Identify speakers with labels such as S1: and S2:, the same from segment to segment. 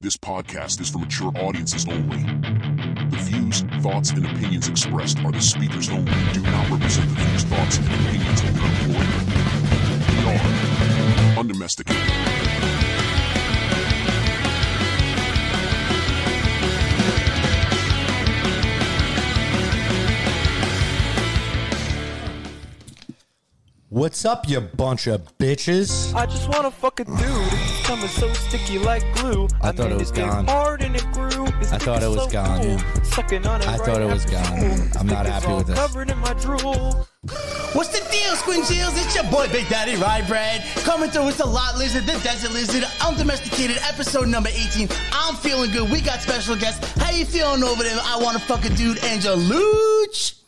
S1: This podcast is for mature audiences only. The views, thoughts, and opinions expressed are the speakers only and do not represent the views, thoughts, and opinions of their employer. We are undomesticated.
S2: What's up, you bunch of bitches?
S3: I just want a fucking dude. Coming so sticky like glue.
S2: I thought
S3: made
S2: it was
S3: his name
S2: gone.
S3: Hard and it grew. His
S2: I
S3: dick
S2: thought
S3: is
S2: it was
S3: so
S2: gone,
S3: cool.
S2: yeah.
S3: Sucking on it
S2: I
S3: right
S2: thought it was
S3: after
S2: gone.
S3: school.
S2: I'm
S3: His
S2: not
S3: dick is
S2: happy
S3: all
S2: with this.
S3: Covered in my drool.
S4: What's the deal, Squinchills? It's your boy Big Daddy Rye Bread coming through with the lot lizard, the desert lizard, undomesticated episode number 18. I'm feeling good. We got special guests. How you feeling over there? I want to fuck a dude, Angel Luch.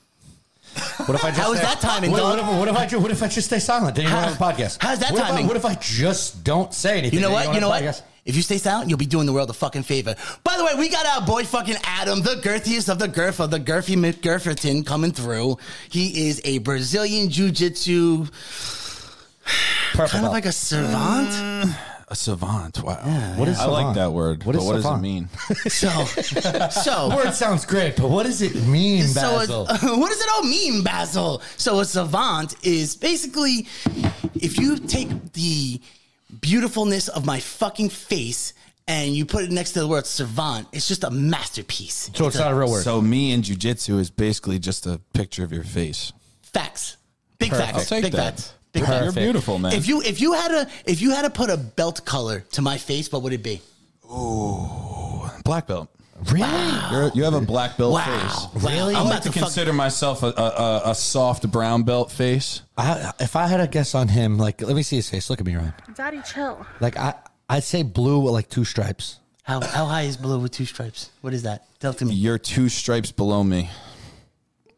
S2: What if I just
S4: How was
S2: say-
S4: that timing,
S2: what,
S4: dog?
S2: what if, what if I ju- what if I just stay silent? Then you
S4: How-
S2: won't have a podcast.
S4: how's that
S2: what
S4: timing?
S2: If I, what if I just don't say anything?
S4: You know
S2: Then
S4: what? You
S2: won't
S4: know
S2: have a podcast.
S4: what? If you stay silent, you'll be doing the world a fucking favor. By the way, we got our boy fucking Adam, the girthiest of the girth of the girthy McGurferton coming through. He is a Brazilian jiu-jitsu,
S2: Purple
S4: kind of
S2: belt.
S4: like a servant.
S5: A savant. Wow.
S2: What is
S5: I like
S2: savant?
S5: that word.
S2: What
S5: but
S2: is
S5: what does
S2: savant?
S5: it mean?
S4: So, so
S2: Word sounds great, but what does it mean, Basil?
S4: So it's- what does it all mean, Basil? So a savant is basically if you take the beautifulness of my fucking face and you put it next to the word savant, it's just a masterpiece.
S2: so it's not a real word.
S5: so me in jujitsu is basically just a picture of your face.
S4: Facts. Big
S2: Perfect.
S4: facts.
S5: I'll take
S4: Big
S5: that.
S4: facts. Big
S2: Perfect.
S5: You're
S4: facts.
S5: beautiful, man.
S4: If you if you had a if you had to put a belt color to my face, what would it be?
S5: black belt.
S2: really?
S5: You're, you have a black belt
S4: Wow.
S5: face.
S4: Wow. Really?
S5: I
S4: I'm
S5: like
S4: about
S5: to
S4: to fuck-
S5: consider myself a, a, a, a soft brown belt face.
S2: I, if I had a guess on him, like, let me see his face. Look at me, Ryan.
S6: Daddy, chill.
S2: Like, I, I'd say blue with like two stripes.
S4: How how high is blue with two stripes? What is that? Tell it to me.
S5: You're two stripes below me.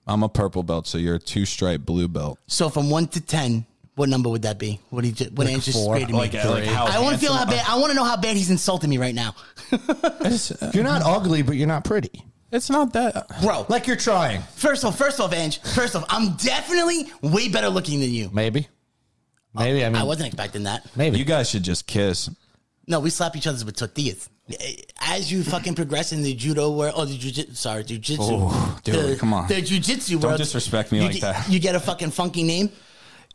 S5: I'm a purple belt, so you're a two stripe blue belt.
S4: So from one to ten, what number would that be? What he just, what
S2: Like
S4: Andrew
S2: four.
S4: just rated me?
S2: Like,
S5: like how
S4: I want to feel how
S5: handsome
S4: bad. I want to know how bad he's insulting me right now,
S5: It's,
S2: You're not ugly, but you're not pretty.
S5: it's not that.
S4: bro. Like
S2: Like you're trying.
S4: first off, first off, Ange. First off, I'm definitely way better looking than you.
S2: Maybe. Maybe. I mean,
S4: I wasn't expecting that.
S2: maybe.
S5: You guys should just kiss.
S4: No, we slap each other with tortillas. Eh, As you fucking progress in the judo world, or the jujitsu, sorry, jujitsu.
S5: Oh, dude,
S4: the,
S5: come on.
S4: The jujitsu world.
S5: disrespect me
S4: you
S5: like that.
S4: You get a fucking funky name.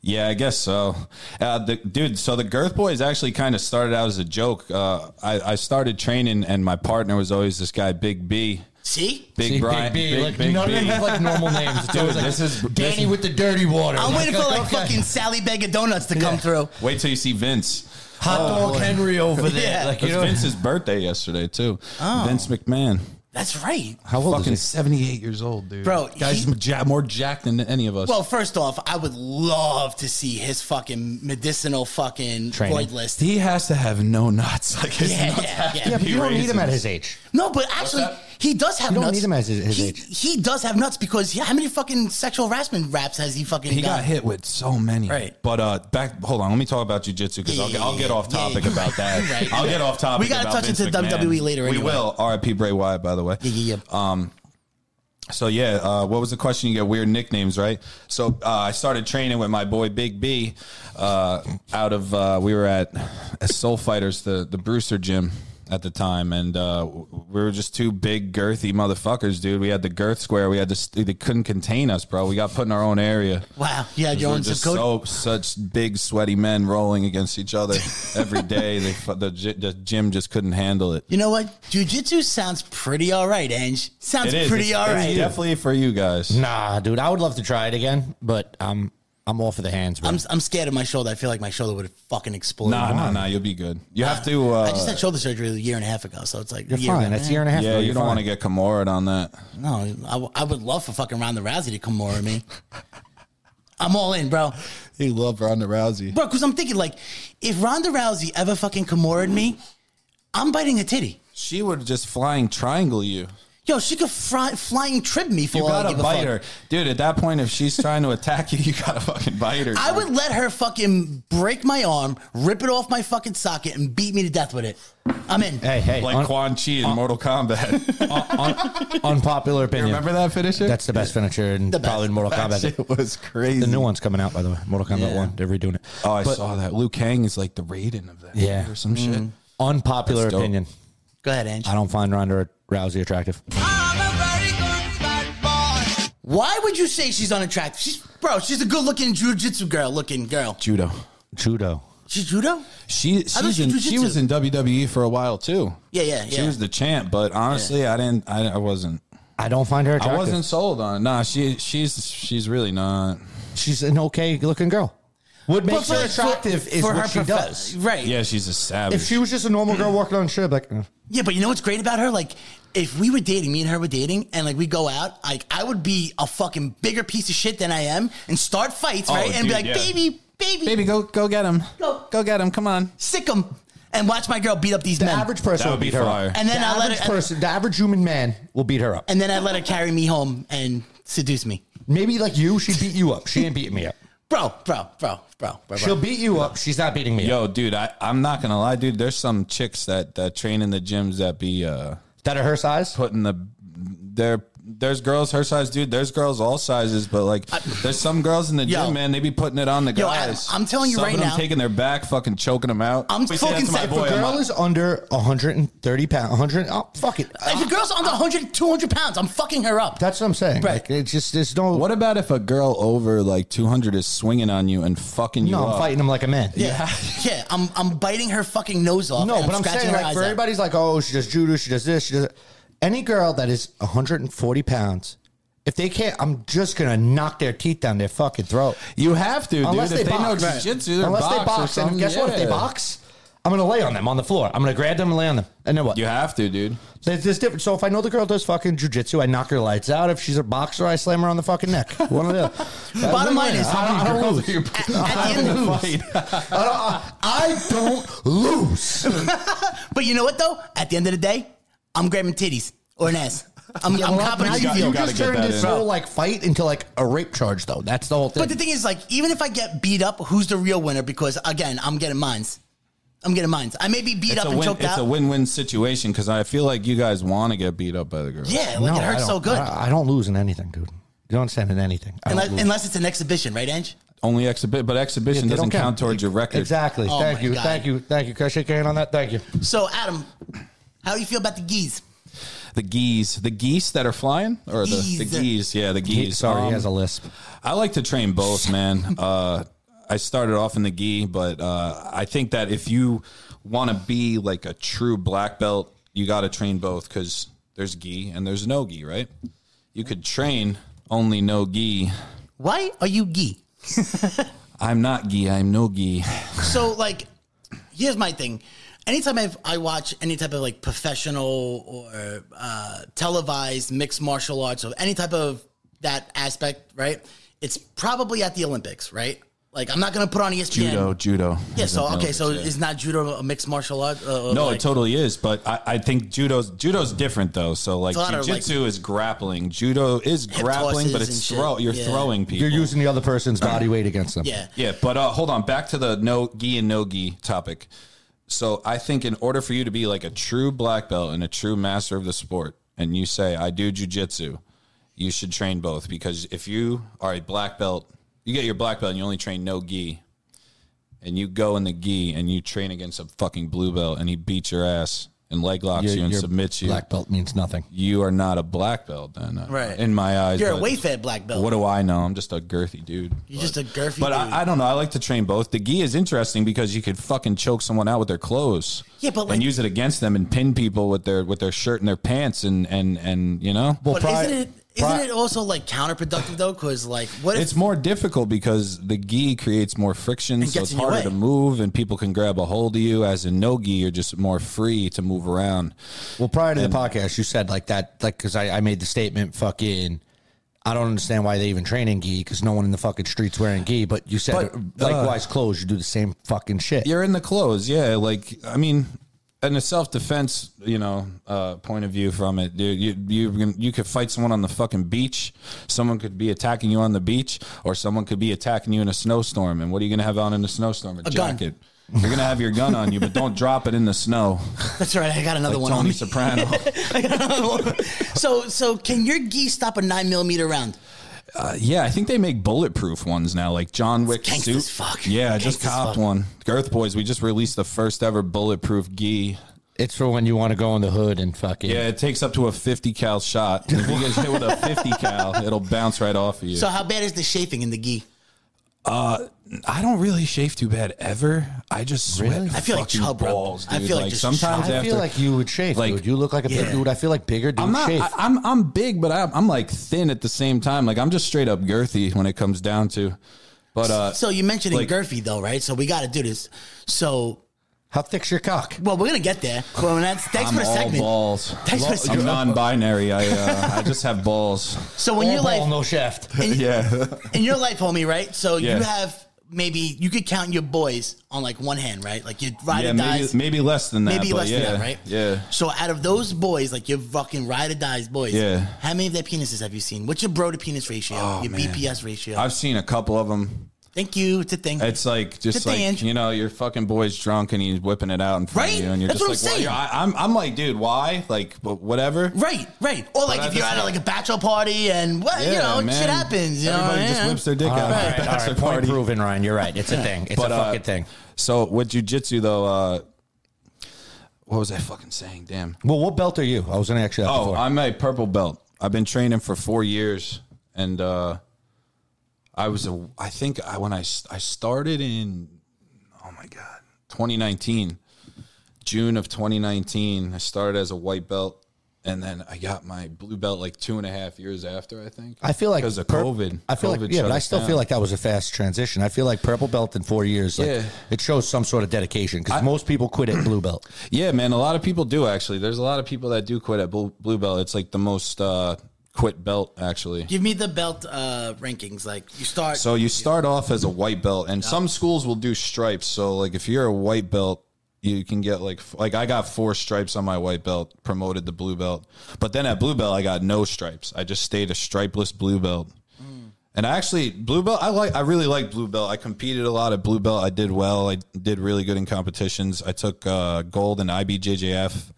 S5: Yeah, I guess so. Uh, the, dude, so the Girth Boys actually kind of started out as a joke. Uh, I, I started training, and my partner was always this guy, Big B.
S4: See,
S5: Big
S2: See,
S5: Brian.
S2: Big B,
S5: Big,
S2: like
S5: Big
S2: none of
S5: B.
S2: them have like normal names. It's always like
S5: this is-
S2: Danny
S5: this-
S2: with the dirty water.
S4: I'm waiting for like
S2: okay.
S4: fucking Sally Bag of Donuts to come
S2: Yeah.
S4: through.
S5: Wait till you see Vince.
S2: hot
S5: Oh,
S2: dog Henry over there.
S4: Yeah.
S2: Like
S5: It
S2: you
S5: was
S2: know,
S5: Vince's birthday yesterday, too. Vince McMahon.
S4: That's right,
S2: how old
S5: Fucking 78 years old, dude.
S4: Bro,
S5: Guy's
S4: he-
S5: ja- more jacked than any of us.
S4: Well, first off, I would love to see his fucking medicinal fucking
S2: Training.
S4: void list.
S5: he has to have no nuts. Like his
S4: Yeah,
S5: nuts
S4: yeah,
S5: have to
S4: yeah.
S2: Yeah, but
S5: be
S2: you don't need
S5: raisins.
S2: him at his age.
S4: No, but actually,
S5: that?
S4: he does have
S2: You don't
S4: nuts.
S2: need him as his- his
S4: he,
S2: age.
S4: he does have nuts because he, how many fucking sexual harassment raps has he fucking
S5: He
S4: done?
S5: got hit with so many.
S4: Right.
S5: But uh, back, hold on. Let me talk about jujitsu because I'll, get- I'll get off
S4: Yeah, yeah,
S5: topic
S4: yeah.
S5: about that.
S4: Right.
S5: I'll get off topic.
S4: We gotta
S5: about
S4: touch
S5: Vince
S4: into
S5: McMahon.
S4: WWE later
S5: We
S4: anyway.
S5: will. R.I.P. Bray Wyatt. By the way.
S4: Yeah, yeah,
S2: Uh,
S4: yeah.
S5: So yeah, uh, what was the question? You got weird nicknames, right? So uh, I started training with my boy Big B. Uh, out of uh, we were at Soul Fighters, the the Brewster gym at the time, and uh, w- we were just two big girthy motherfuckers, dude. We had the girth square. We had this. They couldn't contain us, bro. We got put in our own area.
S4: wow, you had your
S5: We're
S4: own zip
S5: just
S4: code.
S5: so such big sweaty men rolling against each other every day. They, fu- the, gy- the gym just couldn't handle it.
S4: you know what? Jiu-jitsu sounds pretty all right, Ange. Sounds
S5: it is
S4: pretty
S5: It's-
S4: all
S5: it's
S4: right.
S5: Definitely for you guys.
S2: Nah, dude, I would love to try it again, but um, I'm all for the hands, bro.
S4: I'm, I'm scared of my shoulder. I feel like my shoulder would have fucking exploded.
S5: Nah, nah, nah. You'll be good. You have to. Uh,
S4: I just had shoulder surgery a year and a half ago, so it's like
S2: you're
S4: a year
S2: fine.
S4: ago.
S2: That's a year and a half.
S5: yeah,
S2: ago.
S5: you
S2: You're
S5: don't
S2: fine.
S5: want to get Kamora'd on that.
S4: No, I, w- I would love for fucking Ronda Rousey to come more at me. I'm all in, bro.
S5: He loved Ronda Rousey.
S4: Bro, because I'm thinking, like, if Ronda Rousey ever fucking Kimura'd me, I'm biting a titty.
S5: She would just flying triangle you.
S4: Yo, she could fry, flying trip me for
S5: You
S4: all I
S5: gotta
S4: give a
S5: bite
S4: fuck.
S5: her, dude. At that point, if she's trying to attack you, you gotta fucking bite her.
S4: I
S5: dude.
S4: would let her fucking break my arm, rip it off my fucking socket, and beat me to death with it. I'm in.
S2: Hey, hey,
S5: like
S2: un-
S5: Quan Chi in Mortal Kombat.
S2: un- unpopular opinion.
S5: Remember that finisher?
S2: That's the best finisher in
S4: The best.
S2: probably Mortal
S5: That
S2: Kombat.
S5: shit was crazy.
S2: The new one's coming out, by the way. Mortal Kombat
S4: Yeah.
S2: One. They're redoing it.
S5: Oh, I saw that. Luke Kang is like the Raiden of that.
S2: Yeah.
S5: Or some shit.
S2: Unpopular
S5: That's dope.
S2: opinion.
S4: Go ahead, Ange.
S2: I don't find Ronda Rousey attractive.
S4: Why would you say she's unattractive? She's, bro, she's a good-looking jujitsu girl, looking girl.
S5: Judo.
S2: Judo.
S4: She's judo?
S5: She
S4: thought
S5: she's
S4: she
S5: in,
S4: was
S5: she
S4: jujitsu.
S5: was in WWE for a while too.
S4: Yeah, yeah,
S5: She
S4: yeah.
S5: was the champ, but honestly, I didn't. I, I wasn't.
S2: I don't find her attractive.
S5: I wasn't sold on. it. Nah, she she's she's really not.
S2: She's an okay looking girl. What makes her attractive is what she
S4: profe-
S2: does.
S4: Right.
S5: Yeah, she's a savage.
S2: If she was just a normal girl working on shit, like eh.
S4: Yeah, but you know what's great about her? Like, if we were dating, me and her were dating, and like we go out, like I would be a fucking bigger piece of shit than I am, and start fights,
S5: Oh,
S4: right? and be
S5: dude,
S4: like,
S5: yeah.
S4: baby, baby,
S5: Baby, go go get him.
S4: Go.
S5: go get him. Come on.
S4: sick 'em," and watch my girl beat up these
S2: the
S4: men.
S2: average person
S5: That
S2: will
S5: would be
S2: beat her
S5: fire.
S2: up.
S4: And then
S2: the
S4: I'll let
S2: average
S4: her-
S2: person, the average human man, will beat her up.
S4: and then I let her carry me home and seduce me,
S2: Maybe like you, she beat you up. She ain't beating me up.
S4: bro, bro, bro, bro, bro.
S2: She'll
S4: bro.
S2: beat you up. She's not beating me up.
S5: Yo, dude, I I'm not gonna lie, dude. There's some chicks that that train in the gyms that be uh
S2: That are her size.
S5: putting the there. There's girls her size, dude. There's girls all sizes, but like, there's some girls in the
S4: Yo.
S5: gym, man. They be putting it on the
S4: Yo, I-
S5: guys.
S4: I'm telling you
S5: Some
S4: right
S5: of them
S4: now-
S5: taking their back, fucking choking them out.
S4: I'm
S5: We say that
S4: fucking
S5: to my
S4: saying,
S5: boy,
S4: if a
S5: I'm
S2: Girl
S5: like,
S2: is under 130 pounds. 100. Oh, fuck it.
S4: If a girl's under 100, 200 pounds, I'm fucking her up.
S2: That's what I'm saying.
S4: Right.
S2: Like, it's just there's no.
S5: What about if a girl over like 200 is swinging on you and fucking you uh,
S2: no,
S5: up?
S2: I'm fighting him like a man.
S4: yeah, yeah. I'm I'm biting her fucking nose off.
S2: No,
S4: and
S2: but I'm
S4: scratching
S2: saying
S4: her
S2: like
S4: eyes
S2: for
S4: out.
S2: everybody's like, oh, she does judo, she does this, she does. Any girl that is 140 pounds, if they can't, I'm just gonna knock their teeth down their fucking throat.
S5: You have to,
S2: Unless
S5: dude.
S2: they,
S5: if they know
S2: box,
S5: jiu-jitsu, they're
S2: unless
S5: box
S2: they
S5: or
S2: box, and
S5: something,
S2: guess what? If they
S5: yeah.
S2: box, I'm gonna lay on them on the floor. I'm gonna grab them and lay on them, and then what?
S5: You have to, dude.
S2: There's this different. So if I know the girl does fucking jujitsu, I knock her lights out. If she's a boxer, I slam her on the fucking neck. One of the. other.
S4: Bottom line is-
S2: I don't, I don't lose.
S4: At- at the end of-
S2: I don't- I don't lose.
S4: But you know what though? At the end of the day, I'm grabbing titties or an ass. I'm, I'm
S2: Well,
S4: copping
S2: now
S4: a
S2: you,
S4: two
S5: got-
S2: you
S4: field.
S5: gotta
S2: just
S5: get
S2: turned
S5: that
S2: this
S5: in.
S2: whole like fight into like a rape charge, though. That's the whole thing.
S4: But the thing is, like, even if I get beat up, who's the real winner? Because again, I'm getting mines. I'm getting mines. I may be beat
S5: It's,
S4: up
S5: a,
S4: and
S5: win,
S4: choked
S5: it's
S4: out.
S5: a win-win situation because I feel like you guys want to get beat up by the girl.
S4: Yeah, like it
S2: I
S4: hurts so
S2: don't-
S4: good.
S2: I, I don't lose in anything, dude. You don't stand in anything. I don't
S4: unless,
S2: lose.
S4: unless it's an exhibition, right, Ange?
S5: Only exhibit, but
S2: They
S5: exhibition
S2: don't
S5: doesn't count towards your record.
S2: Exactly.
S4: Oh
S2: thank
S4: my
S2: you.
S4: God.
S2: Thank you. Thank you. Can I shake your hand on that? Thank you.
S4: So, Adam, how do you feel about the geese?
S5: The geese, the geese that are flying, or the, the
S4: Geese.
S5: geese, yeah, the
S2: He-
S5: geese.
S2: sorry,
S5: Um,
S2: he has a lisp.
S5: I like to train both, man. Uh, I started off in the gi, but uh, I think that if you want to be like a true black belt, you got to train both because there's gi and there's no gi, right? You could train only no gi.
S4: Why are you gee?
S5: I'm not gi. I'm no gi.
S4: So, like, here's my thing. Anytime I've, I watch any type of like professional or uh, televised mixed martial arts or any type of that aspect, right? It's probably at the Olympics, right? Like, I'm not going to put on E ESPN.
S5: Judo, judo.
S4: Yeah.
S5: is
S4: So
S5: at the
S4: okay. So
S5: Olympics, yeah.
S4: it's not judo a mixed martial art? Uh,
S5: No,
S4: like-
S5: it totally is, but I, I think judo's judo's different though. So like
S4: a lot of,
S5: jujitsu is grappling, judo is grappling, but
S4: tosses and
S5: it's
S4: shit.
S5: throw. You're
S4: Yeah.
S5: throwing people.
S2: You're using the other person's body weight against them.
S4: Yeah.
S5: Yeah, but uh, hold on. Back to the no gi and no gi topic. So I think in order for you to be like a true black belt and a true master of the sport, and you say I do jujitsu, you should train both because if you are a black belt, you get your black belt and you only train no gi, and you go in the gi and you train against a fucking blue belt and he beats your ass and leg locks
S2: Your-
S5: you and
S2: your
S5: submits you,
S2: Black belt means nothing.
S5: you are not a black belt then. uh,
S4: Right.
S5: In my eyes,
S4: You're a
S5: but-
S4: way fed black belt.
S5: what do I know? I'm just a girthy dude.
S4: You're just a girthy
S5: But
S4: dude.
S5: I, I don't know. I like to train both. The gi is interesting because you could fucking choke someone out with their clothes.
S4: Yeah, but like-
S5: and use it against them and pin people with their with their shirt and their pants and and and you know.
S4: but
S2: pri-
S4: isn't it isn't
S2: pri-
S4: it also like counterproductive though? Because like, what if
S5: it's more difficult because the gi creates more friction,
S4: And
S5: so
S4: gets
S5: it's
S4: in your
S5: harder
S4: way.
S5: to move, and people can grab a hold of you. As in no gi, you're just more free to move around.
S2: Well, prior to the podcast, you said like that, like because I, I made the statement, fucking. I don't understand why they even train in gi because no one in the fucking streets wearing gi. But you said
S5: But, uh,
S2: likewise, clothes. You do the same fucking shit.
S5: You're in the clothes, yeah. Like I mean, in a self defense, you know, uh, point of view from it, dude, you you you could fight someone on the fucking beach. Someone could be attacking you on the beach, or someone could be attacking you in a snowstorm. And what are you gonna have on in a snowstorm? A,
S4: gun.
S5: jacket. You're gonna have your gun on you, but don't drop it in the snow.
S4: that's right? I got another one. On
S5: Tony
S4: me.
S5: Soprano.
S4: I got another one. so so can your gi stop a nine millimeter round?
S5: Yeah, I think they make bulletproof ones now, like John Wick
S4: Gangsta
S5: suit.
S4: as fuck.
S5: Yeah, I just
S4: Gangsta as
S5: copped
S4: fuck.
S5: one. Girth Boys, we just released the first ever bulletproof gi.
S2: It's for when you want to go in the hood and fucking.
S5: Yeah, it takes up to a 50 cal shot. If you get hit with a 50 cal, it'll bounce right off of you.
S4: So how bad is the chafing in the gi?
S5: I don't really shave too bad ever. I just sweat.
S2: Really?
S5: the
S4: I feel like
S5: fucking
S4: chub rub.
S5: balls.
S4: I
S5: dude.
S4: feel like
S5: like
S4: just
S2: I
S5: sometimes
S4: chub.
S5: after
S2: feel like you would shave,
S5: like-
S2: dude. You look like a
S4: Yeah.
S2: big dude. I feel like bigger dude
S5: I'm not.
S2: shave.
S5: I, I'm I'm big, but I'm I'm like thin at the same time. Like I'm just straight up girthy when it comes down to. But uh,
S4: So you mentioned
S5: Like-
S4: in Gurphy though, right? So we got to do this. So
S2: How thick's your cock?
S4: well, we're gonna get there. Well, that's thanks
S5: I'm
S4: for the
S5: all
S4: segment.
S5: balls.
S4: Thanks for the
S5: I'm
S4: segment.
S5: non-binary. I uh, I just have balls.
S4: So in your
S2: All ball,
S4: life,
S2: no shaft.
S4: in,
S5: Yeah.
S4: in your life, homie, right? So
S5: Yeah.
S4: you have maybe you could count your boys on like one hand, right? Like your ride
S5: yeah,
S4: or
S5: maybe,
S4: dies.
S5: maybe less than that.
S4: Maybe
S5: but
S4: less
S5: yeah,
S4: than that, right?
S5: Yeah.
S4: So out of those boys, like your fucking ride or dies boys,
S5: Yeah. Oh,
S4: How many of their penises have you seen? What's your bro to penis ratio? your BPS ratio?
S5: I've seen a couple of them.
S4: Thank you. It's a thing.
S5: It's like just
S4: Good thing,
S5: like
S4: Andrew.
S5: you know your fucking boy's drunk and he's whipping it out in front
S4: Right?
S5: of you, and you're
S4: That's
S5: just
S4: what I'm
S5: like,
S4: saying.
S5: Why? I, I'm I'm like, dude, why? Like, wh- whatever.
S4: Right, right. Or like
S5: I
S4: if you're
S5: just-
S4: at like a bachelor party and what you know, shit happens. You
S5: Everybody
S4: know,
S5: just
S4: yeah.
S5: whips their dick
S2: All
S5: out.
S2: right, all
S5: at a
S2: right,
S5: bachelor
S2: point
S5: party.
S2: proven, Ryan. You're right. It's a thing. It's
S5: But,
S2: a
S5: uh,
S2: fucking thing.
S5: So with jujitsu though, uh, what was I fucking saying? Damn.
S2: Well, what belt are you? I was going to ask you that
S5: Oh,
S2: before.
S5: I'm a purple belt. I've been training for four years, and uh, I was a. I think I when I s- I started in, oh my god, 2019, June of 2019. I started as a white belt. And then I got my blue belt like two and a half years after, I think.
S2: I feel like
S5: because of
S2: pur-
S5: COVID.
S2: I feel
S5: COVID
S2: like yeah,
S5: shut
S2: but I
S5: us
S2: still
S5: down.
S2: feel like that was a fast transition. I feel like purple belt in four years, like
S5: Yeah.
S2: it shows some sort of dedication because most people quit at blue belt.
S5: Yeah, man. A lot of people do actually. There's a lot of people that do quit at blue, blue belt. It's like the most uh, quit belt actually.
S4: Give me the belt uh, rankings. Like you start.
S5: So you start off as a white belt, and some schools will do stripes. So like if you're a white belt, you can get like f- like I got four stripes on my white belt, promoted to blue belt. But then at blue belt, I got no stripes. I just stayed a stripeless blue belt. And I actually blue belt. I like. I really like blue belt. I competed a lot at blue belt. I did well. I did really good in competitions. I took uh, gold in IBJJF.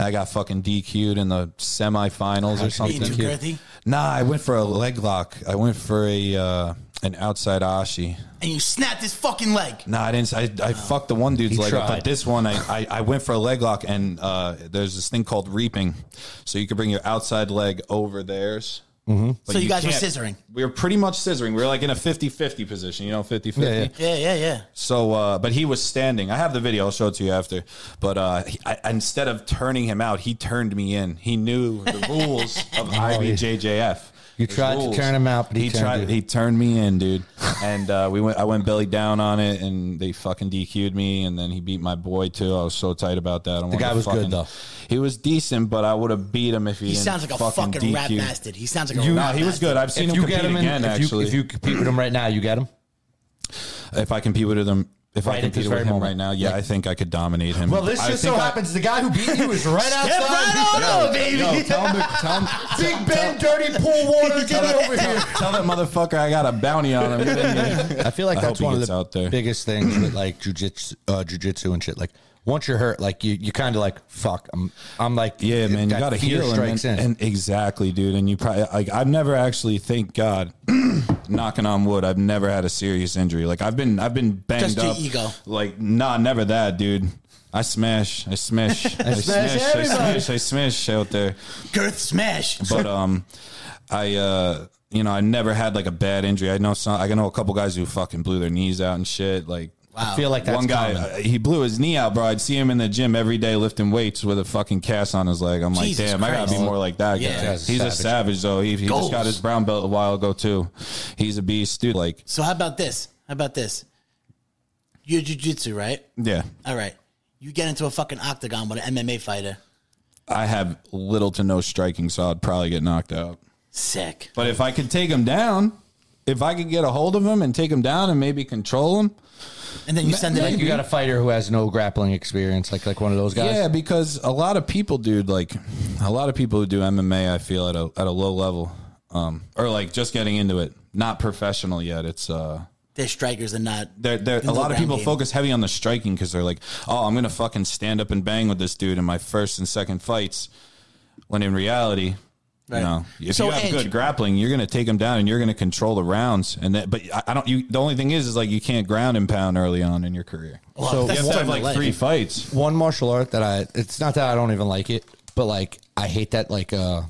S5: I got fucking DQ'd in the semifinals or
S4: you
S5: something.
S4: too girthy?
S5: Nah, I went for a leg lock. I went for a uh, an outside ashi.
S4: and you snap this fucking leg.
S5: Nah, I didn't. I, I fucked the one dude's
S2: He
S5: leg up,
S2: tried.
S5: but this one, I, I, I went for a leg lock, and uh, there's this thing called reaping. So you could bring your outside leg over theirs. Mm-hmm.
S4: So you guys were scissoring.
S5: We were pretty much scissoring. We were like in a 50 50 position, you know, 50 50.
S2: Yeah, yeah.
S4: Yeah, yeah, yeah.
S5: So, uh, but he was standing. I have the video. I'll show it to you after. But uh, he, I, instead of turning him out, he turned me in. He knew the rules of IBJJF.
S2: Oh, You
S5: There's
S2: tried to turn him out, but he turned
S5: tried.
S2: you.
S5: He turned me in, dude. And uh, we went. I went belly down on it, and they fucking DQ'd me. And then he beat my boy too. I was so tight about that. I wanted
S2: guy
S5: to
S2: was good,
S5: fucking-
S2: though.
S5: He was decent, but I would have beat him if he.
S4: He
S5: didn't
S4: sounds like a fucking,
S5: DQ.
S4: rap bastard. He sounds like a
S5: No,
S4: rap
S5: he was
S4: bastard.
S5: good. I've
S2: if
S5: seen him
S2: you
S5: compete
S2: get him in,
S5: again.
S2: if you
S5: actually,
S2: if you compete with him right now, you get him.
S5: if I compete with him, if
S2: Right
S5: I
S2: at
S5: compete
S2: this
S5: with
S2: very
S5: him
S2: moment.
S5: right now, yeah, I think I could dominate him. I think I-
S2: the guy who beat you is right
S4: Step right on over, baby.
S5: Yo, tell him, to- tell him,
S2: Big Ben, dirty pool water,
S5: tell, that, tell that motherfucker I got a bounty on him.
S2: I feel like
S5: I
S2: that's
S5: hope he
S2: one of
S5: gets
S2: the
S5: out there.
S2: biggest things with like jujitsu, uh, jujitsu and shit. Like once you're hurt, like you, you kind of like fuck. I'm, I'm like,
S5: Yeah, man, you
S2: that
S5: got to
S2: fear
S5: heal him.
S2: strikes
S5: And,
S2: in.
S5: and exactly, dude. And you probably like I've never actually, thank God, knocking on wood, I've never had a serious injury. Like I've been, I've been
S4: Just
S5: banged
S4: your
S5: up.
S4: ego.
S5: Like nah, never that, dude. I smash, I smash, I,
S2: smash
S5: I
S2: everybody.
S5: smash, I smash out there.
S4: Girth smash.
S5: but um, I uh, you know, I never had like a bad injury. I know some, I know a couple guys who fucking blew their knees out and shit. Like
S2: I feel like that's
S5: one guy,
S2: common.
S5: uh, he blew his knee out, bro. I'd see him in the gym every day lifting weights with a fucking cast on his leg. I'm like,
S4: Jesus
S5: damn, I gotta be
S4: Christ.
S5: more like that
S4: Yeah.
S5: guy.
S2: Guy's a
S5: He's a
S2: savage.
S5: savage though. He, he
S4: Goals.
S5: just got his brown belt a while ago too. He's a beast, dude. Like,
S4: So how about this? How about this? You're jujitsu, right?
S5: yeah,
S4: All right. You get into a fucking octagon with an MMA fighter.
S5: I have little to no striking, so I'd probably get knocked out.
S4: Sick.
S5: But if I could take him down, if I could get a hold of him and take him down and maybe control him,
S4: And then you send it
S2: like
S4: in.
S2: you got a fighter who has no grappling experience, like like one of those guys.
S5: Yeah, because a lot of people, dude, like a lot of people who do MMA, I feel at a at a low level, um, or like just getting into it, not professional yet. It's uh,
S4: Their strikers are not.
S5: they're, they're, a
S4: low
S5: lot of
S4: ground
S5: people
S4: game.
S5: focus heavy on the striking because they're like, oh, I'm gonna fucking stand up and bang with this dude in my first and second fights, when in reality, You know, if
S4: So,
S5: you have
S4: and-
S5: good grappling, you're going to take him down and you're going to control the rounds. And that, but I, I don't. You the only thing is, is like you can't ground and pound early on in your career.
S2: So
S5: You have to have like three fights.
S2: one martial art that I it's not that I don't even like it, but like I hate that like uh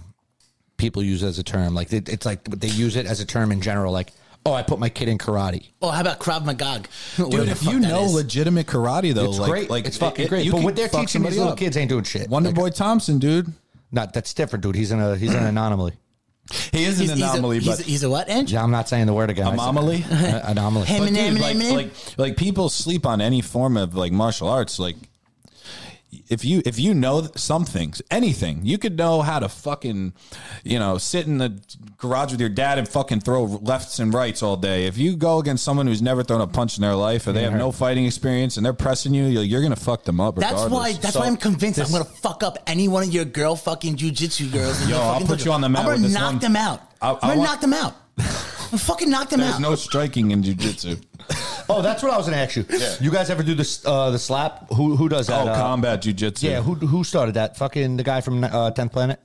S2: people use it as a term. Like it, it's like they use it as a term in general like oh, I put my kid in karate.
S4: Oh, how about Krav Magog?
S5: Dude, if you know legitimate karate though,
S2: It's
S5: like,
S2: great.
S5: like
S2: it's fucking
S5: it-
S2: great.
S5: you
S2: But
S5: can
S2: what they're
S5: fuck
S2: teaching these
S5: somebody
S2: little
S5: up.
S2: kids ain't doing shit.
S5: Wonder
S2: Like,
S5: Boy Thompson, dude.
S2: not that's different, dude. He's in a he's an anomaly.
S5: He is an
S4: he's,
S5: anomaly,
S4: he's, a,
S5: but
S4: he's, he's a what, Ange?
S2: Yeah, I'm not saying the word again. I said-
S5: anomaly.
S2: Uh, anomaly.
S4: Him
S5: But
S4: and him and
S5: dude, like,
S4: him and him.
S5: like, like people sleep on any form of like martial arts. Like, if you if you know th- some things, anything, you could know how to fucking, you know, sit in the garage with your dad and fucking throw lefts and rights all day. If you go against someone who's never thrown a punch in their life or they have no fighting experience and they're pressing you, you're, you're gonna fuck them up.
S4: That's why.
S5: regardless.
S4: That's
S5: So-
S4: why I'm convinced I'm gonna fuck up any one of your girl fucking jujitsu girls. in
S5: Yo,
S4: your
S5: I'll
S4: fucking
S5: put
S4: dojo.
S5: you on the mat
S4: I'm gonna
S5: with this
S4: knock
S5: one.
S4: them out.
S5: I-
S4: I,
S5: I
S4: am gonna
S5: want-
S4: knock them out. I'm fucking knock them
S5: There's
S4: out.
S5: no striking in jujitsu.
S2: Oh, that's what I was gonna ask you. You guys ever do this uh, the slap? Who who does that?
S5: oh,
S2: uh,
S5: combat jujitsu.
S2: Yeah, who who started that? Fucking the guy from uh, Tenth Planet.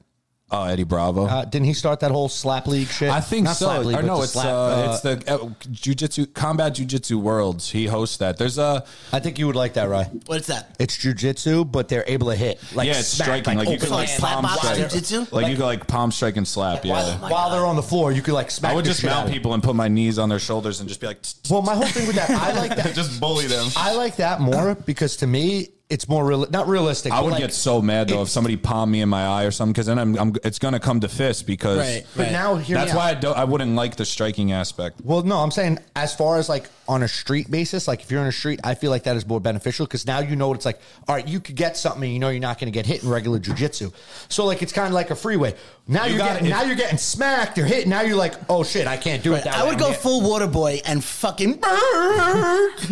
S5: Oh, Eddie Bravo.
S2: Uh, didn't he start that whole slap league shit?
S5: I think
S2: Not
S5: so.
S2: slap league,
S5: or
S2: but
S5: no,
S2: the
S5: it's
S2: slap,
S5: uh,
S2: uh,
S5: it's the uh, jujitsu combat jujitsu worlds. He hosts that. There's a
S2: uh, I think you would like that, Rye.
S4: What's that?
S2: It's jujitsu, but they're able to hit. Like
S5: yeah, it's
S2: smack,
S5: striking. Like, oh, you
S2: open
S5: can like
S4: hand. Slap
S5: palm
S4: box
S5: strike.
S4: jujitsu?
S5: Like, you can like palm strike and slap. Yeah.
S2: while they're on the floor, you could like smack.
S5: I would
S2: the
S5: just
S2: shit out
S5: mount
S2: of
S5: people and put my knees on their shoulders and just be like, tsk,
S2: them. Well, my whole thing with that, I like
S5: tsk,
S2: that.
S5: just bully them.
S2: I like that more because to me, it's more real, not realistic.
S5: I
S2: but,
S5: would
S2: like,
S5: get so mad though if somebody palmed me in my eye or something because then I'm, I'm it's gonna come to fist because
S4: Right,
S2: But
S4: right.
S2: now, hear me
S5: that's
S2: out.
S5: why I don't I wouldn't like the striking aspect.
S2: Well, no, I'm saying as far as like on a street basis, like if you're on a street, I feel like that is more beneficial because now you know what it's like. All right, you could get something, and you know you're not going to get hit in regular jujitsu. So like it's kind of like a freeway. Now you
S5: You
S2: are
S5: got
S2: getting
S5: it.
S2: now you're getting smacked. You're hit. Now you're like, oh shit, I can't do it. That
S4: I
S2: way.
S4: would
S2: I'm
S4: go
S2: hit.
S4: full water boy and fucking.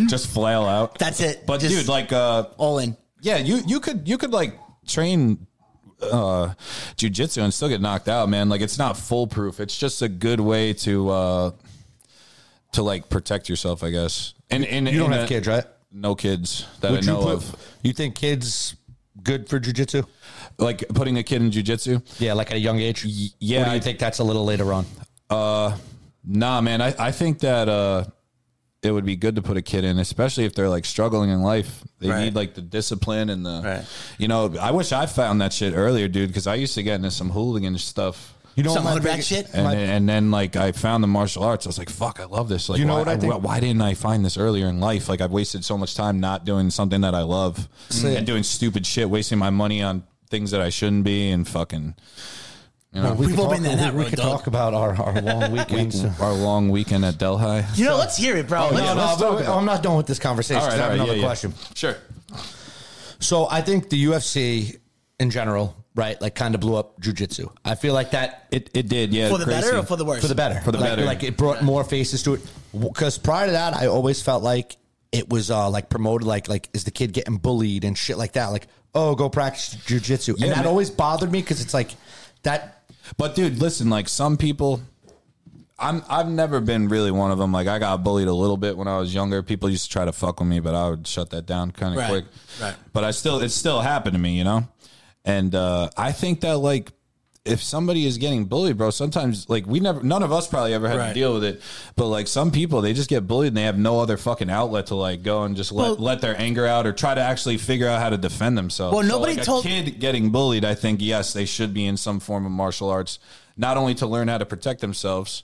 S5: Just flail out.
S4: That's it.
S5: But
S4: Just
S5: dude, like uh,
S4: all in.
S5: Yeah, you you could you could like train uh jujitsu and still get knocked out, man. Like it's not foolproof. It's just a good way to uh to like protect yourself, I guess. And and
S2: You don't
S5: and
S2: have
S5: that-
S2: kids, right?
S5: No kids that
S2: Would
S5: I
S2: you
S5: know
S2: put?
S5: of.
S2: You think kids good for jujitsu?
S5: Like putting a kid in jujitsu.
S2: Yeah, like at a young age.
S5: yeah,
S2: Or do you
S5: I-
S2: think that's a little later on?
S5: Nah, man. I I think that uh it would be good to put a kid in, especially if they're like struggling in life. They
S4: Right.
S5: need like the discipline and the,
S4: Right.
S5: you know. I wish I found that shit earlier, dude, because I used to get into some hooligan stuff.
S2: You know
S4: Some
S2: what my
S4: hood rat
S2: big-
S4: shit.
S5: and,
S2: My-
S5: and then like I found the martial arts. I was like, fuck, I love this. Like,
S2: You know
S5: why,
S2: what I think?
S5: why- why didn't I find this earlier in life? Like, I've wasted so much time not doing something that I love and doing stupid shit, wasting my money on things that I shouldn't be, and fucking
S2: No, we
S4: We've
S2: could
S4: all
S2: talk,
S4: been down that
S2: we- we
S4: road,
S2: could
S4: dog.
S2: talk about our, our long weekends.
S5: our long weekend at Delhi.
S4: You know, let's hear it, bro. Let's-
S5: Oh, no, no,
S2: Let's
S5: I'll
S2: talk
S5: talk
S2: about- I'm not done with this conversation.
S5: All
S2: 'cause
S5: right,
S2: I have
S5: all right,
S2: another
S5: yeah, yeah.
S2: question.
S5: Sure.
S2: So I think the UFC in general, right, like kind of blew up jujitsu. I feel like that
S5: It it did, yeah.
S4: For the
S5: crazy.
S4: better or for the worse?
S2: for the better.
S5: For the
S2: like,
S5: better.
S2: Like it brought more faces to it. Because prior to that, I always felt like it was uh, like promoted, like like is the kid getting bullied and shit like that. Like oh, go practice jujitsu,
S5: Yeah,
S2: and that
S5: man.
S2: always bothered me because it's like that.
S5: But dude, listen, like some people I'm I've never been really one of them. Like I got bullied a little bit when I was younger. People used to try to fuck with me, but I would shut that down kind of
S4: Right,
S5: quick.
S4: right.
S5: But I still it still happened to me, you know? And uh I think that like if somebody is getting bullied, bro, sometimes like we never none of us probably ever had to
S4: Right.
S5: deal with it. But like some people they just get bullied and they have no other fucking outlet to like go and just let
S4: Well-
S5: let their anger out or try to actually figure out how to defend themselves.
S4: Well,
S5: So,
S4: nobody
S5: like, a
S4: told-
S5: kid getting bullied, I think yes, they should be in some form of martial arts, not only to learn how to protect themselves,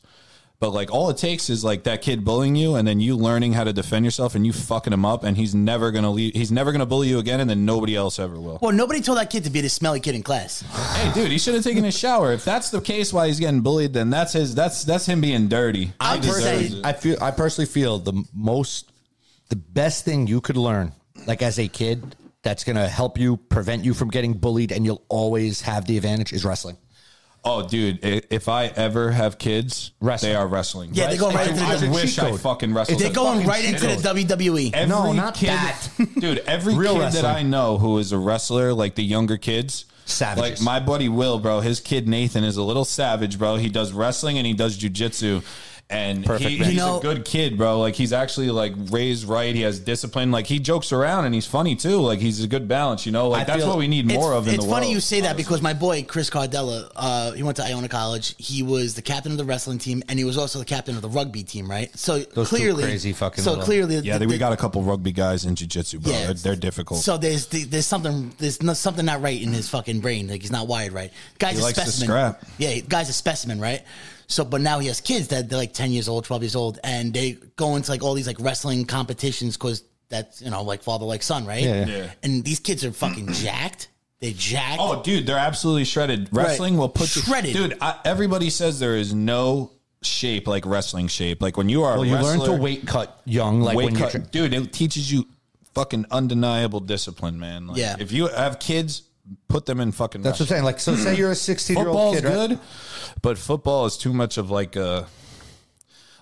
S5: but like all it takes is like that kid bullying you, and then you learning how to defend yourself, and you fucking him up, and he's never gonna leave. He's never gonna bully you again, and then nobody else ever will.
S4: Well, nobody told that kid to be the smelly kid in class.
S5: hey, dude, he should have taken a shower. If that's the case, why he's getting bullied, then that's his. That's that's him being dirty.
S4: I'm
S5: He deserves
S4: saying-
S5: it.
S2: I feel I personally feel the most, the best thing you could learn, like as a kid, that's gonna help you prevent you from getting bullied, and you'll always have the advantage is wrestling.
S5: Oh, dude, i- if I ever have kids,
S2: Wrestling.
S5: they are wrestling.
S4: Yeah, they go right
S5: I-
S4: into the-
S5: I
S4: it's a
S5: wish
S2: cheat
S5: I
S2: code.
S5: fucking wrestled.
S4: They're
S5: them.
S4: going
S5: Fucking
S4: right into the E.
S5: cheat code.
S4: WWE.
S5: Every
S2: No, not
S5: kid,
S2: that.
S5: dude. Every
S2: Real
S5: kid
S2: wrestling.
S5: that I know who is a wrestler, like the younger kids,
S2: Savages.
S5: Like my buddy Will, bro. His kid Nathan is a little savage, bro. He does wrestling and he does jujitsu, And
S2: Perfect
S5: he,
S2: man.
S5: he's
S4: You know-
S5: a good kid, bro. Like he's actually like raised right. He has discipline. Like he jokes around and he's funny too. Like he's a good balance. You know, like
S2: I
S5: that's
S2: feel-
S5: what we need more of in
S4: it's
S5: the
S4: funny
S5: world.
S4: you say that because my boy Chris Cardella, uh, he went to Iona College. He was the captain of the wrestling team, and he was also the captain of the rugby team, right? So
S2: two
S4: clearly,
S2: crazy fucking
S4: So
S2: little-
S4: clearly,
S5: yeah,
S4: the-
S5: they, we
S4: the-
S5: got a couple rugby guys in jiu-jitsu, bro. They're, they're difficult.
S4: So there's there's something there's no, something not right in his fucking brain. Like he's not wired right. Guy's
S5: He
S4: a
S5: likes to
S4: specimen.
S5: scrap.
S4: Yeah, guy's a specimen, right? So, but now he has kids that they're like ten years old, twelve years old, and they go into like all these like wrestling competitions because that's you know like father like son, right?
S2: Yeah,
S5: yeah. Yeah.
S4: And these kids are fucking jacked. They jacked.
S5: Oh, dude, they're absolutely shredded. Wrestling will put you-
S4: Shredded.
S5: dude, I, everybody says there is no shape like wrestling shape. Like when you are a
S2: Well, you
S5: wrestler,
S2: learn to weight cut young, like
S5: weight
S2: when
S5: cut,
S2: you're. tra-
S5: dude, it teaches you fucking undeniable discipline, man. Like,
S4: Yeah.
S5: If you have kids, put them in fucking.
S2: That's what I'm saying.
S5: wrestling.
S2: Like, so say you're a 16 year old
S5: Football's
S2: kid, right?
S5: good, but football is too much of like a.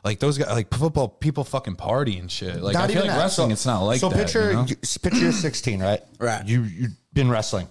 S5: Like those guys, like football people, fucking party and shit. Like I feel like
S2: that.
S5: wrestling,
S2: So-
S5: it's not like
S2: so
S5: that.
S2: picture
S5: you know?
S2: you- s- picture you're 16, right?
S4: Right.
S2: You you've been wrestling.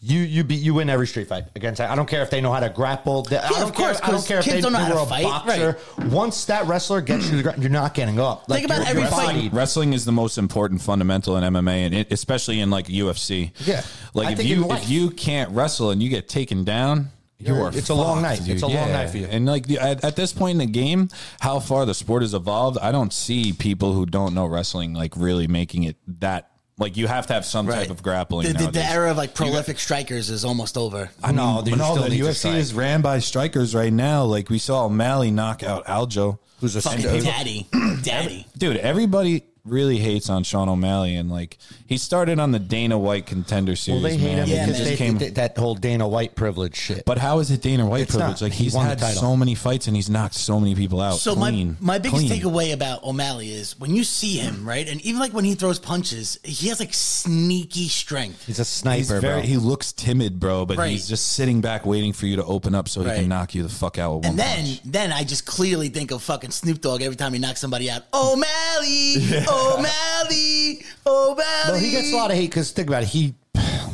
S2: You you beat you win every street fight against. I don't care if they know how to grapple. They- I
S4: Yeah,
S2: don't
S4: of course,
S2: care. I don't
S4: 'cause
S2: care if
S4: kids
S2: they
S4: don't know how to
S2: were a
S4: fight,
S2: boxer. Once that wrestler gets you to the ground, you're not getting up.
S4: Think about every fight.
S5: wrestling, wrestling is the most important fundamental in MMA, and it, especially in like UFC.
S2: Yeah. I
S5: like if
S2: think in
S5: you
S2: life.
S5: if you can't wrestle and you get taken down, you
S2: You're-
S5: are.
S2: it's a long
S5: fucked,
S2: night. It's
S5: dude.
S2: a long night for you.
S5: And like the- at, at this point in the game, how far the sport has evolved, I don't see people who don't know wrestling like really making it that. Like you have to have some
S4: Right.
S5: type of grappling.
S4: The, the, the
S5: nowadays.
S4: era of like prolific strikers is almost over.
S5: I mean,
S2: No,
S5: no,
S2: dude, you still
S5: the
S2: need to
S5: UFC
S2: strike.
S5: is ran by strikers right now. Like we saw O'Malley knock out Aljo,
S2: Who's a
S4: Fucking
S2: and-
S4: daddy, daddy.
S5: dude, everybody really hates on Sean O'Malley, and like he started on the Dana White contender
S2: Well,
S5: series.
S2: they hate him
S5: man.
S4: Yeah,
S5: He
S2: because
S5: just
S2: they,
S5: came-
S2: they- that whole Dana White privilege shit.
S5: but how is it Dana White
S2: It's
S5: privilege?
S2: not.
S5: Like
S2: He
S5: he's
S2: won the
S5: had
S2: title.
S5: so many fights and he's knocked so many people out.
S4: So
S5: clean,
S4: my my biggest
S5: clean.
S4: takeaway about O'Malley is when you see him, right, and even like when he throws punches, he has like sneaky strength.
S2: He's a sniper,
S5: He's
S2: bro.
S5: very, he looks timid, bro, but
S4: Right.
S5: he's just sitting back waiting for you to open up so he
S4: Right.
S5: can knock you the fuck out with one
S4: And
S2: Oh
S4: then
S5: punch.
S4: then I just clearly think of fucking Snoop Dogg every time he knocks somebody out. O'Malley, O'Malley, O'Malley.
S2: Well, he gets a lot of hate because think about it. He,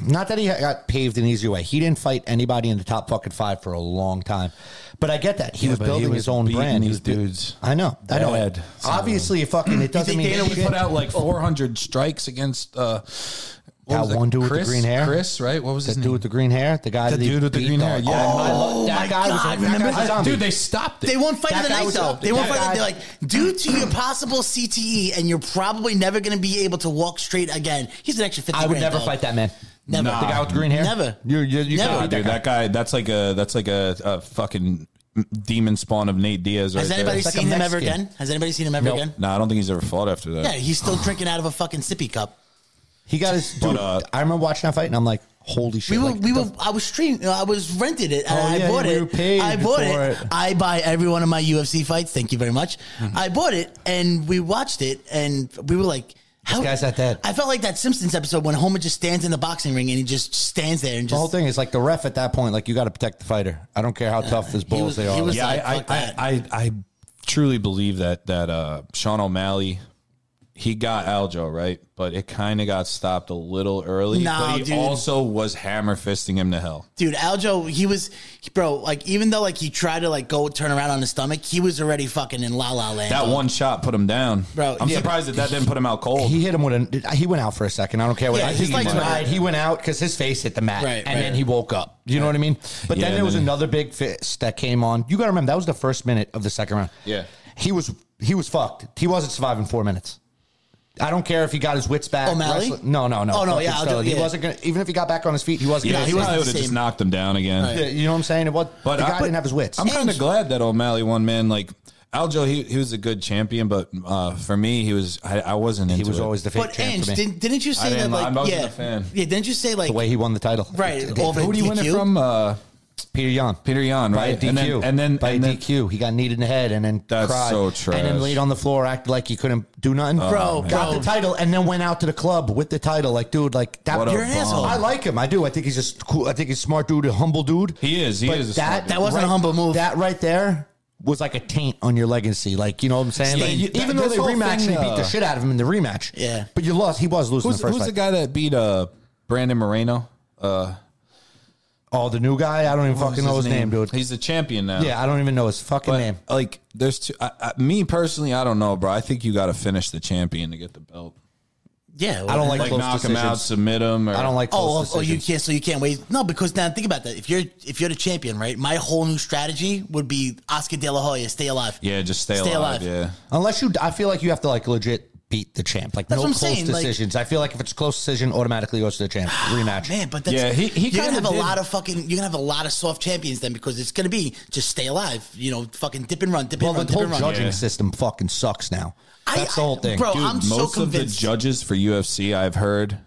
S2: not that he got paved an easy way. He didn't fight anybody in the top fucking five for a long time. But I get that he
S5: Yeah,
S2: was
S5: but he
S2: building
S5: was
S2: his own
S5: beating
S2: brand. He
S5: these
S2: was bu-
S5: dudes.
S2: I know. I know.
S5: Bad.
S2: Obviously, it fucking it
S5: You
S2: doesn't
S5: think
S2: mean
S5: Dana
S2: shit.
S5: White put out
S4: Oh.
S5: like 400 strikes against uh, what
S2: That
S5: was it?
S2: one dude with the
S5: Chris?
S2: green hair?
S5: Chris, right? What was
S2: the
S5: his
S2: dude
S5: name?
S2: with the green hair, the guy,
S5: The
S2: that he
S5: dude with the
S2: beat
S5: green hair,
S2: up.
S5: yeah.
S2: Oh,
S4: my
S2: that guy
S4: God,
S2: was a, that
S4: remember
S2: guy was a
S4: that?
S2: zombie.
S5: dude, they stopped it.
S4: They won't fight
S2: That
S4: of the
S2: guy
S4: night
S2: was
S4: though.
S2: up.
S4: They won't
S2: That
S4: fight.
S2: guy-
S4: They're like, due to your possible CTE, and you're probably never going to be able to walk straight again. He's an extra fifty.
S2: I would
S4: grand,
S2: never
S4: dog.
S2: fight that man.
S4: Never.
S2: The guy with the green hair.
S4: Never.
S2: You, you, you
S4: Never.
S2: can't
S5: Nah,
S2: beat that
S5: dude,
S2: guy.
S5: that guy. That's like a that's like a, a fucking demon spawn of Nate Diaz. Right
S4: Has anybody
S5: There.
S2: like a
S4: seen him ever
S2: Mexican.
S4: again? Has anybody seen him ever
S2: Nope.
S4: again?
S5: No, I don't think he's ever fought after that.
S4: Yeah, he's still drinking out of a fucking sippy cup.
S2: He got his. Dude,
S5: uh,
S2: I remember watching that fight, and I'm like, holy shit!
S4: We were,
S2: like,
S4: we
S2: the
S4: were. I was streaming. I was rented it, and
S2: Oh,
S4: I
S2: yeah,
S4: bought
S2: we
S4: it.
S2: were paid
S4: I bought
S2: for
S4: it.
S2: it.
S4: I buy every one of my UFC fights. Thank you very much.
S2: Mm-hmm.
S4: I bought it, and we watched it, and we were like, "How
S2: guy's not dead.
S4: I felt like that Simpsons episode when Homer just stands in the boxing ring and he just stands there and
S2: The whole
S4: just.
S2: thing is like the ref at that point, like you got to protect the fighter. I don't care how tough his balls
S4: was-
S2: they
S4: he
S2: are.
S4: was-
S5: yeah,
S4: like,
S5: I, I,
S4: fuck
S5: I, I, I truly believe that that uh, Sean O'Malley he got Aljo right, but it kind of got stopped a little early.
S4: Nah,
S5: but he
S4: dude.
S5: also was hammer fisting him to hell.
S4: Dude, Aljo, he was, bro. Like, even though like he tried to like go turn around on his stomach, he was already fucking in la la land.
S5: That
S4: dog.
S5: one shot put him down.
S4: Bro,
S5: I'm
S4: yeah.
S5: surprised that that didn't put him out cold.
S2: he hit him with a. He went out for a second. I don't care what.
S4: Yeah,
S2: I
S4: his
S2: think he
S4: legs
S2: might-
S4: went out.
S2: He went out because his face hit the mat,
S4: Right,
S2: and
S4: right.
S2: then he woke up. You know what I mean? But
S5: Yeah,
S2: then there
S5: and
S2: was
S5: then-
S2: another big fist that came on. You got to remember that was the first minute of the second round.
S5: Yeah.
S2: he was he was fucked. He wasn't surviving four minutes. I don't care if he got his wits back.
S4: O'Malley?
S2: wrestling- No, no, no.
S4: Oh, no,
S2: Fucking
S4: yeah, I'll
S2: Stella.
S4: do-
S2: he
S4: yeah.
S2: wasn't gonna. Even if he got back on his feet, he wasn't.
S4: Yeah,
S2: gonna
S4: he
S5: he
S2: stay.
S4: wasn't
S5: probably would have
S4: the
S5: just
S4: same.
S5: knocked him down again.
S4: Right.
S2: You know what I'm saying? It was,
S5: But
S2: the
S5: I-
S2: guy
S5: but
S2: didn't have his wits.
S5: I'm kind
S4: And-
S5: of glad that O'Malley won, man. Like Aljo, he, he was a good champion, but uh, for me, he was I, I wasn't into
S2: he was
S5: it.
S2: always the fake
S4: But
S2: champ
S4: Ange,
S2: for me.
S4: didn't, didn't you say
S5: I
S4: that
S5: didn't- I
S4: like
S5: wasn't
S4: yeah,
S5: a fan.
S4: yeah? Didn't you say like
S2: the way he won the title,
S4: Right,
S2: It- it-
S4: over
S5: Who do you win it
S4: DQ?
S5: from? Uh,
S2: Peter Yan.
S5: Peter Yan,
S2: By a
S5: right?
S2: DQ.
S5: And then- and then-
S2: by
S5: and
S2: a
S5: then-
S2: DQ, he got kneed in the head and then
S5: That's
S2: cried.
S5: so
S2: And then
S5: trash.
S2: laid on the floor, acted like he couldn't do nothing.
S4: Bro,
S2: got
S4: bro.
S2: the title and then went out to the club with the title. Like, dude, like that.
S5: What a
S4: You're an asshole. bum.
S2: I like him. I do. I think he's just cool. I think he's a smart dude, a humble dude.
S5: He is. He is a smart dude.
S4: That wasn't a
S2: right-
S4: humble move.
S2: That right there. Was like a taint on your legacy, like you know what I'm saying.
S4: Yeah,
S2: Like,
S5: you-
S2: even though
S5: this
S2: they
S5: whole
S2: rematched, and
S5: thing,
S2: they beat the
S5: uh,
S2: shit out of him in the rematch.
S4: Yeah.
S2: but you lost. He was losing
S5: who's
S2: the first
S5: who's the
S2: fight.
S5: guy that beat uh Brandon Moreno? Uh,
S2: Oh, the new guy. I don't even
S5: What was
S2: fucking know his name, dude.
S5: He's the champion now.
S2: yeah, I don't even know his fucking
S5: But,
S2: name.
S5: Like, there's two. I, I, me personally, I don't know, bro. I think you got to finish the champion to get the belt.
S4: Yeah,
S2: I don't
S4: well,
S2: like,
S5: Like,
S2: close
S5: knock
S2: decisions.
S5: him out, submit him. Or,
S2: I don't like
S4: Oh,
S2: close
S4: oh, oh, you
S2: decisions.
S4: can't. So you can't wait. No, because now think about that. If you're if you're the champion, right? My whole new strategy would be Oscar De La Hoya, stay alive.
S5: Yeah, just stay,
S4: Stay
S5: alive.
S4: alive.
S5: Yeah.
S2: Unless you, I feel like you have to like legit beat the champ. Like no
S4: what I'm
S2: close
S4: saying, like- Ah,
S2: decisions. I feel like if it's a close decision, automatically goes to the champ. Rematch.
S4: Man, but that's,
S5: Yeah, he- he
S4: you're gonna
S5: kinda
S4: have a
S5: did-
S4: lot of fucking. You're gonna have a lot of soft champions then because it's gonna be just stay alive. You know, fucking dip and run, dip
S2: well,
S4: and run,
S2: the
S4: dip
S2: whole
S4: and run.
S2: judging
S5: Yeah.
S2: system fucking sucks now.
S4: I-
S2: That's the whole
S4: I-
S2: thing,
S4: bro,
S5: Dude,
S4: Oh, I'm so
S5: most of the
S4: convinced.
S5: judges for UFC I've heard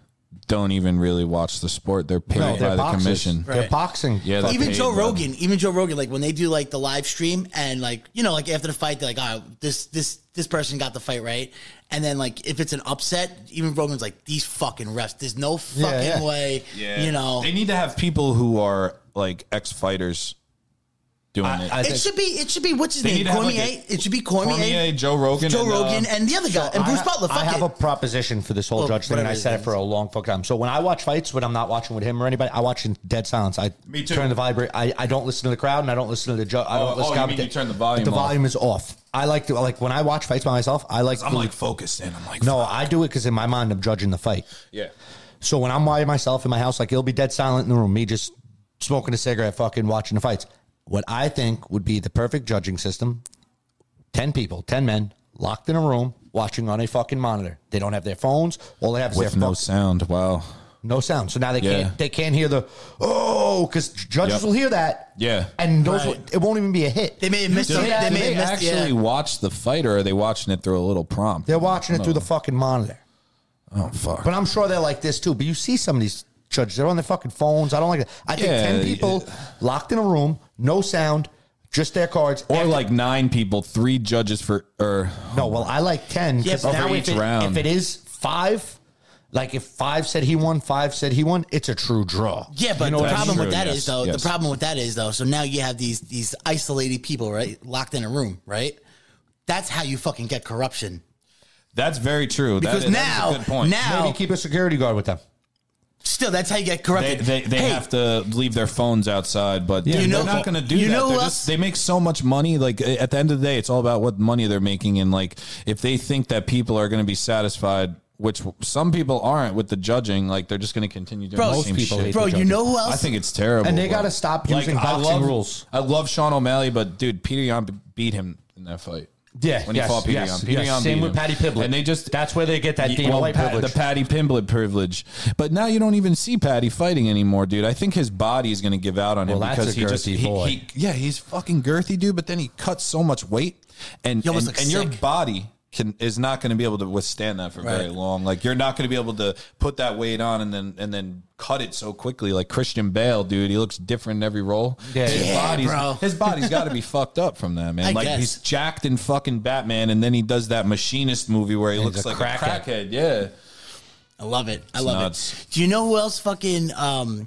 S5: don't even really watch the sport. They're paid
S2: No,
S5: by
S2: they're
S5: the
S2: boxers.
S5: commission.
S2: They're
S4: Right.
S2: boxing.
S5: Yeah,
S2: Fuck.
S5: they're
S4: even
S5: paid,
S4: Joe
S5: bro.
S4: Rogan, even Joe Rogan, like when they do like the live stream and like you know, like after the fight, they're like, oh, this this this person got the fight right, and then like if it's an upset, even Rogan's like, these fucking refs, there's no fucking
S2: Yeah, yeah.
S4: way, you know.
S5: they need to have people who are like ex fighters doing it.
S2: I
S4: It
S2: think-
S4: should be it should be what's his
S5: They need
S4: name
S5: to have,
S4: Cormier.
S5: like, a-
S4: it should be Cormier,
S5: Cormier, Joe Rogan,
S4: Joe
S5: and, uh,
S4: Rogan, and the other guy, and Bruce
S2: I,
S4: Butler. Fuck
S2: I have
S4: it.
S2: a proposition for this whole
S4: Well,
S2: judge thing, and I
S4: whatever
S2: said
S4: it
S2: it for a long fucking time. So when I watch fights, when I'm not watching with him or anybody, I watch in dead silence. I
S5: Me too.
S2: turn the vibrate. I, I don't listen to the crowd, and I don't listen to the judge. I
S5: Oh,
S2: don't
S5: oh,
S2: listen
S5: you
S2: to
S5: mean
S2: commenta-
S5: you turn the volume
S2: The
S5: off.
S2: volume is off. I like to like when I watch fights by myself. I like
S5: I'm
S2: to-
S5: like focused in. I'm like,
S2: no,
S5: fuck.
S2: I do it because in my mind I'm judging the fight.
S5: yeah.
S2: So when I'm by myself in my house, like it'll be dead silent in the room, me just smoking a cigarette, fucking watching the fights. What I think would be the perfect judging system 10 people, 10 men locked in a room watching on a fucking monitor. They don't have their phones. All they have is
S5: With
S2: their
S5: no
S2: phone.
S5: sound. Wow.
S2: No sound. So now they
S5: Yeah.
S2: can't they can't hear the oh because judges
S5: Yep.
S2: will hear that.
S5: Yeah.
S2: And those
S4: Right.
S2: it won't even be a hit.
S4: They may have missed
S5: Do
S4: it.
S5: they,
S4: They
S5: do
S4: may
S5: they
S4: have missed it.
S5: actually
S4: yeah.
S5: watch the fight or are they watching it through a little prompt?
S2: They're watching it through the fucking monitor.
S5: Oh, fuck.
S2: But I'm sure they're like this too. But you see some of these judges, they're on their fucking phones. I don't like it. I think
S5: Yeah,
S2: 10 people locked in a room, no sound, just their cards.
S5: Or
S2: After-
S5: like nine people, three judges for, or
S2: no, well, I like 10. 'cause
S4: Yeah, but
S2: now
S5: for
S2: if
S5: each
S2: it,
S5: round.
S2: if it is five, like if five said he won, five said he won, it's a true draw.
S4: Yeah, but
S5: know
S4: the
S5: what I
S4: problem
S5: mean?
S4: with that is
S5: True, yes,
S4: though.
S5: yes.
S4: The problem with that is though. So now you have these these isolated people, right, locked in a room, right. That's how you fucking get corruption.
S5: that's very true. That
S4: Because
S5: is- that is
S4: now,
S5: a good point.
S4: now,
S2: Maybe keep a security guard with them.
S4: still, that's how you get
S5: They,
S4: corrupted.
S5: they, they
S4: Hey,
S5: have to leave their phones outside, but
S4: You
S5: you
S4: know-
S5: they're not going to do
S4: you
S5: that.
S4: know
S5: They're
S4: who
S5: just-
S4: else-
S5: they make so much money. Like at the end of the day, it's all about what money they're making, and like if they think that people are going to be satisfied, which some people aren't with the judging, like they're just going to continue doing
S4: Bro,
S5: the
S4: most
S5: same
S2: people
S5: shit.
S2: hate
S4: bro, you know who else?
S5: I think it's terrible,
S2: And they
S5: bro.
S2: gotta stop using
S5: I
S2: boxing
S5: love-
S2: rules.
S5: I love Sean O'Malley, but dude, Peter Yan beat him in that fight.
S2: Yeah,
S5: when
S2: yes,
S5: he fought Peter
S2: yes,
S5: Yan, Peter
S2: yes.
S5: Yan
S2: Same
S5: beat
S2: with
S5: him.
S2: Patty Pimblett.
S5: and they just
S2: That's where they get that
S5: Ye-
S2: Dana White
S5: Pat-
S2: privilege.
S5: The Patty Pimblett privilege, but now you don't even see Patty fighting anymore, dude. I think his body is going to give out on him
S2: Well, that's
S5: because
S2: a
S5: he just
S2: girthy
S5: he-
S2: boy.
S5: he- yeah, he's fucking girthy, dude. But then he cuts so much weight, and
S4: He almost
S5: and,
S4: looks
S5: and your
S4: sick.
S5: body. Can, is not going to be able to withstand that for very
S4: Right.
S5: long. Like you're not going to be able to put that weight on and then and then cut it so quickly. Like Christian Bale, dude, he looks different in every role.
S2: Yeah.
S5: his
S4: Yeah,
S5: body's,
S4: bro.
S5: His body's got to be fucked up from that, man.
S4: I
S5: like
S4: guess.
S5: he's jacked in fucking Batman, and then he does that machinist movie where he
S2: he's
S5: looks
S2: a
S5: like
S2: crackhead.
S5: a crackhead. Yeah,
S4: I love it. I love
S5: nuts.
S4: it. Do you know who else fucking um,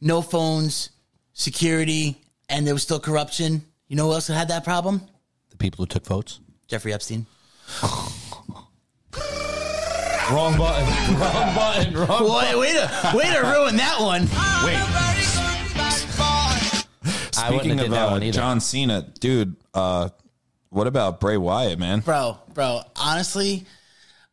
S4: no phones, security, and there was still corruption? You know who else had that problem?
S2: The people who took votes.
S4: Jeffrey Epstein.
S5: Wrong button. Wrong button. Wrong.
S4: Boy, way to way to ruin that one.
S2: I wouldn't have
S5: Speaking of
S2: did that
S5: uh,
S2: one either.
S5: John Cena, dude, uh, what about Bray Wyatt, man?
S4: Bro, bro, honestly,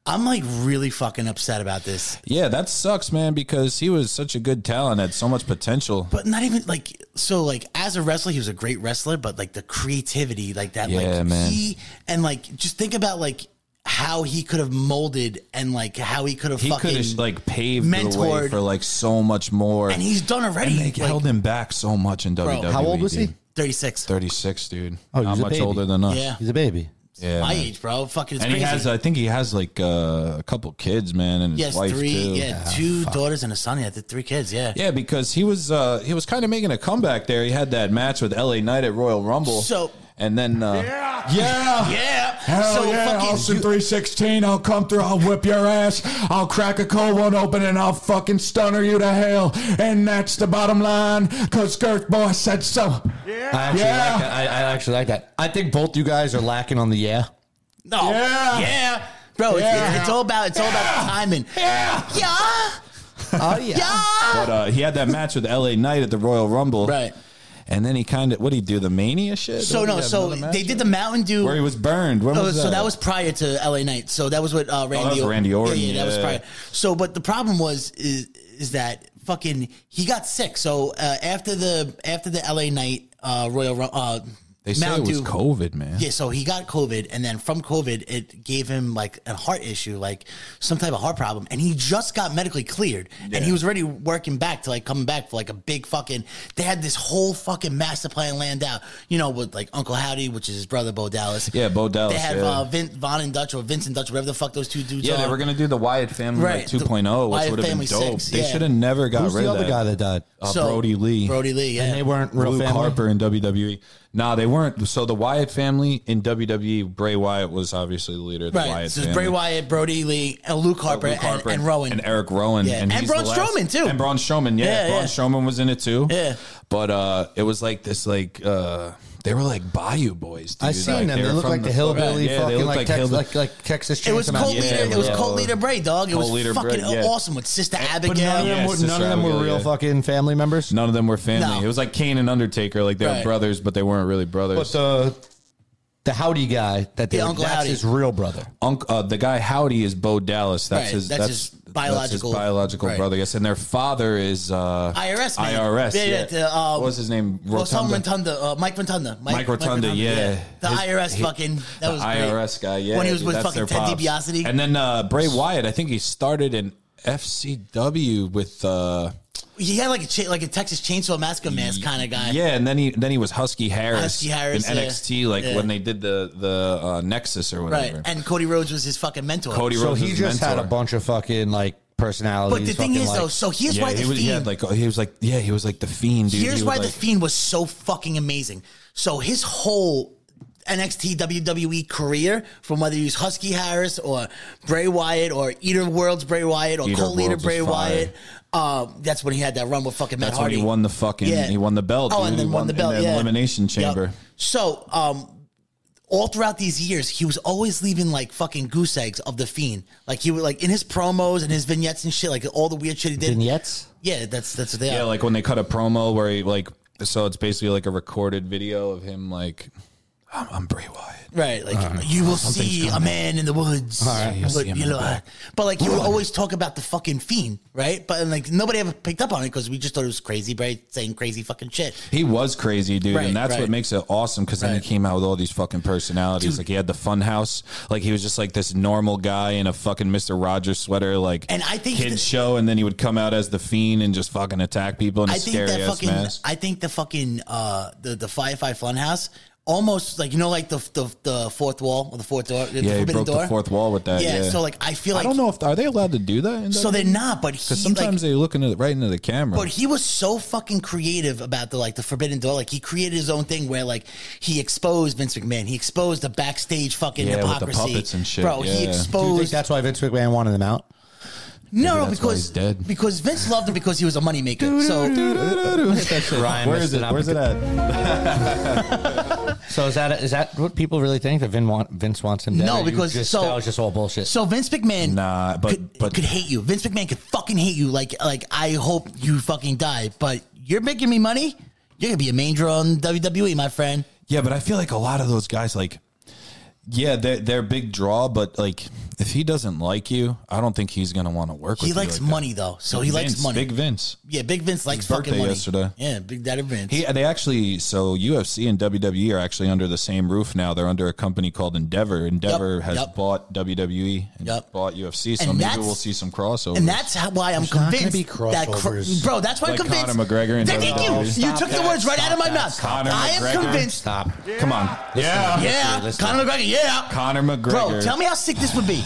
S4: I'm like really fucking upset about this.
S5: Yeah, that sucks, man, because he was such a good talent, had so much potential.
S4: But not even like so like as a wrestler, he was a great wrestler, but like the creativity, like that
S5: Yeah,
S4: like
S5: man.
S4: he and like just think about like how he could have molded and like how he could have
S5: He could
S4: fucking
S5: have like paved the way
S4: mentored.
S5: for like so much more,
S4: and he's done already.
S5: And they
S4: like,
S5: held him back so much in WWE.
S2: How old was he?
S5: dude.
S4: 36.
S5: 36, dude.
S2: Oh, he
S5: Not
S2: was a
S5: much
S2: baby.
S5: older than us.
S4: Yeah.
S2: He's a baby.
S5: Yeah,
S4: My
S5: man.
S4: age, bro. Fucking it's
S5: And he
S4: crazy.
S5: has, I think he has like uh, a couple kids, man, and his
S4: yes,
S5: wife
S4: three,
S5: too.
S4: yeah, two daughters and a son. He had the three kids, yeah.
S5: Yeah, because he was uh, he was kind of making a comeback there. He had that match with LA Knight at Royal Rumble.
S4: So-
S5: and then uh, yeah, yeah,
S4: Yeah.
S5: Hell
S4: so
S5: yeah,
S4: fucking
S5: Austin 316, I'll come through, I'll whip your ass, I'll crack a cold one open, and I'll fucking stunner you to hell. And that's the bottom line, because Girth Boy said so.
S2: I actually
S5: Yeah.
S2: like that. I, I actually like that. I think both you guys are lacking on the yeah.
S4: No.
S5: Yeah.
S4: Yeah. Bro, it's-
S5: Yeah.
S4: It's, it's all about it's all about timing.
S5: Yeah.
S4: Yeah.
S2: Oh yeah.
S5: But uh, he had that match with LA Knight at the Royal Rumble.
S4: Right.
S5: And then he kind of, what did he do, the Mania shit?
S4: So no,
S5: Did he have
S4: so
S5: another match
S4: they did
S5: or-
S4: the Mountain Dew.
S5: Where he was burned. When
S4: Oh,
S5: was
S4: so that was prior to LA Knight. So that was what uh, Randy.
S5: Oh, was Randy Orton,
S4: Yeah, yeah, that was
S5: yeah.
S4: prior. So, but the problem was is is that fucking he got sick. So uh, after the after the LA Knight uh, Royal Ru- uh,
S5: They say it
S4: Mountain
S5: was
S4: Dew-
S5: COVID, man.
S4: Yeah, so he got COVID, and then from COVID, it gave him like a heart issue, like some type of heart problem, and he just got medically cleared, and he was already working back to like coming back for like a big fucking. They had this whole fucking master plan land out, you know, with like Uncle Howdy, which is his brother Bo Dallas.
S5: Yeah, Bo Dallas,
S4: They have
S5: yeah.
S4: uh, Vin, Von and Dutch or Vincent Dutch, whatever the fuck those two dudes.
S5: Yeah,
S4: are.
S5: they were going to do the Wyatt family
S4: Right, the
S5: like 2.0, which
S4: Wyatt
S5: would have
S4: Family
S5: been dope.
S4: six,
S5: They
S4: yeah.
S5: should have never got
S2: Who's
S5: rid
S2: the
S5: of
S2: other
S5: that.
S2: guy that Oh, died?
S5: Uh, Brody Lee.
S4: Brody Lee, yeah.
S2: And they weren't real
S5: Luke
S2: family.
S5: Harper in WWE. Nah, they weren't. So the Wyatt family in WWE, Bray Wyatt was obviously the leader of the
S4: right.
S5: Wyatt
S4: so it's
S5: family.
S4: Bray Wyatt, Brody Lee, and Luke Harper,
S5: Luke Harper
S4: and, and Rowan.
S5: and Eric Rowan,
S4: Yeah. And
S5: he's
S4: Braun
S5: the last-
S4: Strowman, too.
S5: and Braun Strowman. Yeah,
S4: Yeah,
S5: Braun
S4: yeah.
S5: Strowman was in it too.
S4: Yeah.
S5: but uh, it was like this, like uh, they were like Bayou boys. Dude.
S2: I seen
S5: Like,
S2: them. They
S5: were
S2: look
S5: from
S2: like the
S5: fucking-
S2: hillbilly
S5: Yeah, they
S2: fucking
S5: looked
S2: like, Tex-
S5: hillbilly-
S2: like like Texas
S4: it was
S2: Chainsaw
S4: cult
S2: Massacre.
S4: leader.
S5: Yeah,
S4: it was
S5: yeah.
S4: cult leader Bray, dog. It
S5: Cult
S4: was
S5: leader
S4: fucking
S5: Bray, yeah.
S4: awesome with Sister Abigail.
S2: But none of them,
S5: Yeah,
S2: were,
S5: Sister
S2: none of them were
S5: Abigail,
S2: real
S5: yeah.
S2: fucking family members.
S5: None of them were family.
S4: No.
S5: It was like Kane and Undertaker. Like they
S4: Right.
S5: were brothers, but they weren't really
S2: But
S5: brothers.
S2: the the howdy guy that they
S4: The
S2: were-
S4: Uncle
S2: that's
S4: Howdy.
S2: his real brother.
S5: Unc, uh, the guy Howdy is Bo Dallas. That's
S4: Right,
S5: his.
S4: that's
S5: That's,
S4: his
S5: that's
S4: biological-
S5: biological
S4: right.
S5: brother. Yes, and their father is uh,
S4: IRS man.
S5: IRS.
S4: Yeah,
S5: Yeah.
S4: yeah, the, um,
S5: what was his name?
S4: Well, some
S5: Rotunda.
S4: Rotunda, uh, Mike Rotunda,
S5: Mike Rotunda, yeah.
S4: the
S5: His-
S4: IRS
S5: he-
S4: fucking that
S5: the
S4: was great.
S5: IRS guy. Yeah,
S4: when he was
S5: dude,
S4: with
S5: that's
S4: fucking
S5: their
S4: Ted
S5: pops.
S4: DiBiase,
S5: And then uh, Bray Wyatt, I think he started in FCW with. Uh,
S4: he had like a cha- like a Texas Chainsaw Massacre mask kind of guy.
S5: yeah, and then he then he was Husky Harris,
S4: Husky Harris,
S5: in
S4: yeah.
S5: NXT, like
S4: Yeah.
S5: when they did the the uh, Nexus or
S4: right.
S5: whatever.
S4: And Cody Rhodes was his fucking mentor.
S5: Cody
S2: So
S5: Rhodes
S2: he
S5: was
S2: just had a
S5: mentor.
S2: bunch of fucking like personalities.
S4: but the thing
S2: fucking,
S4: is
S2: like-
S4: though, so here's
S5: Yeah,
S4: why the
S5: he was. He
S4: fiend.
S5: had like he was like yeah, he was like the fiend. Dude.
S4: here's
S5: He
S4: why
S5: was
S4: the
S5: like-
S4: fiend was so fucking amazing. So his whole NXT WWE E career, from whether he was Husky Harris or Bray Wyatt or Eater World's Bray Wyatt or
S5: Eater
S4: Cold Leader
S5: Worlds
S4: Bray
S5: was fire.
S4: Wyatt, um, that's when he had that run with fucking Matt
S5: That's
S4: Hardy.
S5: when he won the fucking.
S4: Yeah.
S5: He won the belt.
S4: Oh,
S5: dude.
S4: and then
S5: he
S4: won, the belt.
S5: in the
S4: yeah.
S5: elimination chamber.
S4: Yep. So, um, all throughout these years, he was always leaving like fucking goose eggs of the fiend. Like he would like in his promos and his vignettes and shit, like all the weird shit he did.
S2: vignettes.
S4: Yeah, that's that's what they
S5: Yeah,
S4: are.
S5: like when they cut a promo where he like, so it's basically like a recorded video of him like, I'm, I'm Bray Wyatt.
S4: Right, like
S5: uh-huh.
S4: you will see a man in the woods,
S5: you'll see
S4: but,
S5: him
S4: you
S5: in
S4: know, uh,
S5: the back.
S4: but like you would always talk about the fucking fiend, right? But and, like nobody ever picked up on it because we just thought it was crazy, right? Saying crazy fucking shit.
S5: He was crazy, dude,
S4: Right,
S5: and that's
S4: right.
S5: what makes it awesome. Because then
S4: Right.
S5: he came out with all these fucking personalities.
S4: Dude.
S5: Like he had the Funhouse, like he was just like this normal guy in a fucking Mister Rogers sweater, like
S4: And I think
S5: kids
S4: that-
S5: show, and then he would come out as the fiend and just fucking attack people in a
S4: I think
S5: scary
S4: that
S5: ass
S4: fucking
S5: mask.
S4: I think the fucking uh the the Firefly Funhouse almost like you know like the the, the fourth wall or the fourth door the
S5: yeah, he
S4: forbidden
S5: broke
S4: door
S5: the fourth wall with that.
S4: yeah,
S5: Yeah,
S4: so like I feel like
S5: I don't know if are they allowed to do that. in
S4: so
S5: WWE?
S4: they're not but he
S5: Because sometimes
S4: like,
S5: they look into the, right into the camera.
S4: but he was so fucking creative about the like the forbidden door like he created his own thing where like he exposed Vince McMahon he exposed the backstage fucking
S5: Yeah, with the
S4: hypocrisy
S5: puppets and shit,
S4: bro
S2: Do
S4: he
S5: yeah.
S2: you think
S4: exposed
S2: that's why Vince McMahon wanted them out?
S4: no no
S5: that's why
S4: because
S5: he's dead.
S4: because Vince loved him because he was a moneymaker so
S2: Ryan
S5: Where
S2: missed
S5: is it?
S2: an
S5: Where's it at?
S2: So is that is that what people really think that Vin want, Vince wants him? Dead?
S4: No,
S2: Or you
S4: because-
S2: just,
S4: so-
S2: that was just all bullshit.
S4: So Vince McMahon,
S5: Nah, but-
S4: could,
S5: but-
S4: could hate you. Vince McMahon could fucking hate you. Like like I hope you fucking die. But you're making me money. You're gonna be a main draw on WWE, my friend.
S5: Yeah, but I feel like a lot of those guys, like, yeah, they're, they're big draw, but like, if he doesn't like you, I don't think he's gonna want to work with
S4: He
S5: you.
S4: likes
S5: like that.
S4: money though, so he likes
S5: Vince,
S4: money.
S5: Big Vince.
S4: yeah, Big Vince likes fucking
S5: birthday
S4: money.
S5: yesterday.
S4: Yeah, Big Daddy Vince.
S5: He, they actually, so UFC and WWE are actually under the same roof now. They're under a company called Endeavor. Endeavor has
S4: yep.
S5: bought WWE and
S4: Yep.
S5: bought UFC, so
S4: And
S5: maybe
S4: that's-
S5: we'll see some crossover.
S4: and that's how, why I'm
S2: not
S4: convinced
S2: gonna be
S4: that cro-
S2: crossovers.
S4: bro. That's why I'm
S5: Like
S4: convinced.
S5: Conor McGregor and
S4: Thank you.
S5: WWE.
S4: You took the words right out of my mouth.
S5: Conor
S4: I am
S5: McGregor.
S4: convinced.
S2: Stop.
S5: Come on, yeah,
S4: Yeah,
S2: Listen.
S4: Conor McGregor. Yeah,
S5: Conor McGregor.
S4: Bro, tell me how sick this would be.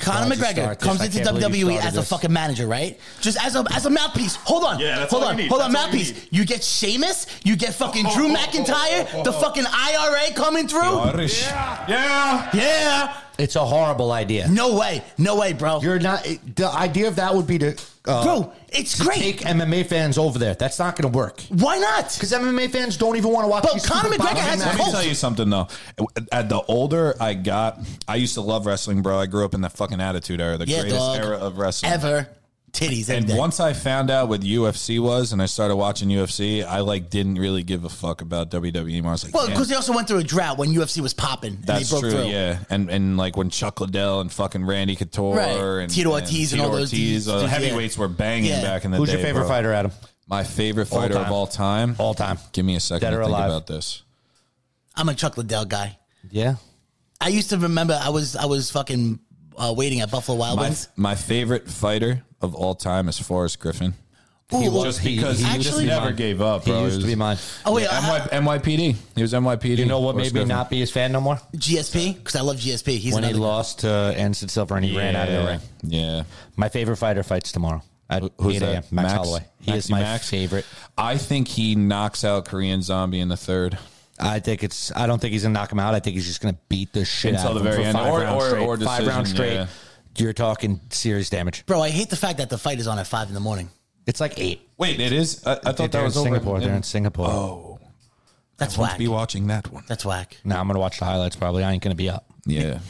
S4: Conor
S2: Don't you
S4: McGregor
S2: start this.
S4: comes
S2: I
S4: into
S2: can't believe you
S4: WWE
S2: started
S4: as a
S2: this.
S4: fucking manager, right? Just as a as a mouthpiece. Hold on.
S5: Yeah, that's
S4: hold
S5: all
S4: on.
S5: you need.
S4: Hold on,
S5: That's all you
S4: mouthpiece. You, get Sheamus, you get fucking Drew McIntyre, the fucking IRA coming through.
S5: Irish. yeah.
S4: Yeah.
S2: It's a horrible idea.
S4: No way. No way, bro.
S2: You're not. it- the idea of that would be to uh,
S4: bro, it's
S2: to
S4: great.
S2: take MMA fans over there. That's not going to work
S4: Why not?
S2: because MMA fans don't even want to watch.
S4: But
S2: these
S4: Conor
S2: stupid
S4: McGregor
S2: boxing
S4: has a
S5: Let
S2: matches.
S5: me
S4: cult.
S5: tell you something though. At the older I got, I used to love wrestling, bro. I grew up in the fucking Attitude Era, the
S4: Yeah,
S5: greatest
S4: dog.
S5: era of wrestling.
S4: Ever. titties every
S5: And
S4: day.
S5: once I found out what UFC was, and I started watching UFC, I like didn't really give a fuck about WWE. anymore. I was like,
S4: well,
S5: "Man,
S4: because they also went through a drought when UFC was popping. and
S5: that's
S4: they broke
S5: true,
S4: through.
S5: yeah. And and like when Chuck Liddell and fucking Randy Couture
S4: Right.
S5: and
S4: Tito Ortiz and all those dudes.
S5: uh,
S4: Yeah.
S5: heavyweights were banging
S4: Yeah.
S5: back in the
S2: Who's
S5: day.
S2: your favorite
S5: bro.
S2: fighter, Adam?
S5: My favorite fighter
S2: time.
S5: of all time.
S2: All time.
S5: Give me a second
S2: Dead
S5: to
S2: or
S5: think
S2: alive.
S5: about this.
S4: I'm a Chuck Liddell guy.
S2: Yeah.
S4: I used to remember I was I was fucking uh, waiting at Buffalo Wild
S5: My,
S4: Wings.
S5: my favorite fighter of all time is Forrest Griffin.
S4: Ooh, well,
S5: Just because he,
S4: he
S5: just
S4: actually-
S5: never gave up.
S2: He
S5: Bro.
S2: used to be mine.
S4: oh wait, I-
S5: NY, NYPD. He was NYPD.
S2: You know what
S5: Forrest
S2: made me
S5: Griffin.
S2: not be his fan no more?
S4: GSP because I love GSP. He's
S2: when he
S4: another-
S2: lost to Anderson Silver and he ran out of the ring.
S5: Yeah.
S2: My favorite fighter fights tomorrow. At
S5: Who's
S2: 8
S5: that?
S2: a.m. Max, Holloway. He is
S5: Maxie
S2: my
S5: Max?
S2: favorite.
S5: I think he knocks out Korean Zombie in the third
S2: I think it's. I don't think he's gonna knock him out. I think he's just gonna beat the shit
S5: Until
S2: out
S5: the
S2: of him
S5: very
S2: for
S5: end.
S2: five
S5: Or-
S2: rounds
S5: or-
S2: straight.
S5: or
S2: five rounds
S5: decision,
S2: straight.
S5: yeah.
S2: You're talking serious damage.
S4: bro. I hate the fact that the fight is on at five in the morning.
S2: It's like eight.
S5: Wait, it is. I, I thought
S2: They're
S5: that was
S2: in
S5: over
S2: Singapore. They're in Singapore.
S5: Oh,
S4: That's
S5: won't
S4: whack.
S5: be watching that one.
S4: That's whack.
S2: Now I'm gonna watch the highlights. Probably I ain't gonna be up.
S5: Yeah,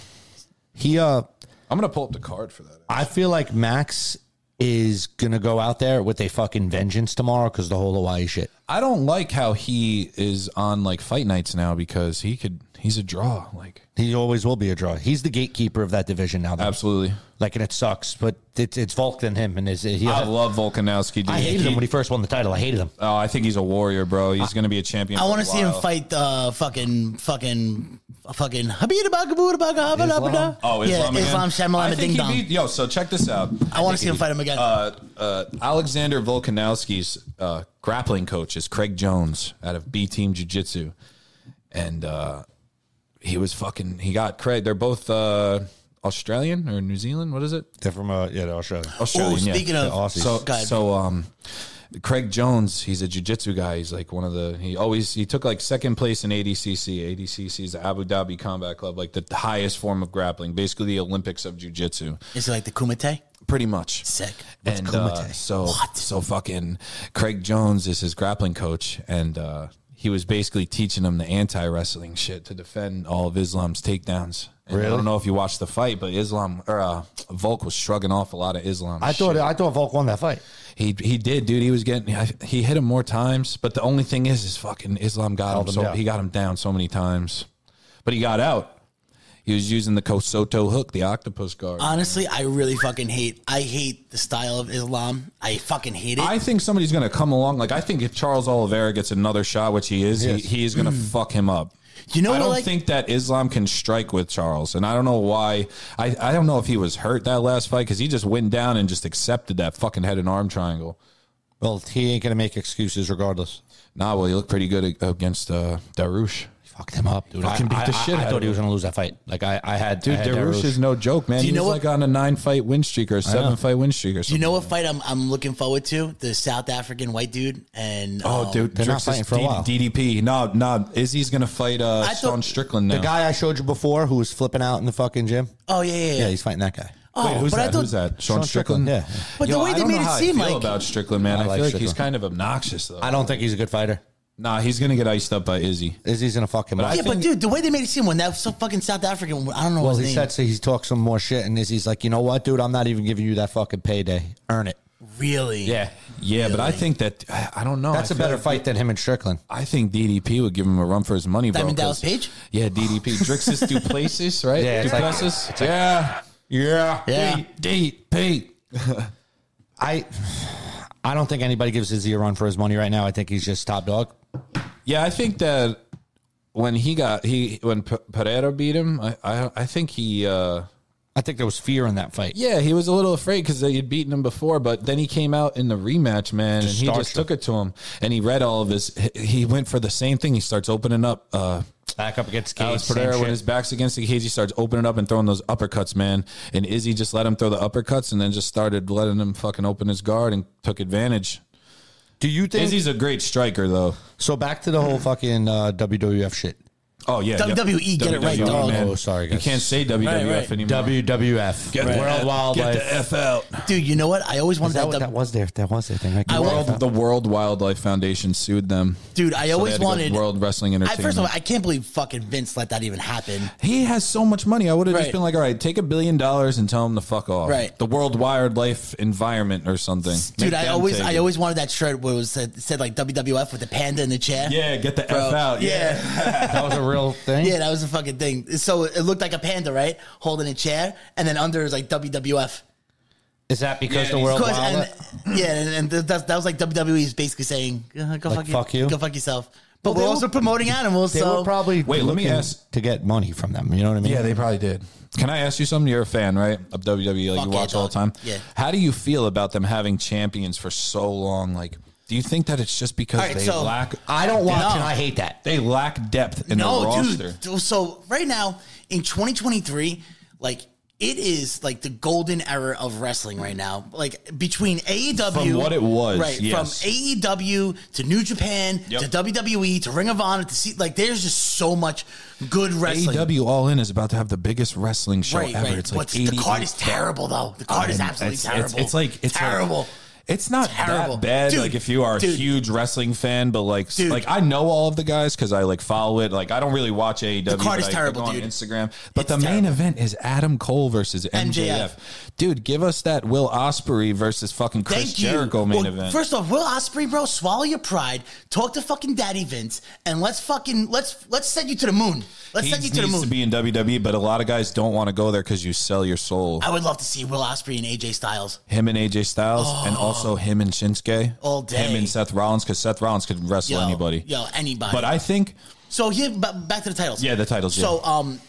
S2: He uh,
S5: I'm gonna pull up the card for that.
S2: I feel like Max is gonna go out there with a fucking vengeance tomorrow because the whole Hawaii shit.
S5: I don't like how he is on like fight nights now because he could. He's a draw. Like
S2: He always will be a draw. He's the gatekeeper of that division now. Though.
S5: absolutely.
S2: Like, and it sucks, but it's it's Volk than him, and is he?
S5: I love Volkanovski. Dude.
S2: I hated him when he first won the title. I hated him.
S5: Oh, I think he's a warrior, bro. He's gonna be a champion.
S4: I
S5: for
S4: want
S5: a
S4: to see him
S5: while.
S4: fight uh, fucking fucking fucking Habida Baga Buda Baga Habida
S2: Islam.
S4: Baga.
S5: Oh, Islam
S4: yeah,
S5: again?
S4: Islam Shamalama
S5: I think
S4: Ding
S5: he
S4: Dong.
S5: beat- yo, so check this out.
S4: I want to see him fight him again.
S5: Uh, uh, Alexander Volkanovski's uh, grappling coach is Craig Jones out of B Team Jiu Jitsu, and uh, he was fucking. He got Craig. They're both uh, Australian or New Zealand. What is it?
S2: They're from uh, yeah, I'll show
S4: oh,
S5: Australian. yeah.
S4: speaking
S5: Yeah.
S4: of,
S2: Aussies.
S5: So,
S4: God,
S5: so um, Craig Jones, he's a jujitsu guy. He's like one of the. He always he took like second place in ADCC. ADCC is the Abu Dhabi Combat Club, like the highest form of grappling, basically the Olympics of jujitsu,
S4: is he like the Kumite?
S5: pretty much.
S4: Sick.
S5: and uh, so so fucking Craig Jones is his grappling coach, and uh, he was basically teaching him the anti wrestling shit to defend all of Islam's takedowns. And I
S2: Really?
S5: don't know if you watched the fight, but Islam or uh, Volk was shrugging off a lot of Islam.
S2: I thought I thought Volk won that fight.
S5: He he did, dude. He was getting I- he hit him more times, but the only thing is, is fucking Islam got
S2: Held
S5: him.
S2: him
S5: So
S2: down.
S5: he got him down so many times, but he got out. He was using the Kosoto hook, the octopus guard.
S4: Honestly, I really fucking hate. I hate the style of Islam. I fucking hate it.
S5: I think somebody's going to come along. Like I think if Charles Oliveira gets another shot, which he is,
S2: Yes. Mm.
S5: he, he is going to fuck him up.
S4: you know
S5: I
S4: what?
S5: don't
S4: like,
S5: think that Islam can strike with Charles, and I don't know why. I, I don't know if he was hurt that last fight because he just went down and just accepted that fucking head and arm triangle.
S2: Well, he ain't gonna make excuses regardless.
S5: Nah, well, he looked pretty good ag- against uh, Darush.
S2: Fucked him up, dude.
S5: Fucking beat the
S2: I,
S5: shit
S2: I,
S5: out
S2: I thought
S5: of
S2: he
S5: him.
S2: was gonna lose that fight. Like I, I had, I
S5: Dude,
S2: had
S5: Darush is no joke, man.
S4: Do you
S5: He's
S4: know what-
S5: like on a nine fight win streak or a seven fight win streak or
S4: you
S5: something.
S4: know what fight I'm I'm looking forward to? The South African white dude and
S5: Oh,
S4: um,
S5: dude,
S2: They're not
S5: Drix's
S2: fighting for a
S5: D-
S2: while.
S5: DDP. No, no, Izzy's gonna fight uh,
S4: I
S5: Sean
S4: thought-
S5: Strickland now.
S2: The guy I showed you before who was flipping out in the fucking gym.
S4: Oh yeah, yeah, yeah.
S2: Yeah, he's fighting that guy.
S4: oh,
S5: Wait, who's
S4: but
S5: that?
S4: I thought
S5: who's that? Sean,
S2: Sean
S5: Strickland.
S2: Strickland, yeah.
S4: But the way
S5: I
S4: they
S5: don't know
S4: made it
S5: how I
S4: seem
S5: feel
S4: like-
S5: about Strickland, man,
S2: I
S5: I,
S2: like
S5: feel like he's
S2: Strickland.
S5: kind of obnoxious though.
S2: I don't think he's a good fighter.
S5: nah, he's gonna get iced up by Izzy.
S2: Is he's gonna fuck him up?
S5: I
S4: Yeah, but
S5: think-
S4: dude, the way they made it seem when that so fucking South African, I don't know
S2: well,
S4: his
S2: he
S4: name.
S2: said so. He talked some more shit, and Izzy's like, you know what, dude? I'm not even giving you that fucking payday. Earn it.
S4: really?
S5: yeah, but I
S4: Really?
S5: think that I I don't know.
S2: That's
S5: I
S2: a
S5: feel
S2: better
S5: like-
S2: fight than him and Strickland.
S5: I think DDP would give him a run for his money, bro.
S4: Diamond Dallas
S5: 'cause-
S4: Page?
S5: Yeah, DDP. Drixus Duplessis, right?
S2: Yeah, it's like-
S5: Duplessis. yeah. Yeah.
S4: Yeah.
S5: DDP.
S2: I, I don't think anybody gives Izzy a run for his money right now. I think he's just top dog.
S5: Yeah, I think that when he got he when P- Pereira beat him, I I, I think he uh
S2: I think there was fear in that fight.
S5: yeah he was a little afraid because they had beaten him before, but then he came out in the rematch, man, and he
S2: starched
S5: just took it to him, and he read all of his. he- He went for the same thing. He starts opening up. uh
S2: Back up against Cage.
S5: Alex
S2: same
S5: Pereira, when
S2: shit.
S5: his back's against the cage, he starts opening up and throwing those uppercuts, man. And Izzy just let him throw the uppercuts, and then just started letting him fucking open his guard and took advantage.
S2: Do you think
S5: Izzy's a great striker, though.
S2: so? Back to the whole fucking uh, WWF shit.
S5: Oh yeah, E,
S4: WWE, E, get it right, dog.
S5: man.
S2: Oh, sorry,
S5: You
S2: guys.
S5: can't say WWF
S4: right.
S5: anymore.
S2: WWF.
S5: Get the
S2: World
S5: F-
S2: Wildlife.
S5: Get the F out.
S4: Dude, you know what? I always wanted
S2: Is that
S4: that.
S2: what that was there? That was their thing. Right?
S4: I
S2: World-
S4: want-
S5: The World Wildlife Foundation sued them.
S4: dude, I
S5: So they
S4: always
S5: had to go
S4: wanted.
S5: World Wrestling
S4: I,
S5: Entertainment.
S4: first of all, I can't believe fucking Vince let that even happen.
S5: he has so much money. I would have
S4: Right.
S5: just been like, all right, take a billion dollars and tell him to fuck off.
S4: Right.
S5: The World Wildlife Environment or something.
S4: Dude,
S5: Make
S4: I
S5: them
S4: always,
S5: take
S4: I
S5: it.
S4: always wanted that shirt where it was said, said like WWF with the panda in the chair.
S5: Yeah, get the
S4: Bro,
S5: F out. Yeah.
S2: that was a real thing.
S4: Yeah, that was the fucking thing. So it looked like a panda, right? Holding a chair, and then under is like WWF.
S2: Is that because
S5: Yeah,
S2: the
S5: he's-
S2: World
S4: Cause, and,
S2: Wildlife?
S4: yeah, and, and th- that, that was like WWE is basically saying, uh, go,
S2: Like,
S4: fuck,
S2: fuck you.
S4: go fuck yourself. But
S2: Well,
S4: we're
S2: they
S4: also
S2: were-
S4: promoting animals,
S2: They
S4: so
S2: were probably
S5: Wait, let me
S2: looking
S5: ask-
S2: to get money from them. You know what I mean?
S5: Yeah, they probably did. Can I ask you something? You're a fan, right? Of WWE, like
S4: Fuck
S5: you
S4: yeah,
S5: watch all the
S4: dog.
S5: time.
S4: Yeah.
S5: How do you feel about them having champions for so long? Like, do you think that it's just because
S4: All right,
S5: they
S4: so-
S5: lack
S2: I don't watch
S4: No.
S2: and I hate that.
S5: they lack depth in their
S4: no,
S5: roster?
S4: dude. th- So right now in 2023, like it is like the golden era of wrestling right now. Like between AEW,
S5: From what it was,
S4: right?
S5: yes.
S4: From AEW to New Japan
S5: Yep.
S4: to WWE to Ring of Honor to see, like there's just so much good wrestling.
S5: AEW E All In is about to have the biggest wrestling show
S4: Right,
S5: ever.
S4: right.
S5: It's like
S4: What's- the card is
S5: 88
S4: terrible, though. The card is
S5: and
S4: absolutely
S5: it's,
S4: terrible.
S5: It's, it's like it's like-
S4: terrible.
S5: it's not
S4: Terrible.
S5: that bad.
S4: Dude,
S5: like if you are a
S4: dude.
S5: huge wrestling fan, but like s-
S4: Dude.
S5: like I know all of the guys because I like follow it. Like I don't really watch AEW.
S4: The card
S5: but
S4: is
S5: I- I
S4: terrible,
S5: go on
S4: dude.
S5: Instagram, but
S4: It's
S5: the main
S4: terrible.
S5: event is Adam Cole versus MJF.
S4: MJF.
S5: Dude, give us that Will Osprey versus fucking Chris
S4: Thank you.
S5: Jericho main
S4: Well,
S5: event.
S4: First off, Will Osprey, bro, swallow your pride. Talk to fucking Daddy Vince, and let's fucking let's let's send you to the moon. Let's
S5: he
S4: send you
S5: needs
S4: to the moon.
S5: to be in WWE, but a lot of guys don't want to go there because you sell your soul.
S4: I would love to see Will Osprey and AJ Styles.
S5: him and AJ Styles, and also him and Shinsuke,
S4: Oh. All day.
S5: Him and Seth Rollins, because Seth Rollins could wrestle
S4: Yo,
S5: anybody.
S4: Yo, anybody.
S5: But I think
S4: so here, b- back to the titles.
S5: Yeah, the titles, yeah.
S4: So um,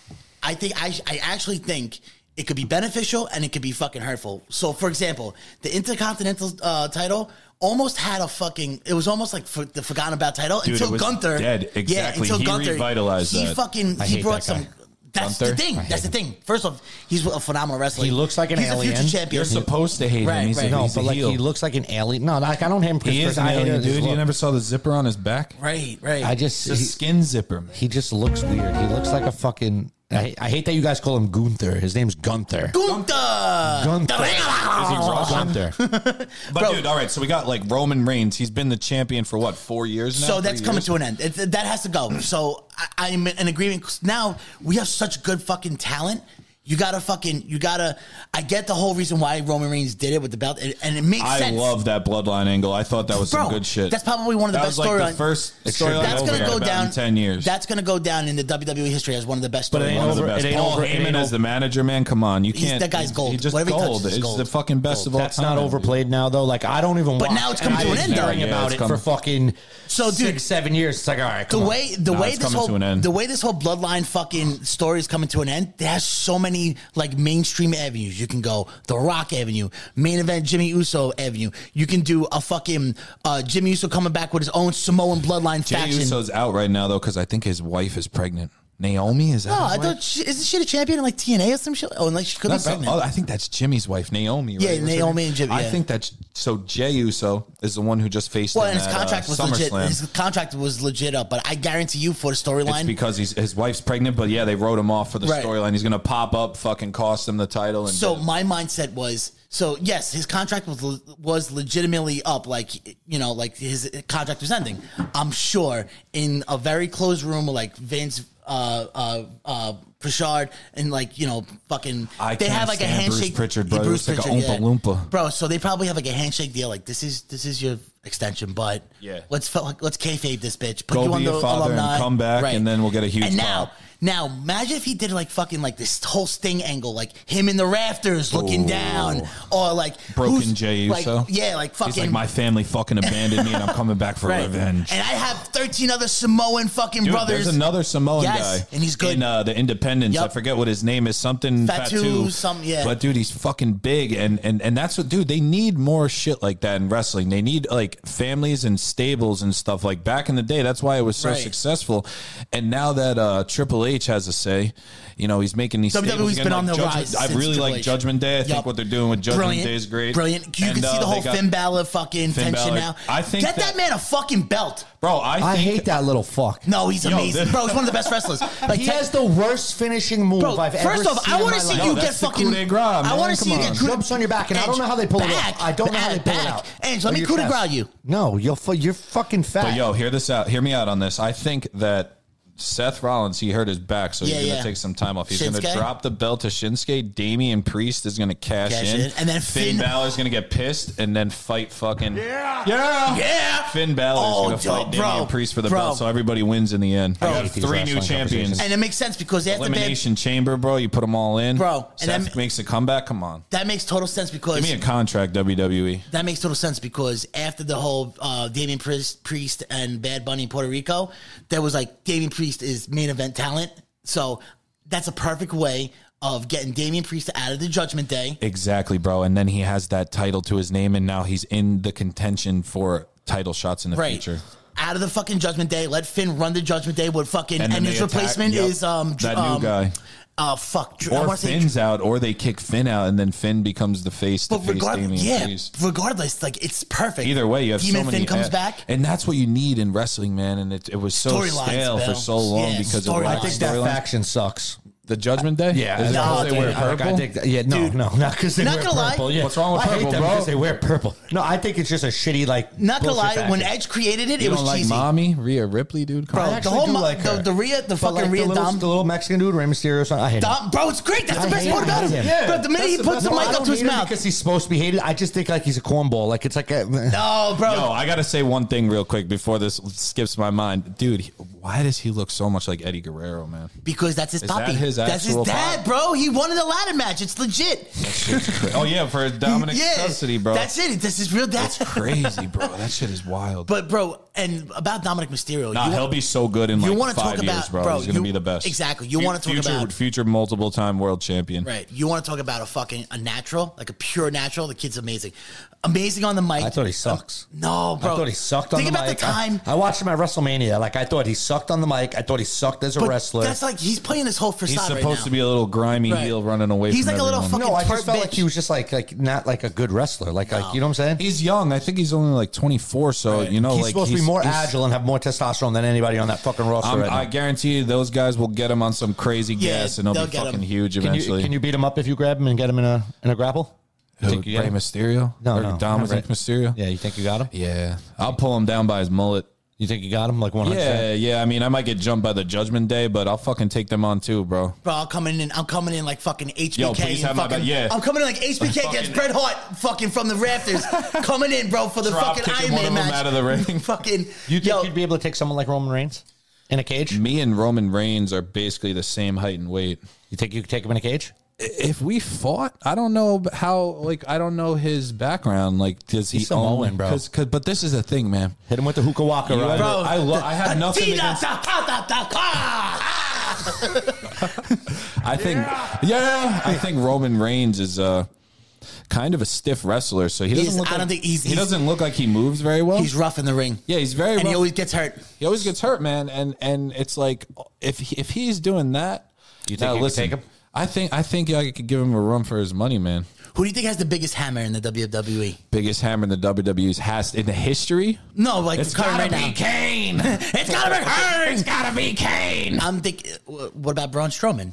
S4: I think I I actually think. It could be beneficial and it could be fucking hurtful. So, for example, the Intercontinental uh, title almost had a fucking. It was almost like for, the forgotten about title
S5: Dude, it
S4: until
S5: was
S4: Gunther.
S5: dead. Exactly. He revitalized
S4: He
S5: that.
S4: fucking.
S2: I
S4: he
S2: hate
S4: brought
S2: that guy.
S4: some. That's the
S5: Gunther?
S4: thing.
S5: I hate
S4: That's the thing. First off, he's a phenomenal wrestler.
S2: He looks like an
S4: he's a
S2: alien.
S4: future champion.
S5: you're supposed to hate
S4: Right,
S5: him. He's,
S4: right.
S5: a,
S2: No,
S5: he's
S2: but
S5: a
S2: like
S5: heel.
S2: he looks like an alien. No, like I don't hate him.
S5: He is an
S2: I hate
S5: alien,
S2: his
S5: dude. You
S2: look.
S5: never saw the zipper on his back?
S4: right, right.
S2: I
S5: It's
S2: just
S5: a
S2: he,
S5: skin zipper, man.
S2: he just looks weird. He looks like a fucking. I, I hate that you guys call him Gunther. His name's Gunther.
S4: Gunther.
S2: Gunther.
S4: The Ring of Honor.
S5: Is he Russian?
S2: Gunther.
S5: But dude, all right. So we got like Roman Reigns. He's been the champion for what four years now.
S4: So that's
S5: Three
S4: coming
S5: years?
S4: to an end. It, that has to go. So I, I'm in agreement. 'Cause Now we have such good fucking talent. You gotta fucking, you gotta. I get the whole reason why Roman Reigns did it with the belt, and, and it makes
S5: I
S4: sense.
S5: love that bloodline angle. I thought that was some
S4: Bro,
S5: good shit.
S4: that's probably one of the
S5: That
S4: best
S5: was like
S4: storyline-
S5: the first
S2: It should be.
S5: storyline
S4: That's
S5: over
S4: gonna go
S5: about
S4: down
S5: in ten years.
S4: That's gonna go down in the WWE history as one of the best.
S5: But it ain't
S4: storylines.
S5: over. It ain't Paul
S2: over- it
S5: Heyman
S2: ain't
S5: as
S2: over-
S5: the manager, man. Come on, you
S4: He's-
S5: can't.
S4: that guy's gold.
S5: He just
S4: Whatever he
S5: gold.
S4: touches is
S5: It's
S4: gold.
S5: the fucking best of all
S2: That's
S5: time.
S2: not overplayed now though. Like I don't even.
S4: But
S2: watch.
S4: now it's
S2: And
S4: coming
S2: I've
S4: to an
S2: been
S4: end, though.
S2: hearing
S5: Yeah,
S2: about
S5: it's
S2: it
S5: coming-
S2: for fucking
S4: So, dude-
S2: six, seven years. It's like all right,
S4: the
S2: come on.
S4: way the
S5: Nah,
S4: way
S5: it's
S4: this
S5: coming
S4: whole
S5: to an end.
S4: the way this whole bloodline fucking story is coming to an end. There's so many like mainstream avenues you can go. The Rock Avenue, main event Jimmy Uso Avenue. You can do a fucking uh, Jimmy Uso coming back with his own Samoan bloodline
S5: Jey
S4: faction.
S5: Uso's out right now though because I think his wife is pregnant. Naomi is that?
S4: no,
S5: his
S4: I
S5: wife?
S4: thought she, isn't she the champion in like TNA or some shit? Oh, and like she could
S5: That's-
S4: be pregnant.
S5: oh, I think that's Jimmy's wife, Naomi. Right?
S4: Yeah,
S5: What's her
S4: Naomi
S5: name?
S4: and Jimmy,
S5: I
S4: yeah.
S5: think that's so. Jey Uso is the one who just faced.
S4: well,
S5: him
S4: and his
S5: at,
S4: contract
S5: uh,
S4: was legit.
S5: SummerSlam.
S4: His contract was legit up, but I guarantee you for the
S5: It's
S4: storyline.
S5: because he's, his wife's pregnant, but yeah, they wrote him off for the
S4: Right.
S5: storyline. He's gonna pop up, fucking cost him the title, and
S4: So my mindset was so yes, his contract was was legitimately up, like you know, like his contract was ending. I'm sure in a very closed room, with, like Vince. Uh, uh, uh, Pritchard and like you know, fucking.
S5: I
S4: they
S5: can't
S4: have like a
S5: stand Bruce
S4: handshake.
S5: Pritchard, bro. It's like a Oompa Loompa.
S4: bro. So they probably have like a handshake deal. Like this is this is your extension, but
S5: Yeah.
S4: let's fu- let's kayfabe this bitch. Put
S5: Go
S4: you
S5: be
S4: on
S5: a
S4: the
S5: father and
S4: alumni.
S5: come back, and then we'll get a huge
S4: And now,
S5: pop.
S4: now, imagine if he did like fucking like this whole sting angle, like him in the rafters looking
S5: Ooh.
S4: down, or like
S5: Broken
S4: who's-
S5: Jey
S4: like,
S5: Uso?
S4: yeah, like fucking
S5: he's like, my family fucking abandoned me, and I'm coming back for
S4: right.
S5: revenge.
S4: And I have thirteen other Samoan fucking
S5: Dude,
S4: brothers.
S5: There's another Samoan
S4: Yes,
S5: guy,
S4: and he's good.
S5: in uh, the independence.
S4: Yep.
S5: I forget what his name is. Something
S4: Fatu,
S5: Fatu.
S4: some- yeah.
S5: But dude, he's fucking big, and and and that's what dude. They need more shit like that in wrestling. They need like families and stables and stuff. Like back in the day, that's why it was so
S4: Right.
S5: successful. And now that uh, Triple H has a say, you know, he's making these.
S4: WWE's
S5: stables again,
S4: been
S5: like
S4: on the
S5: Judgment-
S4: rise
S5: I
S4: since
S5: really
S4: Triple
S5: like
S4: H.
S5: Judgment Day. I
S4: Yep.
S5: think what they're doing with Judgment
S4: Brilliant.
S5: Day is great.
S4: Brilliant. You
S5: And,
S4: can see
S5: uh,
S4: the whole
S5: they got-
S4: Finn Balor fucking
S5: Finn
S4: tension
S5: Balor.
S4: now.
S5: I think
S4: get that,
S5: that-
S4: man a fucking belt.
S5: Bro, I,
S2: I
S5: think
S2: hate that little fuck.
S4: No, he's
S5: Yo,
S4: amazing,
S5: this-
S4: bro. He's one of the best wrestlers. Like,
S2: he
S4: take-
S2: has the worst finishing move
S4: bro.
S2: I've ever
S4: first off,
S2: seen.
S4: I
S2: want to
S4: see
S5: life.
S4: you
S5: No,
S4: get
S5: that's the
S4: fucking.
S5: coup de grace,
S4: I
S5: man.
S4: want to see you
S5: Come
S4: get
S5: on.
S4: coup-
S2: Jumps on your back, and I
S4: Edge,
S2: don't know how they pull it
S4: back,
S2: off. I don't know how they
S4: back,
S2: pull it
S4: back.
S2: out.
S4: Edge, let
S2: Or
S4: me
S2: your
S4: coup de
S2: chest.
S4: grace you.
S2: No, you're fu- you're fucking fat.
S5: But yo, hear this out. Hear me out on this. I think that Seth Rollins, he hurt his back, so
S4: Yeah,
S5: he's gonna
S4: yeah.
S5: take some time off. He's
S4: Shinsuke?
S5: gonna drop the belt to Shinsuke. Damian Priest is gonna cash,
S4: Cash
S5: in,
S4: in. And then Finn-
S5: Finn, Balor's gonna get pissed and then fight fucking yeah, yeah,
S4: Yeah.
S5: Finn Balor's
S4: Oh,
S5: gonna fight
S4: dude, bro.
S5: Damian Priest for the
S4: Bro.
S5: belt, so everybody wins in the end.
S4: Bro.
S5: I
S4: I
S5: got
S4: hate
S2: these
S5: three new
S2: wrestling
S5: champions.
S2: conversations.
S4: And it makes sense because after that,
S5: Elimination Chamber, bro. You put them all in,
S4: Bro, and
S5: Seth
S4: then-
S5: makes a comeback. Come on,
S4: that makes total sense because
S5: give me a contract, E. WWE.
S4: that makes total sense because after the whole uh, Damian Priest, Priest and Bad Bunny in Puerto Rico, there was like Damian Priest is main event talent, so that's a perfect way of getting Damian Priest out of the Judgment Day.
S5: Exactly, bro. And then he has that title to his name, and now he's in the contention for title shots in the
S4: Right.
S5: future.
S4: Out of the fucking Judgment Day, let Finn run the Judgment Day with fucking
S5: And
S4: and,
S5: then
S4: his
S5: they attack-
S4: replacement
S5: yep.
S4: is um
S5: That new
S4: um,
S5: guy.
S4: Uh, fuck. Dr- I
S5: Or
S4: wanna say
S5: Finn's out, or they kick Finn out, and then Finn becomes the face to
S4: But
S5: face Damian
S4: regardless, yeah,
S5: Priest.
S4: regardless, like it's perfect.
S5: Either way, you have
S4: Demon
S5: so many.
S4: Finn comes
S5: eh,
S4: back.
S5: and that's what you need in wrestling, man. And it, it was so
S4: Storylines,
S5: stale
S4: Bill.
S5: for so long
S4: Yeah,
S5: because of
S2: I
S5: what-
S2: think that
S5: storyline?
S2: faction sucks.
S5: the Judgment Day.
S2: Yeah,
S5: Is it
S4: no,
S5: because uh, they
S4: dude,
S5: wear
S4: I
S5: purple.
S2: I think that, yeah, no, no, not because they
S4: not
S2: wear
S4: gonna lie.
S2: purple. Yeah.
S5: What's wrong with
S2: I hate
S5: purple,
S2: them
S5: bro?
S2: Because they wear purple. No, I think it's just a shitty like.
S4: Not gonna lie,
S2: bullshit
S4: when
S2: faction.
S4: Edge created it, it
S5: you
S4: was
S5: don't like
S4: cheesy.
S5: mommy, Rhea Ripley, dude. Come
S4: Bro,
S5: on.
S2: I actually
S4: the whole
S2: do
S4: mo-
S2: like
S4: the-
S2: her.
S4: the Rhea- the
S2: But,
S4: fucking
S2: like,
S4: Rhea
S2: the little,
S4: Dom-
S2: The little Mexican dude, Rey Mysterio. son, I hate him.
S4: Dom- bro, it's great. That's
S2: I
S4: the best
S2: hate
S4: part
S2: him.
S4: about him.
S2: Yeah.
S4: But the minute he
S5: That's the
S4: puts
S5: best
S4: the
S5: part.
S4: mic
S2: I
S4: up
S2: don't
S4: to his
S2: hate him
S4: mouth,
S2: because he's supposed to be hated. I just think like he's a cornball. Like it's like a.
S4: oh, bro,
S5: Yo, I gotta say one thing real quick before this skips my mind, dude. he- Why does he look so much like Eddie Guerrero, man?
S4: because that's his
S5: Is that
S4: poppy.
S5: his
S4: that's his
S5: actual
S4: dad,
S5: pop?
S4: bro. He won in the ladder match. It's legit.
S5: oh yeah, for Dominic's
S4: yeah,
S5: custody, bro.
S4: That's it. That's his real dad.
S5: That's crazy, bro. That shit is wild.
S4: But bro, and about Dominic Mysterio,
S5: Nah,
S4: you-
S5: he'll be so good in
S4: you
S5: like
S4: wanna
S5: five
S4: talk
S5: years,
S4: about-
S5: bro.
S4: bro,
S5: He's gonna
S4: you-
S5: be the best.
S4: exactly. You
S5: Fu-
S4: wanna talk
S5: future,
S4: about-
S5: future multiple time world champion.
S4: Right. You want to talk about a fucking a natural, like a pure natural. The kid's amazing, amazing on the mic.
S2: I thought he sucks.
S4: No, bro.
S2: I thought he sucked on
S4: Think
S2: the
S4: about
S2: mic.
S4: the time.
S2: I, I watched him at WrestleMania. Like I thought he sucked on the mic. I thought he sucked as a
S4: but
S2: wrestler.
S4: That's like he's playing this whole facade
S5: He's supposed
S4: right now.
S5: to be a little grimy
S4: Right.
S5: heel running away.
S4: He's
S5: from
S4: like a little
S5: everyone.
S4: fucking
S2: no, I just
S4: twerp
S2: felt
S4: bitch.
S2: like he was just like like not like a good wrestler. Like like you know what I'm saying?
S5: He's young. I think he's only like 24. So you know,
S2: he's
S5: Oh, like
S2: supposed to
S5: he's-
S2: be more
S5: he's-
S2: agile and have more testosterone than anybody on that fucking roster.
S5: I'm-
S2: right
S5: I
S2: now.
S5: guarantee you, those guys will get him on some crazy
S4: Yeah,
S5: gas, and he'll,
S4: they'll
S5: be
S4: get him.
S5: fucking huge
S2: Can you
S5: eventually.
S2: can you beat him up if you grab him and get him in a in a grapple?
S5: Who,
S2: Think you get
S5: Rey
S2: him?
S5: Mysterio?
S2: No,
S5: Or
S2: no,
S5: Dominic
S2: not Rey.
S5: Mysterio.
S2: Yeah, you think you got him?
S5: yeah. I'll pull him down by his mullet.
S2: You think you got him? Like 100.
S5: Yeah, yeah. I mean, I might get jumped by the Judgment Day, but I'll fucking take them on too, bro.
S4: Bro, I'm coming in. I'm coming in like fucking HBK.
S5: Yo, please
S4: and
S5: have my
S4: fucking,
S5: back, yeah.
S4: I'm coming in like HBK
S5: Fucking-
S4: against Bret Hart, fucking from the rafters, coming in, bro, for the
S5: Drop
S4: fucking Iron
S5: kicking one
S4: Man
S5: of them
S4: match.
S5: out of the ring.
S4: fucking.
S2: You think
S4: yo,
S2: you'd be able to take someone like Roman Reigns in a cage?
S5: Me and Roman Reigns are basically the same height and weight.
S2: You think you could take him in a cage?
S5: If we fought, I don't know how. Like, I don't know his background. Like, does he
S2: He's Samoan,
S5: own?
S2: bro.
S5: 'cause- 'cause- but this is the thing, man.
S2: Hit him with the hookah waka,
S5: You
S2: right?
S5: ever-
S4: bro,
S5: I lo- I have nothing
S4: Tita,
S5: against-
S4: ta, ta, ta, ta, ta.
S5: I think, yeah, I think Roman Reigns is uh, kind of a stiff wrestler. So he doesn't
S4: He's-
S5: look.
S4: I
S5: like,
S4: don't think he's-
S5: he
S4: he's-
S5: doesn't look like he moves very well.
S4: He's rough in the ring.
S5: yeah, he's very.
S4: and he
S5: rough.
S4: always gets hurt.
S5: He always gets hurt, man, and and it's like if he, if he's doing that,
S2: You think you could take him?
S5: I think I think I could give him a run for his money, man.
S4: Who do you think has the biggest hammer in the E? WWE?
S5: Biggest hammer in the WWE's has in the history.
S4: No, like
S5: It's
S4: current
S5: gotta
S4: right
S5: be
S4: now.
S5: Kane.
S4: It's gotta be her.
S5: it's gotta be Kane.
S4: I'm thinking. What about Braun Strowman?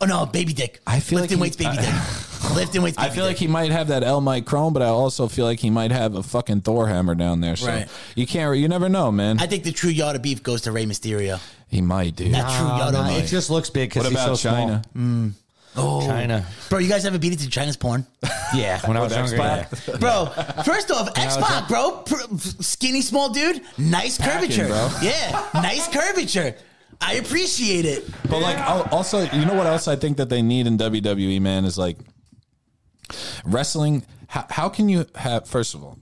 S4: Oh no, baby dick.
S5: I feel
S4: lifting
S5: like he-
S4: weights, baby dick. lifting weights. Baby
S5: I feel
S4: dick.
S5: like he might have that L Mike Chrome, but I also feel like he might have a fucking Thor hammer down there. So
S4: Right.
S5: you can't, you never know, man.
S4: I think the true yard of beef goes to Rey Mysterio.
S5: he might, dude.
S4: That true yard of
S2: It
S4: beef.
S2: just looks big because
S5: What
S2: he's so
S5: about China?
S2: small. China.
S4: Bro, you guys ever beat it to China's porn?
S2: Yeah, when I was younger.
S5: X-Pac?
S2: yeah.
S4: Bro, first off, X Pac, bro, pr- skinny small dude, nice curvature.
S5: bro.
S4: Yeah, nice curvature. I appreciate it.
S5: But like, al- also, you know what else I think that they need in WWE, man, is like wrestling. How, how can you have? First of all,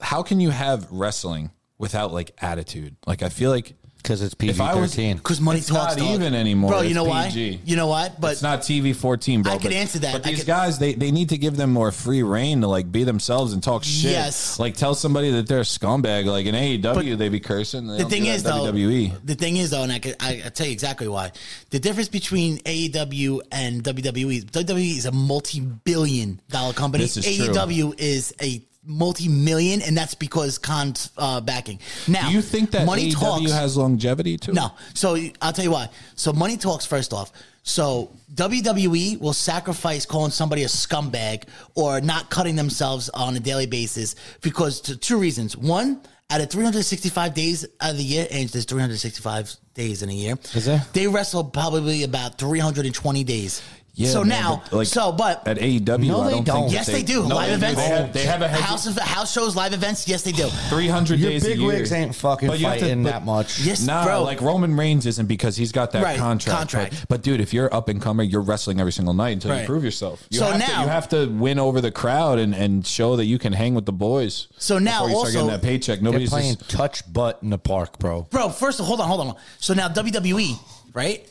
S5: how can you have wrestling without like attitude? Like, I feel like
S2: because it's PG
S5: If I was-
S2: thirteen.
S4: Because money
S5: It's
S4: talks.
S5: not
S4: dog.
S5: even anymore.
S4: bro. You
S5: It's
S4: know why?
S5: PG.
S4: You know what? But
S5: it's not TV fourteen, bro.
S4: I could
S5: but-
S4: answer that.
S5: But
S4: I
S5: these
S4: could-
S5: guys, they, they need to give them more free reign to like be themselves and talk shit.
S4: Yes.
S5: like tell somebody that they're a scumbag. Like in AEW, they be cursing. They
S4: the
S5: don't
S4: thing
S5: do that
S4: is
S5: in E.
S4: though,
S5: WWE.
S4: the thing is though, and I could, I, I tell you exactly why. The difference between AEW and E, WWE, is WWE is a multi-billion-dollar company.
S5: This is true.
S4: AEW is a multi-million, and that's because Khan's uh, backing. Now,
S5: Do you think that
S4: money
S5: AEW
S4: talks?
S5: has longevity too?
S4: no, so I'll tell you why. So money talks. First off, so WWE will sacrifice calling somebody a scumbag or not cutting themselves on a daily basis because to two reasons. One, out of 365 days out of the year, and there's 365 days in a year.
S5: Is there?
S4: They wrestle probably about 320 days.
S5: Yeah,
S4: so
S5: man,
S4: now,
S5: but, like,
S4: so but
S5: at AEW,
S2: No,
S5: I
S2: they
S5: don't
S2: don't.
S5: think
S4: yes, they, do
S5: No,
S4: live
S5: they
S4: events.
S5: They have, they have a
S4: house of, house shows, live events. Yes, they do.
S5: three hundred
S2: Your
S5: days. a
S2: big
S5: year.
S2: wigs ain't fucking
S5: But you have to-
S2: fighting
S5: but-
S2: that much.
S4: Yes,
S5: Nah,
S4: bro.
S5: like Roman Reigns isn't because he's got that
S4: Right,
S5: contract.
S4: contract.
S5: But, but dude, if you're up and comer, you're wrestling every single night until
S4: Right.
S5: you prove yourself. You
S4: So
S5: have
S4: now-
S5: to, you have to win over the crowd and, and show that you can hang with the boys.
S4: So now
S5: before you start
S4: also-
S5: getting that paycheck.
S2: They're
S5: Nobody's
S2: playing
S5: just,
S2: touch butt in the park, bro.
S4: bro. First of all, hold on, hold on. So now WWE, right?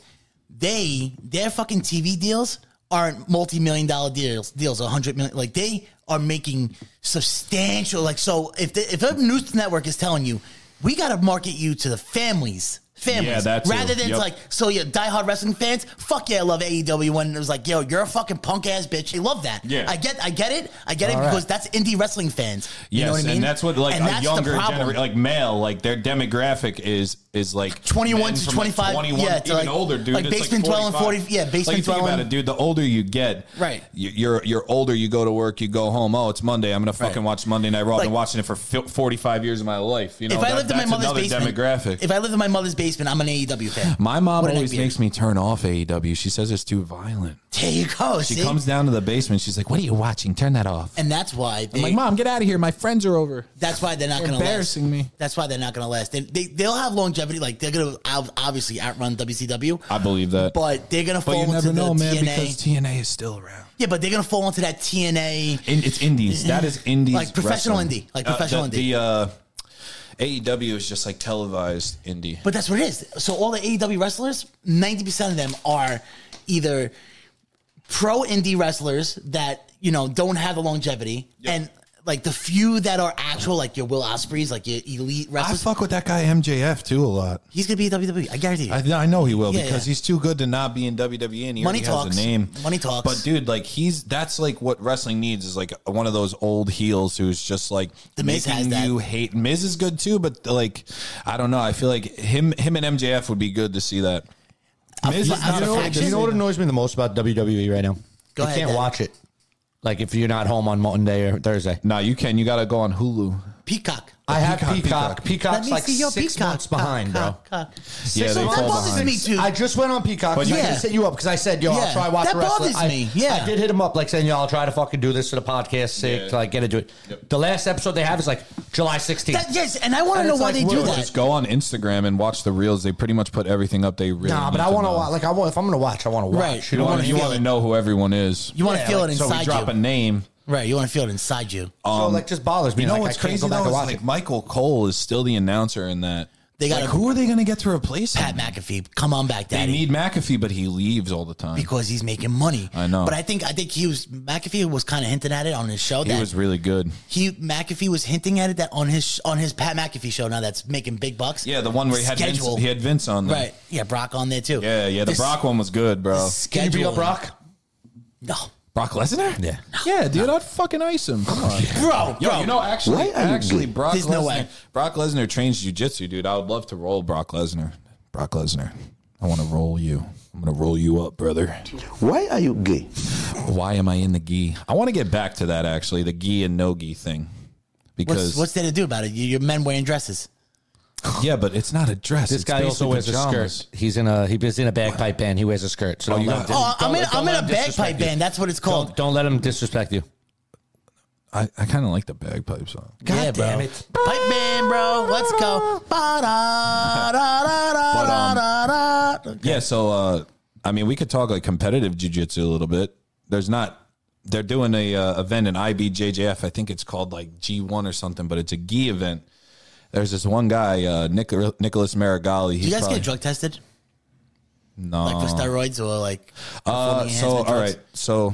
S4: They their fucking TV deals aren't multi million dollar deals. Deals a hundred million. Like they are making substantial. Like so, if the, if a news network is telling you, we got to market you to the families. Families,
S5: Yeah, that too.
S4: rather than
S5: Yep.
S4: like, so yeah, diehard wrestling fans, fuck yeah, I love AEW. When it was like, yo, you're a fucking punk ass bitch. They love that.
S5: Yeah.
S4: I get, I get it, I get it
S2: All right.
S4: because that's indie wrestling fans. You
S5: yes,
S4: know what I mean?
S5: and that's what like
S4: And
S5: a
S4: that's the
S5: younger
S4: problem.
S5: generation, like male, like their demographic is is like
S4: 21
S5: men
S4: to
S5: from,
S4: 25,
S5: like 21,
S4: yeah, to,
S5: even
S4: like-
S5: older, dude.
S4: like
S5: It's,
S4: basement dwelling,
S5: 45.
S4: 40 yeah,
S5: like,
S4: basement
S5: you think
S4: dwelling.
S5: about it, dude. The older you get,
S4: Right.
S5: you- You're you're older. You go to work. You go home. Oh, it's Monday. I'm gonna fucking watch Monday Night Raw. I've
S4: Like-
S5: been watching it for fil- 45 years of my life. You know,
S4: if I
S5: that-
S4: lived in my
S5: that's
S4: mother's
S5: another
S4: basement,
S5: demographic.
S4: if I lived in my mother's basement, I'm an AEW fan.
S5: my mom
S4: What an
S5: always
S4: NBA.
S5: makes me turn off AEW. She says it's too violent.
S4: There you go.
S5: She
S4: see?
S5: comes down to the basement. She's like, "What are you watching? Turn that off."
S4: and that's why they,
S5: I'm like, "Mom, get out of here. My friends are over."
S4: that's why they're not
S5: You're
S4: going to last.
S5: embarrassing me.
S4: That's why they're not going to last. They, they they'll have longevity. Like they're going to obviously outrun WCW.
S5: I believe that.
S4: but they're going to
S5: But
S4: fall
S5: you
S4: into
S5: never know,
S4: the
S5: man, because
S4: TNA.
S5: TNA is still around.
S4: Yeah, but they're going to fall into that TNA.
S5: In, it's indies. That is indies.
S4: Like professional
S5: wrestling.
S4: indie. Like professional indie.
S5: the, The uh, AEW is just like televised indie.
S4: But that's what it is. So all the AEW wrestlers, ninety percent of them are either pro indie wrestlers that you know don't have the longevity, and like the few that are actual, like your Will Ospreys, like your elite
S5: I
S4: wrestlers.
S5: fuck with that guy MJF too a lot.
S4: He's gonna be a WWE. I guarantee you.
S5: I, I know he will
S4: Yeah,
S5: because
S4: yeah.
S5: he's too good to not be in WWE. And
S4: Money
S5: he already
S4: talks.
S5: has a name.
S4: Money talks.
S5: But dude, like he's that's like what wrestling needs is like one of those old heels who's just like
S4: The Miz has
S5: making
S4: that.
S5: you hate. Miz is good too, but like I don't know. I feel like him him and MJF would be good to see that. Miz
S4: fl-
S5: is
S4: I'm
S5: not
S4: a
S5: afraid
S4: faction.
S5: to
S2: You know what annoys me the most about WWE right now? you
S4: Go ahead,
S2: can't
S4: Dad.
S2: watch it. Like if you're not home on Monday or Thursday.
S5: No, you can. You got to go on Hulu.
S4: Peacock.
S2: I have Peacock.
S5: Peacock,
S2: Peacock.
S5: Peacock.
S2: Peacock's like six months behind, bro.
S4: cock, cock.
S5: Yeah,
S4: So
S5: they
S4: that
S5: fall
S4: bothers
S5: behind.
S4: me too.
S2: I just went on Peacock.
S5: But
S2: But
S4: yeah.
S2: yeah, set you up because I said, "Yo,
S4: Yeah,
S2: I'll try to watch
S4: that
S2: the rest."
S4: bothers
S2: of, I,
S4: me, yeah.
S2: I did hit him up like saying, "Yo, I'll try to fucking do this for the podcast sake
S5: Yeah.
S2: to like get into it."
S5: Yep.
S2: The last episode they have is like July 16th.
S4: That- yes, and I want to
S2: And
S4: know
S2: it's
S4: why
S2: like,
S4: they do
S2: well,
S5: Or
S4: that.
S5: just go on Instagram and watch the reels. They pretty much put everything up. They really
S2: nah, but
S5: need
S2: I want to
S5: know.
S2: watch. Like, I want if I'm gonna watch, I want to watch.
S4: Right.
S2: You
S5: You
S2: know
S4: I
S5: want
S4: wanna
S5: to you
S4: feel
S5: want
S4: it.
S5: to know who everyone is.
S4: you want to
S2: Yeah,
S4: feel
S2: like,
S4: it
S5: so
S4: inside
S5: we drop
S4: you,
S5: a name.
S4: right? You want to feel it inside you.
S2: so like, just bothers me.
S5: You know
S2: like,
S5: what's
S2: I can't
S5: crazy
S2: go back
S5: though
S2: and
S5: is
S2: watch
S5: like
S2: it.
S5: Michael Cole is still the announcer in that.
S4: They gotta-
S5: like, who are they going to get to replace him?
S4: Pat McAfee, come on back,
S5: They
S4: Daddy.
S5: need McAfee, but he leaves all the time.
S4: because he's making money.
S5: I know.
S4: but I think I think he was McAfee was kind of hinting at it on his show.
S5: he
S4: that
S5: was really good.
S4: he McAfee was hinting at it that on his on his Pat McAfee show now that's making big bucks.
S5: Yeah, the one where he had Vince,
S4: Schedule.
S5: he had Vince on there.
S4: right. Yeah, Brock on there too.
S5: Yeah, yeah. The
S4: This-
S5: Brock one was good, bro.
S4: this schedule. No,
S5: Brock Lesnar?
S2: Yeah.
S5: Yeah, dude, I'd fucking ice him. Come on.
S4: bro,
S5: Yo,
S4: bro.
S5: you know, actually, actually, Brock
S4: There's no
S5: Lesnar.
S4: way.
S5: Brock Lesnar trains jujitsu, dude. I would love to roll Brock Lesnar. Brock Lesnar, I want to roll you. I'm gonna roll you up, brother.
S6: Why are you gay?
S5: Why am I in the gi? I want to get back to that actually, the gi and no gi thing.
S4: what's
S5: Because
S4: what's there to do about it? You, your men wearing dresses.
S5: yeah, but it's not a dress.
S2: This
S5: it's
S2: guy also
S5: basically
S2: wears
S5: pajamas.
S2: a skirt. He's in a he's in a bagpipe band. He wears a skirt. So don't
S5: you
S2: let
S5: got-
S2: him,
S4: Oh, I'm
S2: don't-
S4: in
S2: don't
S4: I'm in
S2: let
S4: a
S2: him disrespect
S4: bagpipe
S2: you.
S4: band. That's what it's
S2: Don't,
S4: called.
S2: don't let him disrespect you.
S5: I, I kind of like the bagpipes. song.
S4: God
S2: Yeah, bro.
S4: damn it, pipe band, bro. Let's go.
S5: um,
S4: Ba-da-da-da-da-da-da.
S5: Yeah, so uh, I mean, we could talk like competitive jujitsu a little bit. There's not. They're doing a uh, event in IBJJF. I think it's called like G1 or something, but it's a gi event There's this one guy, uh, Nic- Nicholas Marigali.
S4: Do you guys get drug tested?
S5: No.
S4: Like for steroids or like.
S5: Uh,
S4: performing
S5: so all
S4: enhancement drugs?
S5: right, so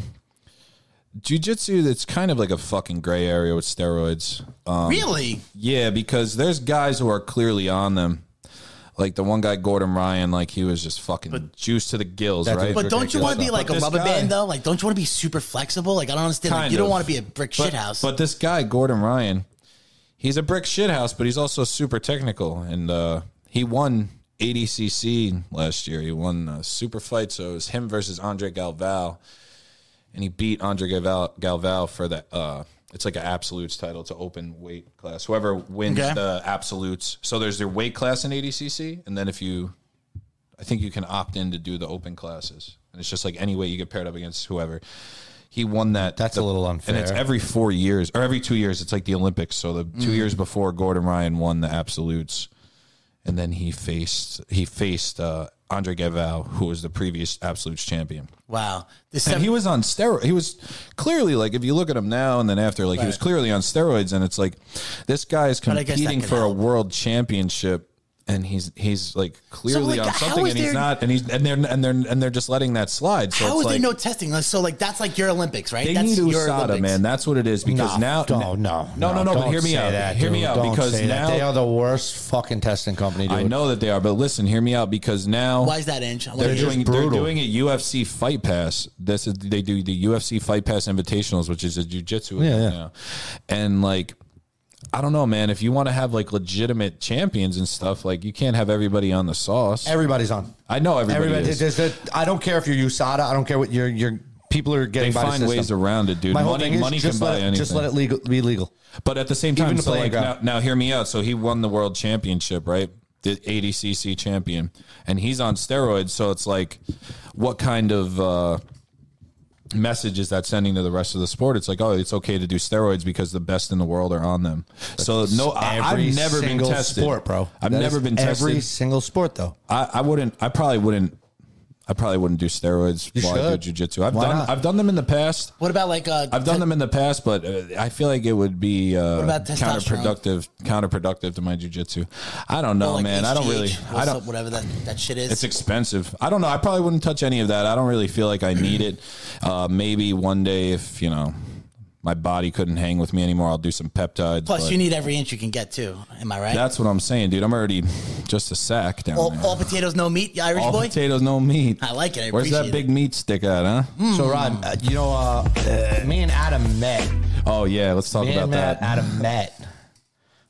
S5: jujitsu that's kind of like a fucking gray area with steroids. Um,
S4: Really?
S5: yeah, because there's guys who are clearly on them. Like the one guy, Gordon Ryan, like he was just fucking juiced to the gills,
S2: That's
S5: right?
S2: what-
S4: But don't you want to be like
S5: But
S4: a
S5: this
S4: rubber
S5: guy-
S4: band though? Like, don't you want to be super flexible? Like, I don't understand. Like,
S5: Kind
S4: you don't
S5: of.
S4: want to be a brick
S5: But-
S4: shit house.
S5: But this guy, Gordon Ryan, he's a brick shithouse, but he's also super technical. And uh, he won ADCC last year. He won a super fight. So it was him versus Andre Galval. And he beat Andre Galval, Galval for the. Uh, it's like an absolutes title. It's an open weight class. Whoever wins
S4: Okay.
S5: the absolutes. So there's their weight class in ADCC. And then if you. I think you can opt in to do the open classes. And it's just like any way you get paired up against whoever. He won that.
S2: That's
S5: the-
S2: a little unfair.
S5: And it's every four years or every two years. It's like the Olympics. So the two
S4: Mm.
S5: years before Gordon Ryan won the absolutes, and then he faced he faced uh, Andre Gavau, who was the previous absolutes champion.
S4: wow, the
S5: And
S4: seven,
S5: he was on steroids. He was clearly like, if you look at him now and then after, like he was
S4: Right.
S5: clearly on steroids. And it's like, this guy is
S4: I guess that
S5: competing
S4: could
S5: for a
S4: help.
S5: world championship, and he's he's like clearly
S4: like,
S5: on
S4: how
S5: something,
S4: is
S5: and he's
S4: there-
S5: not, and he's and they're and they're and they're just letting that slide. So
S4: how
S5: it's
S4: is
S5: like,
S4: there no testing? Like, So like that's like your Olympics, right?
S5: they
S4: that's
S5: need
S4: your
S5: USADA, man. That's what it is. Because
S2: Nah,
S5: now,
S2: don't- no,
S5: no, no, no. But
S2: don't
S5: hear me
S2: say
S5: out.
S2: that,
S5: hear me
S2: dude.
S5: out.
S2: Don't
S5: because
S2: say that.
S5: now
S2: they are the worst fucking testing company. Dude.
S5: I know that they are, but listen, hear me out. Because now
S4: Why is that inch? I'm
S5: they're
S4: like,
S5: doing
S2: brutal.
S5: they're doing a UFC Fight Pass. This is they do the UFC Fight Pass Invitationals, which is a jujitsu event
S2: yeah.
S5: now. And like, I don't know, man. If you want to have like legitimate champions and stuff, like you can't have everybody on the sauce.
S2: Everybody's on.
S5: I know everybody.
S2: Everybody.
S5: is.
S2: there's a- I don't care if you're USADA. I don't care what your your people are
S5: They
S2: getting. by the
S5: find
S2: system.
S5: ways around it, dude.
S2: My whole
S5: money,
S2: thing is
S5: money
S2: just
S5: can buy
S2: let it,
S5: anything.
S2: just let it legal, be legal.
S5: But at the same time,
S2: Even the
S5: so like now,
S2: playground.
S5: now, hear me out. So he won the world championship, right? The ADCC champion, and he's on steroids. So it's like, what kind of uh, message is that sending to the rest of the sport? It's like, oh, it's okay to do steroids because the best in the world are on them. so no, Oh, I,
S2: Every
S5: I've never been
S2: single
S5: tested,
S2: sport, bro.
S5: I've
S2: That
S5: never
S2: is
S5: been tested.
S2: Every single sport, though.
S5: I, I wouldn't. I probably wouldn't. I probably wouldn't do steroids
S2: You
S5: while I do
S2: should.
S5: jujitsu. I've
S2: Why
S5: done.
S2: not?
S5: I've done them in the past.
S4: What about like uh,
S5: I've done them in the past, but uh, I feel like it would be uh,
S4: about testosterone?
S5: counterproductive counterproductive to my jujitsu. I don't know,
S4: like,
S5: man. I don't
S4: HGH,
S5: really. I
S4: what's
S5: don't.
S4: up, whatever that that shit is.
S5: It's expensive. I don't know. I probably wouldn't touch any of that. I don't really feel like I need it. Uh, maybe one day, if you know, my body couldn't hang with me anymore, I'll do some peptides.
S4: Plus,
S5: but
S4: you need every inch you can get too. Am I right?
S5: That's what I'm saying, dude. I'm already just a sack down
S4: all,
S5: there.
S4: all potatoes, no meat. You Irish
S5: All
S4: oh, boy.
S5: potatoes, no meat.
S4: I like it. Hmm. I
S5: Where's that
S4: appreciate
S5: big meat stick at, huh?
S2: So, Rod, uh, you know, uh, me and Adam met.
S5: Oh yeah, let's talk
S2: Me
S5: about
S2: and Matt,
S5: that.
S2: Adam met.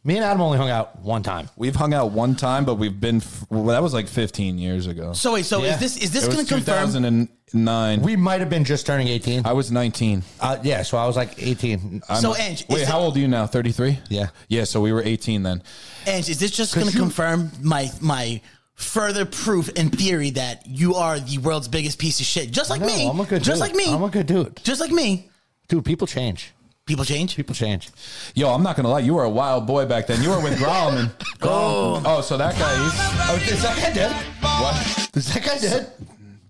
S2: Me and Adam only hung out one time.
S5: We've hung out one time, but we've been f- well, that was like 15 years ago.
S4: So wait, so
S2: Yeah.
S4: is this is
S5: It
S4: this
S5: was
S4: going to confirm?
S5: 2009.
S2: We might have been just turning 18.
S5: I was 19.
S2: Uh, yeah, so I was like 18.
S4: So Ange, is
S5: Wait,
S4: it-
S5: how old are you now? 33?
S2: Yeah.
S5: Yeah, so we were 18 then.
S4: And is this just going to
S2: you-
S4: confirm my my further proof and theory that you are the world's biggest piece of shit? Just like
S2: No,
S4: me.
S2: I'm a good
S4: just
S2: dude.
S4: like me.
S2: I'm a good dude.
S4: just like me.
S2: Dude, people change.
S4: People change.
S2: People change.
S5: Yo, I'm not going to lie. You were a wild boy back then. You were with Grauman. oh. Oh, so that guy, he's.
S2: Oh, is that guy dead?
S5: What?
S2: Is that guy dead?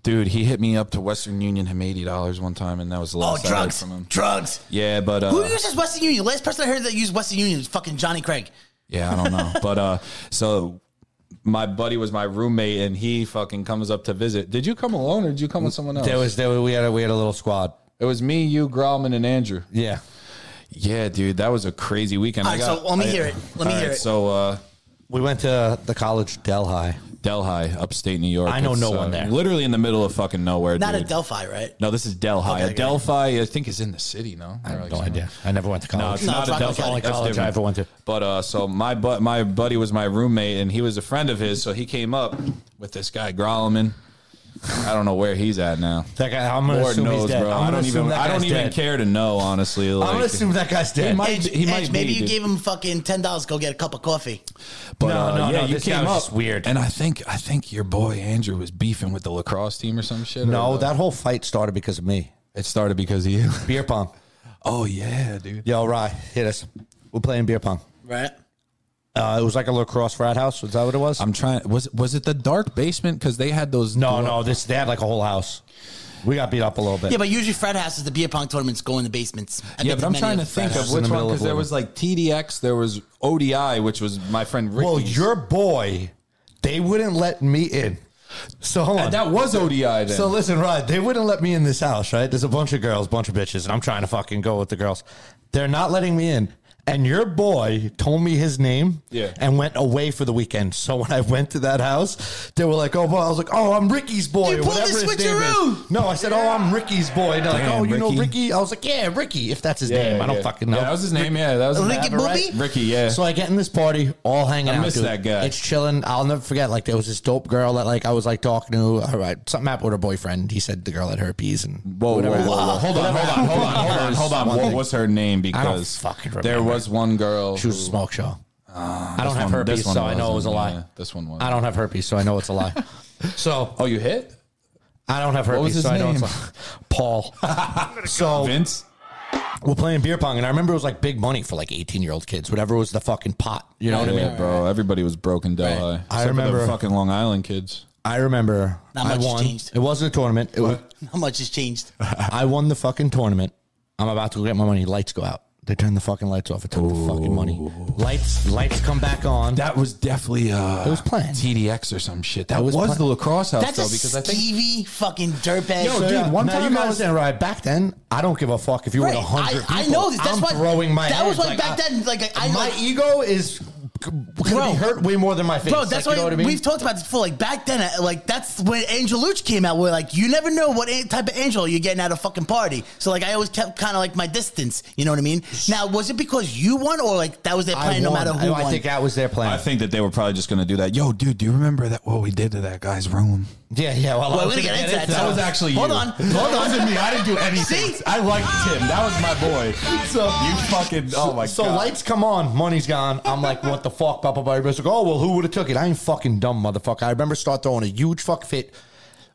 S5: Dude, he hit me up to Western Union, him $80 one time, and that was the
S4: Oh,
S5: last I heard
S4: drugs.
S5: from him.
S4: Drugs.
S5: Yeah, but. Uh,
S4: Who uses Western Union? Last person I heard that used Western Union was fucking Johnny Craig.
S5: Yeah, I don't know. but uh so my buddy was my roommate and he fucking comes up to visit. Did you come alone or did you come with someone else?
S2: There was, there was, we had a, we had a little squad.
S5: it was me, you, Grauman, and Andrew.
S2: Yeah.
S5: Yeah, dude, that was a crazy weekend.
S4: All right, so let me hear it. Let me
S5: all
S4: hear it.
S5: So uh
S2: We went to the college Delhi.
S5: Delhi, upstate New York. uh,
S2: I know no one there.
S5: Literally in the middle of fucking nowhere.
S4: Not
S5: dude.
S4: at Delphi, right?
S5: No, this is Delhi.
S4: Okay, okay.
S5: Delphi, I think, is in the city. No, I
S2: No idea. I never went to
S5: No,
S2: college.
S5: it's
S4: No,
S5: not
S4: it's
S5: a
S4: not
S5: Delphi.
S4: the only
S5: That's
S2: college I
S5: different.
S2: ever went to.
S5: But uh, so my bu- my buddy was my roommate, and he was a friend of his. So he came up with this guy Grolman. I don't know where he's at now.
S2: That guy, I'm gonna
S5: Lord
S2: assume he's
S5: knows,
S2: dead.
S5: bro.
S2: I'm
S5: I
S2: gonna
S5: don't
S2: assume
S5: even.
S2: that
S5: I don't
S2: guy's
S5: even
S2: dead.
S5: care to know. Honestly, like,
S2: I'm gonna assume that guy's dead.
S5: might-
S4: Edge,
S5: he might
S4: maybe
S5: be,
S4: you
S5: dude.
S4: gave him fucking ten dollars. Go get a cup of coffee.
S5: But,
S2: No,
S5: uh,
S2: no,
S5: yeah,
S2: no,
S5: you
S2: this guy
S5: came
S2: was
S5: up
S2: just weird.
S5: and I think I think your boy Andrew was beefing with the lacrosse team or some shit.
S2: No,
S5: or, uh,
S2: that whole fight started because of me.
S5: it started because of you.
S2: Beer pong.
S5: Oh yeah, dude.
S2: Yo, Rye, hit us. We're playing beer pong.
S4: Right.
S2: Uh, it was like a lacrosse frat house. Is that what it was?
S5: I'm trying. Was was it the dark basement? Because they had those.
S2: no, no. This they had like a whole house. We got beat up a little bit.
S4: Yeah, but usually Fred houses the beer pong tournaments go in the basements. I
S5: yeah,
S4: been
S5: but I'm
S4: many
S5: trying to
S4: Fred
S5: think of
S4: houses.
S2: in
S5: which
S2: the
S5: one
S2: middle of
S5: because there
S2: order.
S5: was like TDX, there was ODI, which was my friend Ricky.
S2: well, your boy, they wouldn't let me in. So hold on.
S5: that was ODI then.
S2: So listen, Rod, they wouldn't let me in this house, right? There's a bunch of girls, bunch of bitches, and I'm trying to fucking go with the girls. They're not letting me in. And your boy told me his name
S5: Yeah.
S2: and went away for the weekend. So when I went to that house, they were like, oh, boy. I was like, oh, I'm Ricky's boy.
S4: You
S2: or
S4: pulled the
S2: whatever his name
S4: switcheroo.
S2: is. No, I said, oh, I'm Ricky's boy. And they're like,
S5: Damn,
S2: oh, you know
S5: Ricky.
S2: Ricky? I was like, yeah, Ricky, if that's his
S5: yeah,
S2: name. I don't
S5: yeah.
S2: fucking know.
S5: Yeah, that was his name. Yeah, that was
S4: Ricky
S5: Have it right?
S4: Bobby?
S5: Ricky, yeah.
S2: So I get in this party, all hanging
S5: I
S2: out.
S5: miss
S2: dude.
S5: that guy.
S2: It's chilling. I'll never forget. Like there was this dope girl that like I was like talking to. All right, something happened with her boyfriend. He said the girl had herpes and
S5: Whoa, whoa,
S2: whatever.
S5: whoa, whoa. Hold on, hold on, hold on, hold on, hold on.
S2: One
S5: What
S2: thing.
S5: was her name? Because
S2: fucking
S5: there
S2: remember.
S5: was one girl.
S2: She was a
S5: who-
S2: smoke show. Ah, I
S5: Ah, this
S2: don't have
S5: one-
S2: herpes,
S5: this one
S2: so I know it was a
S5: wasn't,
S2: lie.
S5: yeah, this one was.
S2: I don't have herpes, so I know it's a lie. so
S5: Oh, you hit
S2: I don't have herpes,
S5: was his
S2: so I know it's
S5: name?
S2: a lie. Paul. so
S5: Vince.
S2: we're playing beer pong, and I remember it was like big money for like eighteen year old kids. Whatever was the fucking pot, you know what I mean?
S5: Yeah, bro. Everybody was broken down. high. Except for the
S2: remember-
S5: fucking Long Island kids.
S2: I remember
S4: Not
S2: I
S4: much
S2: won.
S4: changed.
S2: It wasn't a tournament. It was,
S4: How much has changed?
S2: I won the fucking tournament. I'm about to go get my money. Lights go out. They turn the fucking lights off. I took the fucking money. Lights, lights come back on.
S5: That was definitely uh,
S2: It was planned.
S5: TDX or some shit. That
S2: was
S5: was,
S2: planned.
S5: the lacrosse house
S4: That's
S5: though,
S4: a
S5: because I think
S4: Stevie fucking dirtbag.
S5: Yo,
S2: So,
S5: dude,
S2: yeah.
S5: one
S2: now
S5: time
S2: you
S5: I
S2: guys
S5: was-
S2: in right back then. I don't give a fuck if you
S4: Right.
S2: were hundred.
S4: I- I know this. That's
S2: I'm
S4: why-
S2: throwing my.
S4: that was
S2: head.
S4: why back then, like, I-
S2: my
S4: like-
S2: ego is going
S4: Bro.
S2: be hurt way more than my face.
S4: Bro,
S2: like,
S4: that's why
S2: you know what I mean?
S4: we've talked about this before. Like back then, uh, like that's when Angel Luch came out. Where like you never know what a- type of angel you're getting at a fucking party. So like I always kept kind of like my distance. You know what I mean? Now was it because you won or like that was their
S2: I
S4: plan? No
S2: won.
S4: matter who
S2: I,
S4: won.
S2: think that was their plan.
S5: I think that they were probably just going to do that. Yo, Oh, dude, do you remember that what we did to that guy's room?
S2: yeah, yeah. Well, I
S4: Well,
S2: was
S4: we're gonna get
S2: gonna
S4: into that.
S2: get
S4: so-
S5: That was actually
S4: Hold
S5: you.
S4: on.
S5: Hold on. That was me. I didn't do anything.
S4: See?
S5: I liked him. That was my boy. So you fucking. Oh my
S2: So
S5: god.
S2: lights come on, money's gone. I'm like, what the fuck? Papa Everybody's like, oh well, who would have took it? I ain't fucking dumb, motherfucker. I remember start throwing a huge fuck fit.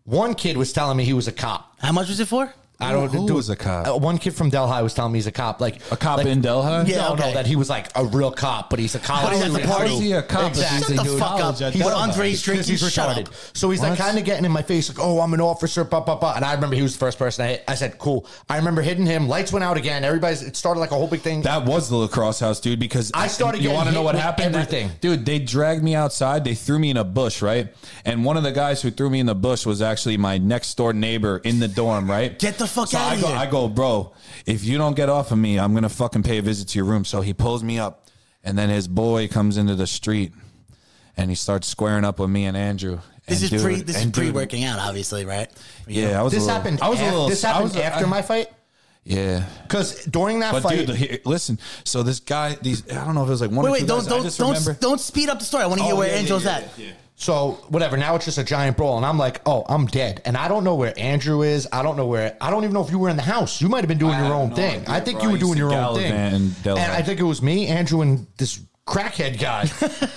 S2: One kid was telling me he was a cop.
S4: How much was it for?
S2: I don't
S5: Who
S2: do
S5: was a cop?
S2: Uh, one kid from Delhi was telling me he's a cop, like
S5: a cop
S2: like,
S5: in Delhi.
S4: Yeah.
S2: no,
S4: okay.
S2: no, that he was like a real cop, but he's a college.
S4: he's at the party.
S5: How is he a cop if
S2: Exactly.
S5: he's
S4: Shut
S5: in
S4: the fuck
S5: college
S4: up.
S5: at
S4: He's
S5: Delhi?
S4: underage
S2: Because
S4: drinking.
S2: he's
S4: Shut
S2: retarded.
S4: up.
S2: So he's like
S5: What?
S2: kind of getting in my face, like, "Oh, I'm an officer." Blah blah blah. And I remember he was the first person I hit. I said, "Cool." I remember hitting him. Lights went out again. Everybody's. It started like a whole big thing.
S5: That was the lacrosse house, dude. Because
S2: I started
S5: You
S2: getting
S5: want to know
S2: hit
S5: what
S2: with
S5: happened?
S2: everything.
S5: dude. They dragged me outside. They threw me in a bush, right? And one of the guys who threw me in the bush was actually my next door neighbor in the dorm, right?
S4: Get the fuck
S5: so
S4: outta
S5: I go,
S4: here.
S5: I go, bro. If you don't get off of me, I'm gonna fucking pay a visit to your room. So he pulls me up, and then his boy comes into the street, and he starts squaring up with me and Andrew.
S4: This
S5: And
S4: is
S5: dude-
S4: pre. This is
S5: and dude-
S4: pre working out, obviously, right?
S5: Yeah, I was.
S2: this
S5: a little,
S2: happened.
S5: I was
S2: af-
S5: a little.
S2: This
S5: I
S2: happened
S5: was-
S2: after
S5: I-
S2: my fight.
S5: Yeah.
S2: Because during that
S5: But
S2: fight,
S5: dude, here- listen. So this guy, these I don't know if it was like one.
S4: Wait,
S5: or
S4: wait,
S5: two
S4: don't
S5: guys, I
S4: don't
S5: just
S4: don't
S5: remember-
S4: don't speed up the story. I want to hear
S5: Oh,
S4: where
S5: yeah, yeah,
S4: Angel's
S5: yeah,
S4: at.
S5: yeah, yeah.
S2: so whatever. Now it's just a giant brawl, and I'm like, "Oh, I'm dead." And I don't know where Andrew is. I don't know where. I don't even know if you were in the house. You might have been doing
S5: I
S2: your
S5: have
S2: own
S5: no
S2: thing.
S5: idea,
S2: I think
S5: bro.
S2: you were
S5: I used
S2: doing
S5: to
S2: your own thing.
S5: gallivant in
S2: And
S5: Delhi.
S2: I think it was me, Andrew, and this crackhead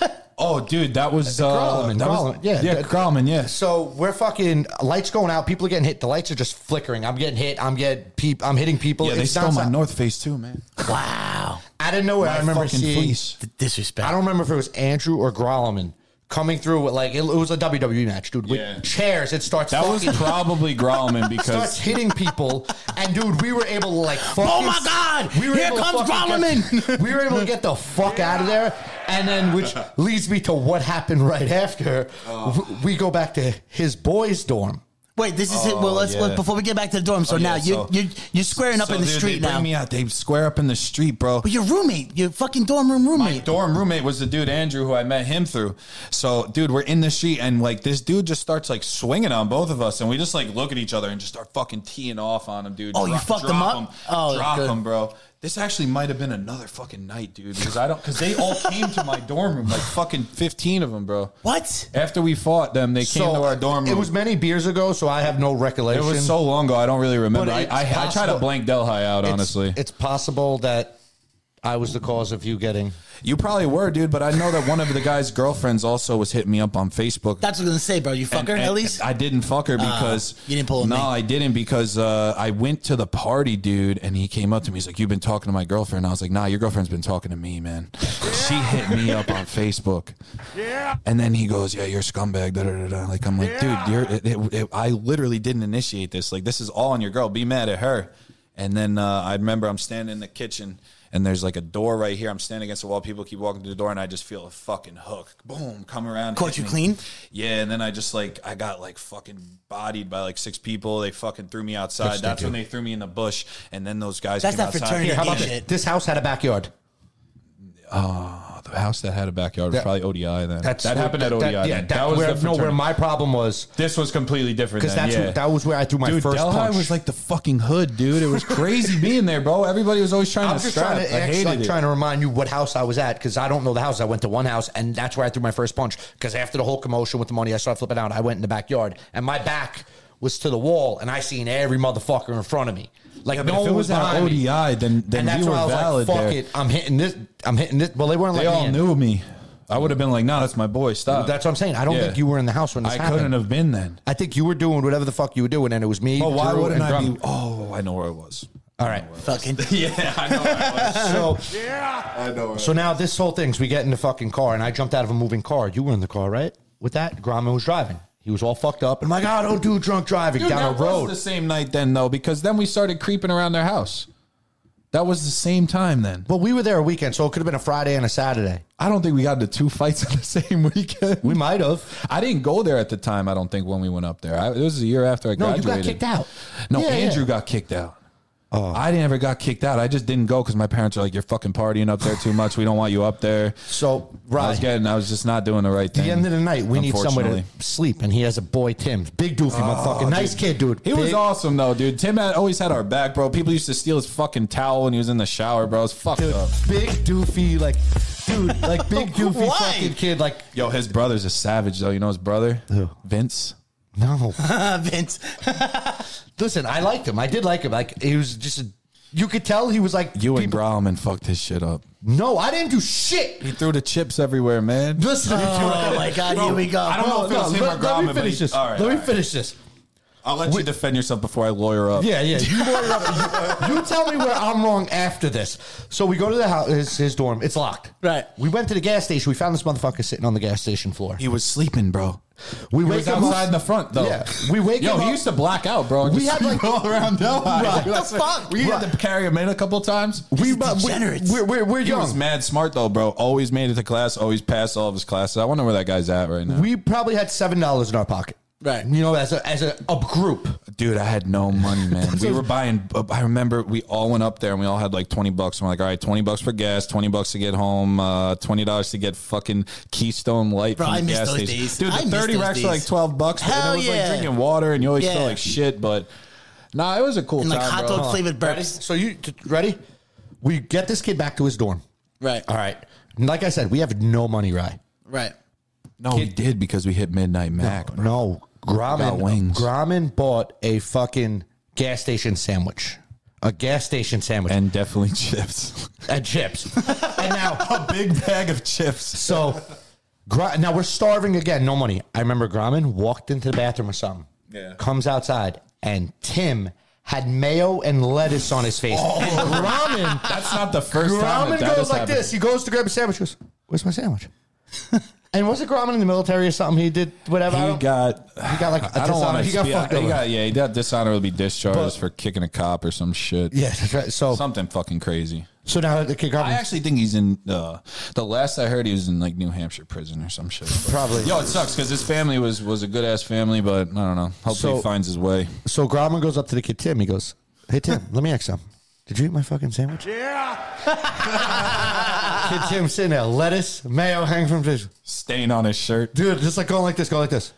S2: guy.
S5: Oh, dude, that was uh,
S2: Grauman,
S5: that was-
S2: Grauman, yeah,
S5: yeah,
S2: that-
S5: Grauman, yeah.
S2: So we're fucking lights going out. People are getting hit. The lights are just flickering. I'm getting hit. I'm getting peep. I'm hitting people.
S5: Yeah, they
S2: It's
S5: stole my
S2: nonstop.
S5: North Face too, man.
S4: Wow,
S2: Out of nowhere, I remember
S5: fucking
S2: seeing.
S5: fleece.
S4: the disrespect.
S2: I don't remember if it was Andrew or Grolman coming through with like it, was a WWE match, dude. With
S5: Yeah.
S2: chairs, it starts.
S5: That was
S2: fucking,
S5: probably Grauman
S2: starts
S5: because
S2: hitting people, and dude, we were able to like. Fucking,
S4: Oh my God! Here
S2: able to
S4: comes
S2: fucking get-
S4: Grolman!
S2: we were able to get the fuck out of there, and then which leads me to what happened right after.
S5: Oh.
S2: W- We go back to his boys' dorm.
S4: Wait, this is it. Well, let's
S5: Oh, yeah.
S4: let, before we get back to the dorm. So
S5: Oh,
S4: now
S5: yeah,
S4: you
S5: so-
S4: you you're squaring up
S5: So,
S4: in the
S5: dude,
S4: street
S5: they
S4: now.
S5: bring me out. They square up in the street, bro.
S4: But your roommate, your fucking dorm room
S5: my
S4: roommate.
S5: dorm roommate was the dude Andrew who I met him through. So, dude, we're in the sheet and like this dude just starts like swinging on both of us, and we just like look at each other and just start fucking teeing off on him, dude.
S4: Oh, you fucked him up? Oh,
S5: oh, drop
S4: good.
S5: him, bro. This actually might have been another fucking night, dude, because I don't because they all came to my dorm room, like fucking fifteen of them, bro.
S4: what?
S5: After we fought them, they came to our dorm room.
S2: It was many beers ago, so I have no
S5: It
S2: recollection.
S5: was so long ago, I don't really remember.
S2: But
S5: I,
S2: it's
S5: I, I try to
S2: possible-
S5: blank Delhi out,
S2: It's-
S5: honestly.
S2: it's possible that I was the cause of you getting.
S5: You probably were, dude, but I know that one of the guy's girlfriends also was hitting me up on Facebook.
S4: That's what I was gonna say, bro. You fucker,
S5: And- and
S4: at least. Uh,
S5: I didn't fuck her because
S4: you didn't pull a
S5: No,
S4: me.
S5: I didn't because uh, I went to the party, dude, and he came up to me. He's like, "You've been talking to my girlfriend." I was like, "Nah, your girlfriend's been talking to me, man. She hit me up on Facebook." Yeah. And then he goes, "Yeah, you're a scumbag." Da, da, da, da. Like I'm like, dude, you're. It, it, it, I literally didn't initiate this. Like this is all on your girl. Be mad at her. And then uh, I remember I'm standing in the kitchen. And there's like a door right here. I'm standing against the wall. People keep walking to the door, and I just feel a fucking hook. Boom, come around.
S4: Caught
S5: hit
S4: you
S5: me.
S4: clean?
S5: Yeah, and then I just like I got like fucking bodied by like six people. They fucking threw me outside. That's when they threw me in the bush, and then those guys.
S4: That's
S5: came
S4: not
S5: outside.
S4: fraternity
S2: Here, how about
S4: Yeah.
S2: this? This house had a backyard.
S5: Oh, the house that had a backyard was
S2: That-
S5: probably ODI. Then
S2: That's
S5: that happened at
S2: that-
S5: ODI.
S2: That, yeah,
S5: then.
S2: that, was where,
S5: the
S2: no, where
S5: fraternity.
S2: my problem was
S5: This was completely different.
S2: because
S5: then,
S2: that's
S5: yeah.
S2: where, that was where I threw my
S5: Dude,
S2: first
S5: Delhi
S2: punch.
S5: was like the fucking hood, dude. It was crazy being there, bro. Everybody was always trying
S2: I'm
S5: to
S2: just
S5: strap.
S2: trying to,
S5: I
S2: actually,
S5: hated
S2: like,
S5: it.
S2: trying to remind you what house I was at because I don't know the house. I went to one house and that's where I threw my first punch because after the whole commotion with the money, I started flipping out. I went in the backyard and my back was to the wall and I seen every motherfucker in front of me. Like
S5: Yeah, but
S2: no
S5: if
S2: one
S5: it
S2: was
S5: was at
S2: behind me.
S5: ODI, then- then
S2: and that's why
S5: you were
S2: I was
S5: valid
S2: like, fuck
S5: there.
S2: it, I'm hitting this. I'm hitting this. Well, they weren't
S5: They
S2: like
S5: all knew me. I would have been like, "Nah, that's my boy. Stop."
S2: That's what I'm saying. I don't
S5: Yeah.
S2: think you were in the house when this
S5: I
S2: happened.
S5: couldn't have been then.
S2: I think you were doing whatever the fuck you were doing, and it was me.
S5: Oh, why
S2: Drew,
S5: wouldn't
S2: and
S5: I
S2: Drum.
S5: be? Oh, I know where I was.
S2: All right.
S4: fucking.
S5: Yeah, I know where I was.
S2: So,
S5: I know where
S2: so now this whole thing's we get in the fucking car, and I jumped out of a moving car. You were in the car, right? With that, Graham was driving. He was all fucked up, and I'm like, "Oh, don't do drunk driving
S5: Dude,
S2: down
S5: that
S2: a road."
S5: was the same night then, though, because then we started creeping around their house. That was the same time then.
S2: but we were there a weekend, so it could have been a Friday and a Saturday.
S5: I don't think we got into two fights in the same weekend.
S2: We might have.
S5: I didn't go there at the time. I don't think when we went up there. I, it was a year after I
S2: No, you got
S5: graduated.
S2: kicked out.
S5: No,
S2: Yeah, Oh.
S5: Andrew
S2: yeah.
S5: got kicked out. I never got kicked out. I just didn't go because my parents are like, "You're fucking partying up there too much. We don't want you up there."
S2: So,
S5: I was
S2: right.
S5: getting. I was just not doing the right
S2: At
S5: thing.
S2: the end of the night, we need somewhere to
S5: unfortunately.
S2: sleep, and he has a boy, Tim, big doofy motherfucker, nice kid, dude.
S5: Oh, He was
S2: Big-
S5: awesome though, dude. Tim had, always had our back, bro. People used to steal his fucking towel when he was in the shower, bro. It was fucked
S2: dude,
S5: up.
S2: big doofy, like, dude, like big doofy
S4: Why?
S2: fucking kid, like.
S5: Yo, his brother's a savage though. You know his brother, Vince.
S2: No,
S4: uh, Vince.
S2: listen, I liked him. I did like him. Like he was just, a, you could tell he was like
S5: You and Grauman fucked his shit up.
S2: No, I didn't do shit.
S5: He threw the chips everywhere, man.
S2: Listen,
S4: Oh my god, here we go.
S5: I don't know if it was him or
S2: let, let
S5: Grauman,
S2: me
S5: but
S2: finish
S5: he-
S2: this.
S5: all right,
S2: let
S5: all
S2: me
S5: right.
S2: finish this.
S5: I'll let you defend yourself before I lawyer up.
S2: Yeah, yeah. You, lawyer up. You- you tell me where I'm wrong after this. So we go to the house, his, his dorm. It's locked.
S4: Right.
S2: We went to the gas station. We found this motherfucker sitting on the gas station floor.
S5: He was sleeping, bro.
S2: We
S5: He
S2: wake
S5: was
S2: him
S5: outside
S2: up-
S5: in the front, though.
S2: Yeah. We wake
S5: Yo,
S2: him
S5: he
S2: up-
S5: used to black out, bro.
S2: We
S5: Just
S2: had, like-
S5: all around Delhi.
S2: Right.
S4: What the fuck?
S5: We had to carry him in a couple times.
S2: We,
S4: These degenerates.
S2: We're, we're, we're
S5: He
S2: young.
S5: was mad smart though, bro. Always made it to class. Always passed all of his classes. I wonder where that guy's at right now.
S2: We probably had seven dollars in our pocket.
S4: Right.
S2: You know, as a as a, a group.
S5: Dude, I had no money, man. we were buying. uh, I remember we all went up there and we all had like twenty bucks. I'm like, all right, twenty bucks for gas, twenty bucks to get home, uh, twenty dollars to get fucking Keystone Light.
S4: Bro,
S5: from
S4: I
S5: the
S4: miss
S5: gas
S4: those
S5: station.
S4: days.
S5: Dude,
S4: I
S5: the
S4: miss
S5: thirty
S4: those
S5: racks were like
S4: days.
S5: twelve bucks. but
S4: Hell
S5: it was
S4: yeah.
S5: like drinking water, and you always
S4: Yeah.
S5: feel like shit. But nah, it was a cool
S4: And like
S5: time,
S4: hot
S5: bro.
S4: dog flavored burps.
S2: So you t- ready? We get this kid back to his dorm.
S4: Right.
S2: All right. And Like I said, we have no money, right?
S4: Right.
S5: No, we did because we hit Midnight Mac. bro.
S2: No.
S5: Got
S2: Graham
S5: wings.
S2: Graham bought a fucking gas station sandwich. A gas station sandwich and,
S5: and definitely chips.
S2: chips. and now,
S5: Big bag of chips.
S2: so Gra- now we're starving again. No money. I remember Graham walked into the bathroom or something.
S5: Yeah.
S2: Comes outside and Tim had mayo and lettuce on his face. And Graham
S5: That's not the first time.
S2: Graham
S5: that that
S2: goes
S5: has
S2: like
S5: happened.
S2: this. He goes to grab a sandwich. Goes, where's my sandwich? and wasn't Graham in the military or something? He did whatever. I
S5: He
S2: don't-
S5: got.
S2: he got like a
S5: I don't
S2: dishonor.
S5: want to.
S2: He got fucked
S5: he
S2: over.
S5: Got, yeah, he got dishonorably discharged
S2: But-
S5: for kicking a cop or some shit.
S2: yeah, Oh. that's right. So
S5: something fucking crazy.
S2: so now the kid Graham.
S5: I actually think he's in. Uh, the last I heard, he was in like New Hampshire prison or some shit. But-
S2: Probably.
S5: Yo, it sucks because his family was was a good ass family, but I don't know. Hopefully,
S2: So-
S5: he finds his way.
S2: so Graham goes up to the kid Tim. He goes, "Hey Tim, let me ask you something. Did you eat my fucking sandwich?" Yeah. kid Tim sitting there, lettuce, mayo, hanging from fish.
S5: Stain on his shirt.
S2: Dude, just like going like this, going like this.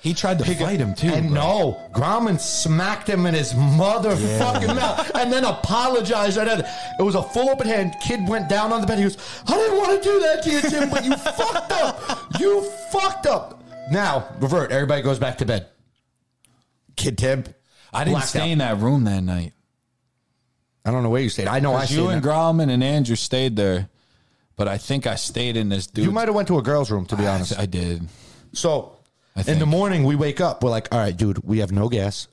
S5: He tried to fight him too.
S2: And
S5: bro.
S2: no, Grauman smacked him in his motherfucking mouth and then apologized. And then it was a full open hand. Kid went down on the bed. He goes, I didn't want to do that to you, Tim, but you fucked up. You fucked up. Now, revert. Everybody goes back to bed. Kid Tim.
S5: I didn't
S2: blacked
S5: stay in that room that night.
S2: I don't know where you stayed. I know I stayed.
S5: you
S2: in
S5: and
S2: a-
S5: Grauman and Andrew stayed there, but I think I stayed in this dude.
S2: you might have went to a girls' room, to be honest.
S5: I did.
S2: So
S5: I
S2: in
S5: think.
S2: the morning, we wake up. We're like, all right, dude, we have no gas.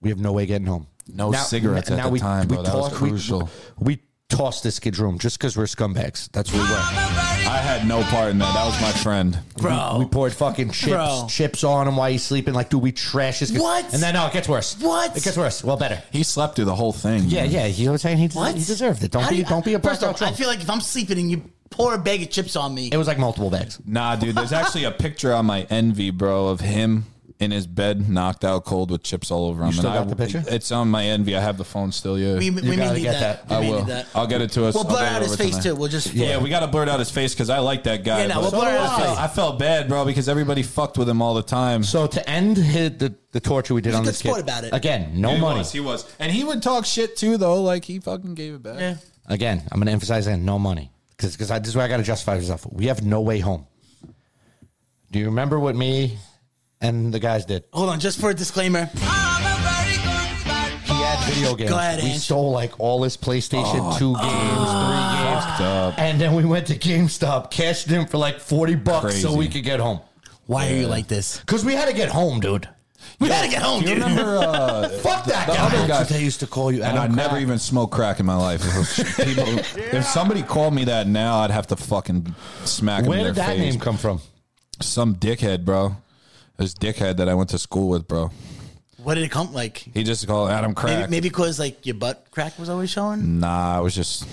S2: We have no way getting home.
S5: No cigarettes at the time, bro. That was
S2: we-
S5: crucial.
S2: We, tossed this kid's room just because we're scumbags. That's what we were.
S5: I had no part in that. That was my friend.
S4: bro.
S2: We poured fucking chips,
S4: Bro.
S2: chips on him while he's sleeping. Like, dude, we trash his. kid.
S4: What?
S2: And then no, it gets worse.
S4: What?
S2: It gets worse. Well, better.
S5: He slept through the whole thing.
S2: Yeah,
S5: man.
S2: yeah. You know what I'm saying? He,
S4: what?
S2: he deserved it. Don't
S4: How
S2: be,
S4: do you-
S2: don't be a
S4: First
S2: blackout
S4: off, I
S2: drunk.
S4: feel like if I'm sleeping and you pour a bag of chips on me,
S2: It was like multiple bags.
S5: Nah, dude. There's actually a picture on my envy, bro, of him in his bed, knocked out cold with chips all over him.
S2: still
S5: and
S2: got
S5: I,
S2: the picture?
S5: It's on my envy. I have the phone still. Yeah,
S4: we, we may
S2: gotta
S4: need
S2: get
S4: that.
S2: that.
S5: I
S4: We may
S5: will.
S4: need that.
S5: I'll get it to us.
S4: We'll
S5: I'll
S4: blur
S5: get it
S4: out his
S5: over
S4: face
S5: tonight.
S4: too. We'll just
S5: Yeah, we got to blurt out his face because I like that guy.
S4: Yeah, no,
S5: but-
S4: we'll blur out his
S5: I felt-
S4: face.
S5: I felt bad, bro, because everybody fucked with him all the time.
S2: So to end hi- the, the torture we did
S4: a
S2: on
S4: good
S2: this
S4: sport
S2: kid
S4: about it.
S2: again, no
S5: he
S2: money.
S5: was, he was, and he would talk shit too, though. Like he fucking gave it back.
S4: Yeah.
S2: Again, I'm going to emphasize again, no money. Because this is where I got to justify myself. We have no way home. Do you remember what me and the guys did?
S4: Hold on, just for a disclaimer.
S2: He had
S5: Oh,
S2: video games.
S4: Go ahead,
S2: we
S4: Ange.
S2: stole like all his PlayStation 2 games,
S5: Oh.
S2: 3 games. And then we went to GameStop, cashed in for like 40 bucks so
S5: Crazy.
S2: we could get home.
S4: Why are you like this?
S2: Because we had to get home, dude.
S4: We gotta get home,
S5: Do you
S4: dude.
S5: remember? Uh,
S2: Fuck that
S5: the
S2: guy.
S5: other guy-
S2: That's what they used to call you.
S5: and I
S2: Adam
S5: never
S2: Crack.
S5: even smoked crack in my life. If, people, if somebody called me that now, I'd have to fucking smack
S2: Where
S5: them in
S2: did
S5: their
S2: that
S5: face.
S2: name come from?
S5: Some dickhead, bro. This dickhead that I went to school with, bro.
S4: What did it come like?
S5: He just called Adam
S4: Maybe
S5: crack.
S4: maybe because like your butt crack was always showing.
S5: Nah, I was just,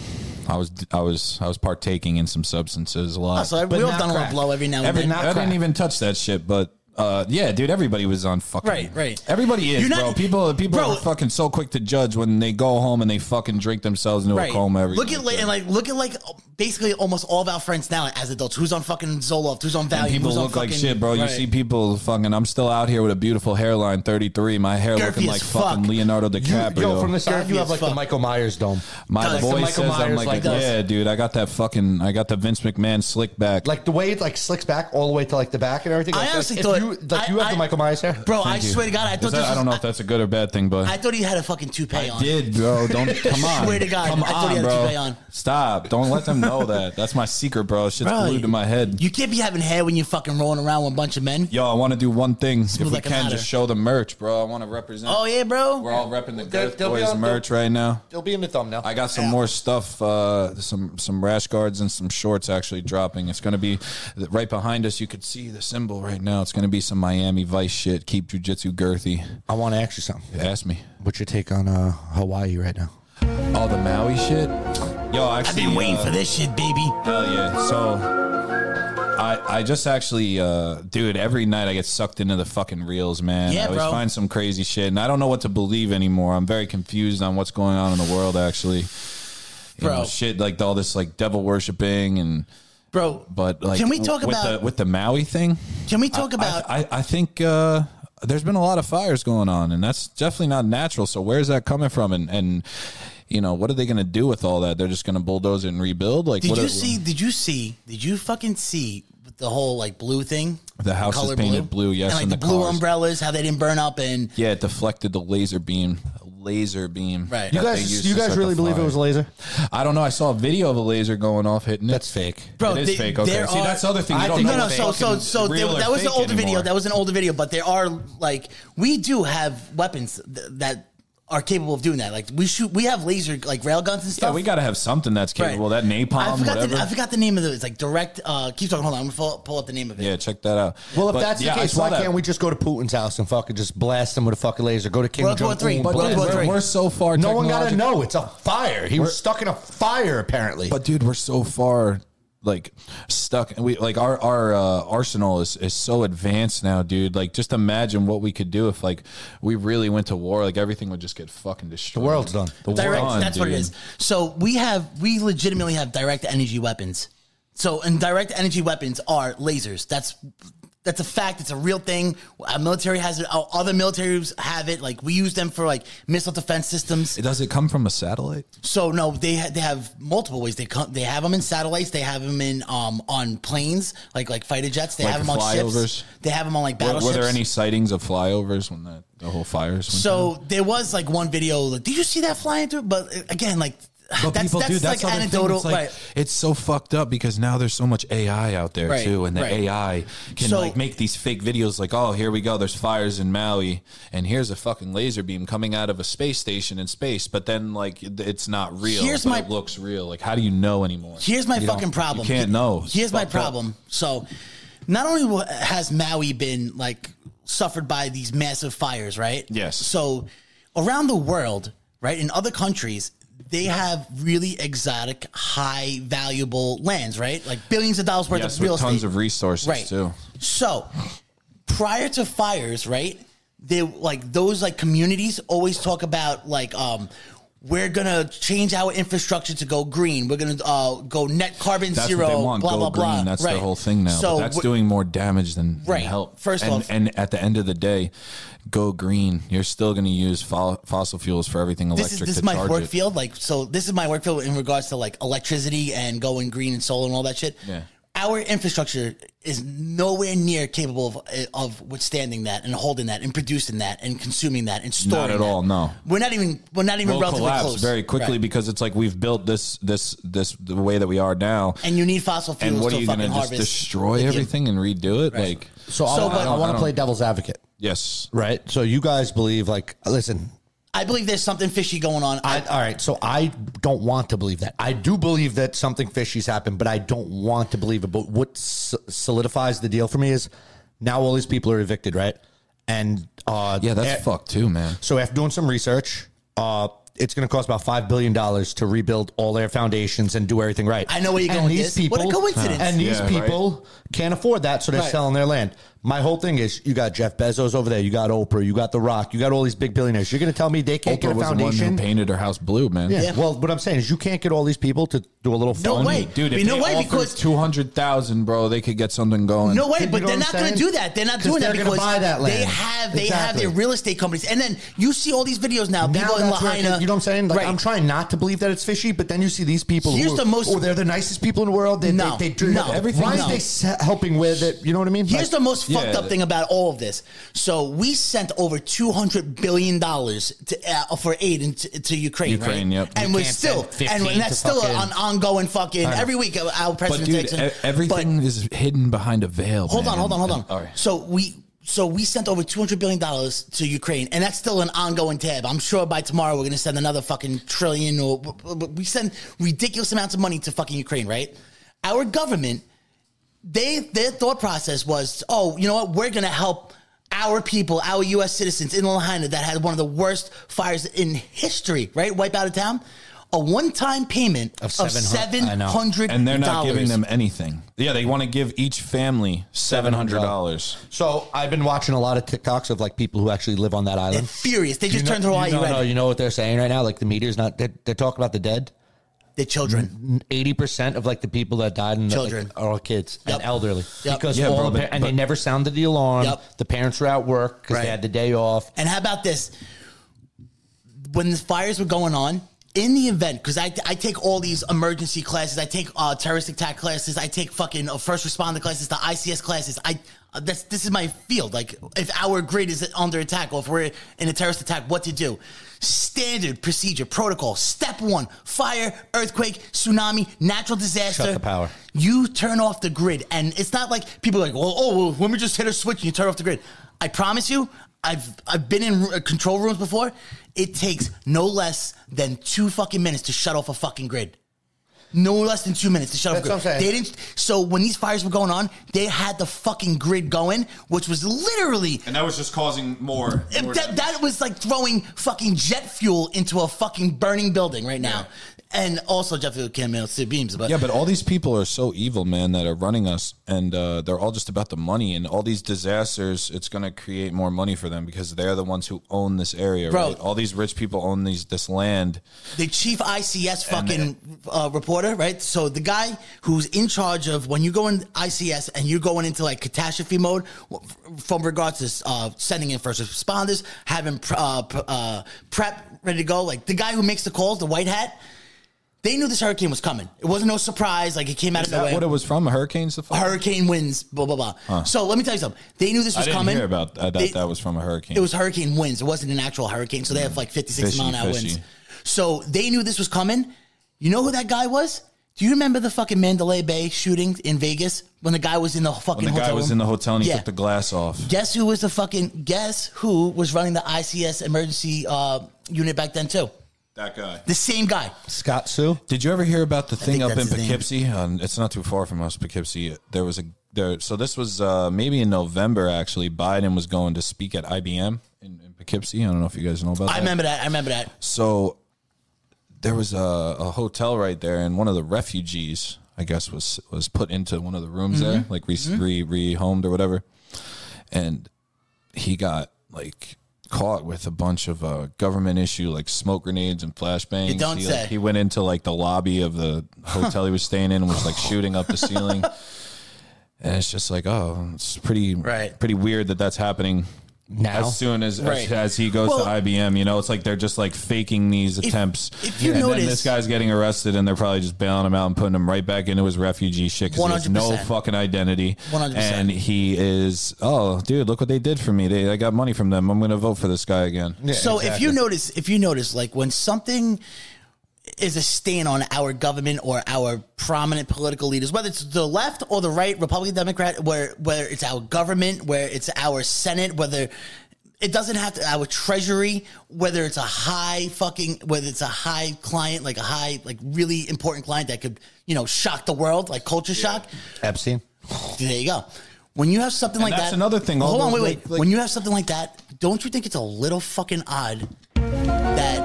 S5: I was, I was, I was partaking in some substances a lot.
S4: Oh, so I,
S2: But
S4: we all
S2: not
S4: done a little
S2: crack.
S4: blow every now and
S5: Every,
S4: then.
S5: I didn't even touch that shit, but uh, yeah, dude, everybody was on fucking.
S4: Right, right.
S5: Everybody is,
S4: You're not-
S5: bro. People, people
S4: Bro-
S5: are fucking so quick to judge when they go home and they fucking drink themselves into a coma. Every
S4: look at like, and like look at like basically almost all of our friends now as adults. Who's on fucking Zoloft? Who's on
S5: And
S4: Valium?
S5: people
S4: who's on
S5: look like
S4: fucking-
S5: shit, bro. You
S4: Right.
S5: see people fucking. I'm still out here with a beautiful hairline, 33. My hair
S4: Girthy
S5: looking like
S4: as
S5: fucking
S4: fuck.
S5: Leonardo DiCaprio.
S2: You, yo, from the side,
S4: Scurvy
S2: you have
S4: as
S2: like the
S4: fuck.
S2: Michael Myers dome.
S5: My
S4: Does.
S5: boy
S2: Michael
S5: says I'm
S2: Myers
S5: like,
S2: like
S4: does.
S5: yeah, dude. I got that fucking. I got the Vince McMahon slick back.
S2: like the way it like slicks back all the way to like the back and everything.
S4: I
S2: like,
S4: honestly
S2: like, if
S4: thought-
S2: you, like you
S4: I-
S2: have
S4: I-
S2: the Michael Myers hair.
S4: Bro, I swear to God, I thought
S5: Is that-
S4: this
S5: I
S4: was,
S5: don't know if that's a good or bad thing, but
S4: I thought he had a fucking toupee on.
S5: did, bro. Don't come on.
S4: swear to God,
S5: come
S4: I thought he
S5: on,
S4: had a toupee
S5: bro.
S4: on.
S5: Stop. Don't let them know that. That's my secret, bro. Shit's
S4: Bro,
S5: glued to my head.
S4: You can't be having hair when you're fucking rolling around with a bunch of men.
S5: Yo, I want to do one thing. If we
S4: like a
S5: can,
S4: ladder.
S5: just show the merch, bro. I want to represent.
S4: Oh yeah, bro.
S5: We're all repping the
S2: They'll-
S5: Girth
S2: they'll be
S5: Boys
S2: on-
S5: merch right now.
S2: It'll be in the thumbnail.
S5: I got some more stuff, uh, some some rash guards and some shorts actually dropping. It's gonna be th- right behind us. You could see the symbol right now. It's gonna be some Miami Vice shit. Keep jujitsu girthy.
S2: I want to ask you something.
S5: Ask me.
S2: What's your take on uh, Hawaii right now?
S5: All the Maui shit. Yo, actually,
S4: I've been waiting
S5: uh,
S4: for this shit, baby.
S5: Hell yeah. So I I just actually uh dude, every night I get sucked into the fucking reels, man.
S4: Yeah,
S5: I always
S4: bro.
S5: find some crazy shit and I don't know what to believe anymore. I'm very confused on what's going on in the world actually. You
S4: Bro.
S5: know, shit like all this like devil worshiping and
S4: Bro,
S5: but like
S4: Can we talk
S5: with
S4: about-
S5: the, with the Maui thing?
S4: can we talk about
S5: I, I, I think uh, there's been a lot of fires going on, and that's definitely not natural. So where's that coming from? And and you know what are they going to do with all that? They're just going to bulldoze it and rebuild. Like
S4: Did
S5: what
S4: you
S5: are-
S4: see? Did you see? Did you fucking see the whole like blue thing?
S5: The house is
S4: color
S5: painted blue, yes,
S4: and like
S5: and
S4: the,
S5: the
S4: blue
S5: cars.
S4: umbrellas, how they didn't burn up, and
S5: Yeah, it deflected the laser beam. Laser beam.
S4: Right.
S2: You
S5: that they
S2: guys,
S5: used
S2: you
S5: to
S2: guys
S5: set
S2: really
S5: the
S2: believe it
S5: fire.
S2: was a laser?
S5: I don't know. I saw a video of a laser going off hitting it.
S2: That's fake.
S4: bro,
S5: it is
S4: they-
S5: fake. Okay.
S4: there
S5: See,
S4: are-
S5: that's the other thing. You
S2: I
S5: don't
S2: think
S5: know
S4: No, no.
S5: if
S4: So,
S5: it's
S4: so,
S5: fucking
S4: so
S5: real
S4: there-
S5: or
S4: that was the
S5: fake
S4: older video.
S5: anymore.
S4: That was an older video, but there are like we do have weapons th- that are capable of doing that. Like we shoot, we have laser like rail guns and stuff.
S5: Yeah, we got to have something that's
S4: Right.
S5: capable. That napalm,
S4: I forgot,
S5: whatever.
S4: The, I forgot the name of it. It's like direct. Uh, keep talking. Hold on, I'm gonna pull, pull up the name of it.
S5: yeah, check that out.
S2: Well, if
S5: But,
S2: that's
S5: yeah, I
S2: the case,
S5: saw
S2: why
S5: that.
S2: can't we just go to Putin's house and fucking just blast him with a fucking laser? Go to King
S4: World War
S2: Jong Un.
S4: Three.
S5: But
S4: World
S5: dude,
S4: War
S5: we're,
S4: Three.
S5: we're so far.
S2: No one got to
S5: technologic-
S2: know. It's a fire. He was stuck in a fire, apparently.
S5: But dude, we're so far like stuck and we like our our uh, arsenal is is so advanced now dude like just imagine what we could do if like we really went to war like everything would just get fucking destroyed
S2: world's done.
S5: the world's
S4: direct.
S5: done,
S4: that's what it
S5: dude.
S4: is. So we have we legitimately have direct energy weapons. So and direct energy weapons are lasers. That's that's a fact. It's a real thing. Our military has it. Our other militaries have it. Like we use them for like missile defense systems.
S5: Does it come from a satellite?
S4: So no, they ha- they have multiple ways. They come. They have them in satellites. They have them in um on planes, like like fighter jets. They
S5: Like
S4: have them
S5: the
S4: on
S5: flyovers?
S4: ships. They have them on like
S5: Were,
S4: battleships.
S5: were there any sightings of flyovers when that the whole fires? Went
S4: So there was like one video. Like, did you see that flying through? But uh, again, like
S5: But
S4: that's
S5: people
S4: that's
S5: do.
S4: like
S5: That's the other thing.
S4: anecdotal,
S5: It's like,
S4: right?
S5: It's so fucked up because now there's so much AI out there
S4: Right,
S5: too, and the
S4: right.
S5: AI can
S4: So-
S5: like make these fake videos. Like, oh, here we go. There's fires in Maui, and here's a fucking laser beam coming out of a space station in space. But then, like, it- it's not real.
S4: Here's
S5: but
S4: my-
S5: it looks real. Like, how do you know anymore?
S4: Here's my
S5: You don't-
S4: fucking problem.
S5: You can't know. It's
S4: Here's my
S5: fucked up.
S4: problem. So, not only wa- has Maui been like suffered by these massive fires, right?
S5: Yes.
S4: So, around the world, right, in other countries, they have really exotic, high valuable lands, right? Like billions of dollars worth
S5: Yes,
S4: of real
S5: with tons
S4: estate.
S5: of resources
S4: Right.
S5: too.
S4: So, prior to fires, right? They like those like communities always talk about like um we're gonna change our infrastructure to go green. We're gonna uh, go net carbon
S5: That's
S4: zero.
S5: what they want.
S4: Blah
S5: go
S4: blah
S5: green.
S4: blah.
S5: That's
S4: right.
S5: the whole thing now.
S4: So
S5: but that's
S4: wh-
S5: doing more damage than, than
S4: Right.
S5: help.
S4: First
S5: and,
S4: off-
S5: and at the end of the day, go green. You're still going to use fo- fossil fuels for everything electric
S4: This is this
S5: to
S4: is my
S5: charge
S4: work
S5: it.
S4: field. Like so, this is my work field in regards to like electricity and going green and solar and all that shit.
S5: Yeah.
S4: Our infrastructure is nowhere near capable of, of withstanding that and holding that and producing that and consuming that and storing.
S5: at
S4: that.
S5: all, no.
S4: we're not even. We're not even
S5: Will
S4: relatively
S5: collapse
S4: close.
S5: very quickly
S4: Right.
S5: because it's like we've built this this this the way that we are now.
S4: and you need fossil fuels
S5: And what
S4: to
S5: are you going to
S4: fucking
S5: just
S4: harvest.
S5: destroy
S4: lithium.
S5: everything and redo it? Like
S2: So, I-
S4: So,
S2: I,
S4: but-
S2: I want
S5: I
S2: to
S5: don't-
S2: play devil's advocate,
S5: yes,
S2: right? So you guys believe like, listen,
S4: I believe there's something fishy going on.
S2: I,
S4: I,
S2: all right, so I don't want to believe that. I do believe that something fishy's happened, but I don't want to believe it. But what s- solidifies the deal for me is now all these people are evicted, right? And uh,
S5: yeah, that's
S2: eh,
S5: fucked too, man.
S2: So after doing some research, uh, it's going to cost about five billion dollars to rebuild all their foundations and do everything right.
S4: I know where you're
S2: and
S4: going with
S2: These
S4: this.
S2: people,
S4: What a coincidence.
S2: And these
S5: Yeah, right.
S2: people can't afford that, so they're
S4: Right.
S2: selling their land. My whole thing is, you got Jeff Bezos over there, you got Oprah, you got The Rock, you got all these big billionaires. You're going to tell me they can't
S5: Oprah
S2: get a
S5: was the one who
S2: foundation?
S5: painted her house blue, man.
S2: Yeah.
S4: Yeah.
S2: Well, what I'm saying is, you can't get all these people to do a little
S4: No
S2: phone.
S4: way,
S5: Dude, if
S4: no
S5: they
S4: way,
S5: offered
S4: because
S5: two hundred thousand, bro, they could get something going.
S4: no way,
S2: You
S4: but
S2: know
S4: they're
S2: what
S4: not
S2: I'm
S4: going to
S2: saying?
S4: do that. They're not
S2: 'Cause
S4: doing that
S2: they're gonna
S4: because
S2: buy that
S4: they
S2: land.
S4: have they have
S2: Exactly.
S4: their real estate companies, and then you see all these videos now.
S2: Now
S4: People in
S2: that's where it
S4: Lahaina,
S2: gets- you know what I'm saying? Like
S4: right.
S2: I'm trying not to believe that it's fishy, but then you see these people.
S4: Here's
S2: who,
S4: the most-
S2: Oh, they're the nicest people in the world. They,
S4: No,
S2: they, they do
S4: no,
S2: everything. Why
S4: no.
S2: are they se- helping with it? You know what I mean?
S4: Here's the most fucked
S5: yeah.
S4: up thing about all of this. So we sent over two hundred billion dollars to uh, for aid in, to, to Ukraine,
S5: Ukraine,
S4: right?
S5: yep.
S4: And
S5: You
S4: we're
S5: can't
S4: still
S2: send 15
S4: and,
S2: to
S4: that's still
S2: fucking-
S4: an ongoing fucking every week. uh, Our
S5: But
S4: president
S5: dude,
S4: takes
S5: e-
S4: it.
S5: everything is hidden behind a veil.
S4: Hold on,
S5: man.
S4: hold on, hold on.
S5: All right.
S4: So we so we sent over two hundred billion dollars to Ukraine, and that's still an ongoing tab. I'm sure by tomorrow we're going to send another fucking trillion, or we send ridiculous amounts of money to fucking Ukraine, right? Our government, they their thought process was, oh, you know what, we're going to help our people, our U.S. citizens in Lahaina that had one of the worst fires in history, right? Wipe out of town. A one-time payment of seven
S2: I know.
S4: hundred,
S5: and they're not giving them anything. Yeah, they want to give each family seven hundred dollars.
S2: So I've been watching a lot of TikToks of like people who actually live on that
S4: They're
S2: island.
S4: furious. They just
S2: You know-
S4: turned Hawaii
S2: you know,
S4: red.
S2: no, you know what they're saying right now? Like the media's not. They're, they're talking about the dead.
S4: the children.
S2: Eighty percent of like the people that died in the, like,
S4: Children.
S2: are all kids
S4: Yep.
S2: and elderly
S4: Yep.
S2: because
S5: Yeah,
S2: all
S5: bro,
S2: the
S5: but-
S2: par- and they
S5: but-
S2: never sounded the alarm.
S4: Yep.
S2: The parents were at work because
S4: Right.
S2: they had the day off.
S4: And how about this? When the fires were going on, in the event, because I, I take all these emergency classes, I take uh, terrorist attack classes, I take fucking uh, first responder classes, the ICS classes. I uh, that's this is my field. Like if our grid is under attack or if we're in a terrorist attack, what to do? Standard procedure protocol. Step one: fire, earthquake, tsunami, natural disaster.
S2: the power.
S4: you turn off the grid and it's not like people are like well oh well, let me just hit a switch and you turn off the grid i promise you i've i've been in uh, control rooms before it takes no less than two fucking minutes to shut off a fucking grid no less than two minutes to shut off.
S2: That's
S4: the
S2: what
S4: grid.
S2: I'm
S4: They
S2: saying.
S4: didn't. So when these fires were going on, they had the fucking grid going, which was literally
S5: And that was just causing more.
S4: that, that was like throwing fucking jet fuel into a fucking burning building right now. and also Jeffy Cam and Sid Beams. But
S5: Yeah, but all these people are so evil, man, that are running us, and uh, they're all just about the money. And all these disasters, it's going to create more money for them because they're the ones who own this area,
S4: Bro.
S5: right? All these rich people own these this land.
S4: the chief ICS fucking uh, reporter, right? So the guy who's in charge of when you go in ICS and you're going into like catastrophe mode, w- f- from regards to uh, sending in first responders, having pr- uh, pr- uh, prep ready to go, like the guy who makes the calls, the white hat. They knew this hurricane was coming. It wasn't no surprise. Like it came out
S5: Is
S4: of nowhere.
S5: that what it was from? Hurricanes? The fuck?
S4: hurricane winds, blah blah blah. So let me tell you something. They knew this
S5: I
S4: was
S5: didn't
S4: coming.
S5: hear about that. I thought
S4: They-
S5: that was from a hurricane.
S4: it was hurricane winds. It wasn't an actual hurricane, so they have like 50, 60
S5: Mm. Fishy,
S4: mile an hour
S5: fishy.
S4: winds. So they knew this was coming. You know who that guy was? Do you remember the fucking Mandalay Bay shooting in Vegas when the guy was in the fucking
S5: when the guy
S4: hotel
S5: was
S4: room?
S5: in the hotel and he
S4: Yeah.
S5: took the glass off.
S4: Guess who was the fucking guess who was running the ICS emergency uh, unit back then too?
S5: That guy.
S4: The same guy.
S2: Scott Sue.
S5: Did you ever hear about the thing
S4: think
S5: up in
S4: that's his name.
S5: Poughkeepsie? Um, it's not too far from us, Poughkeepsie. There was a there. So this was uh, maybe in November. Actually, Biden was going to speak at IBM in, in Poughkeepsie. I don't know if you guys know about.
S4: I
S5: that.
S4: remember that. I remember that.
S5: So there was a, a hotel right there, and one of the refugees, I guess, was was put into one of the rooms
S4: Mm-hmm.
S5: there, like re, re rehomed or whatever, and he got like caught with a bunch of uh, government issue like smoke grenades and flashbangs.
S4: You don't
S5: he,
S4: say.
S5: Like, he went into like the lobby of the hotel he was staying in and was like shooting up the ceiling. And it's just like, oh, it's pretty,
S4: Right.
S5: pretty weird that that's happening
S2: Now?
S5: As soon as,
S4: Right.
S5: as as he goes
S4: Well-
S5: to IBM, you know, it's like they're just like faking these attempts.
S4: if you
S5: and
S4: notice-
S5: then this guy's getting arrested, and they're probably just bailing him out and putting him right back into his refugee shit because he has no
S4: 100%.
S5: fucking identity.
S4: 100%.
S5: And he is, oh, dude, look what they did for me. They, I got money from them. I'm going to vote for this guy again.
S4: so if you notice, if you notice, like when something is a stain on our government or our prominent political leaders, whether it's the left or the right, Republican, Democrat, where whether it's our government, where it's our Senate, whether it doesn't have to our treasury, whether it's a high fucking whether it's a high client, like a high, like really important client that could, you know, shock the world, like culture shock.
S2: Epstein.
S4: There you go. When you have something like
S5: that's
S4: that,
S5: another thing, all
S4: Hold on, wait,
S5: those,
S4: wait.
S5: like- like-
S4: when you have something like that, don't you think it's a little fucking odd that?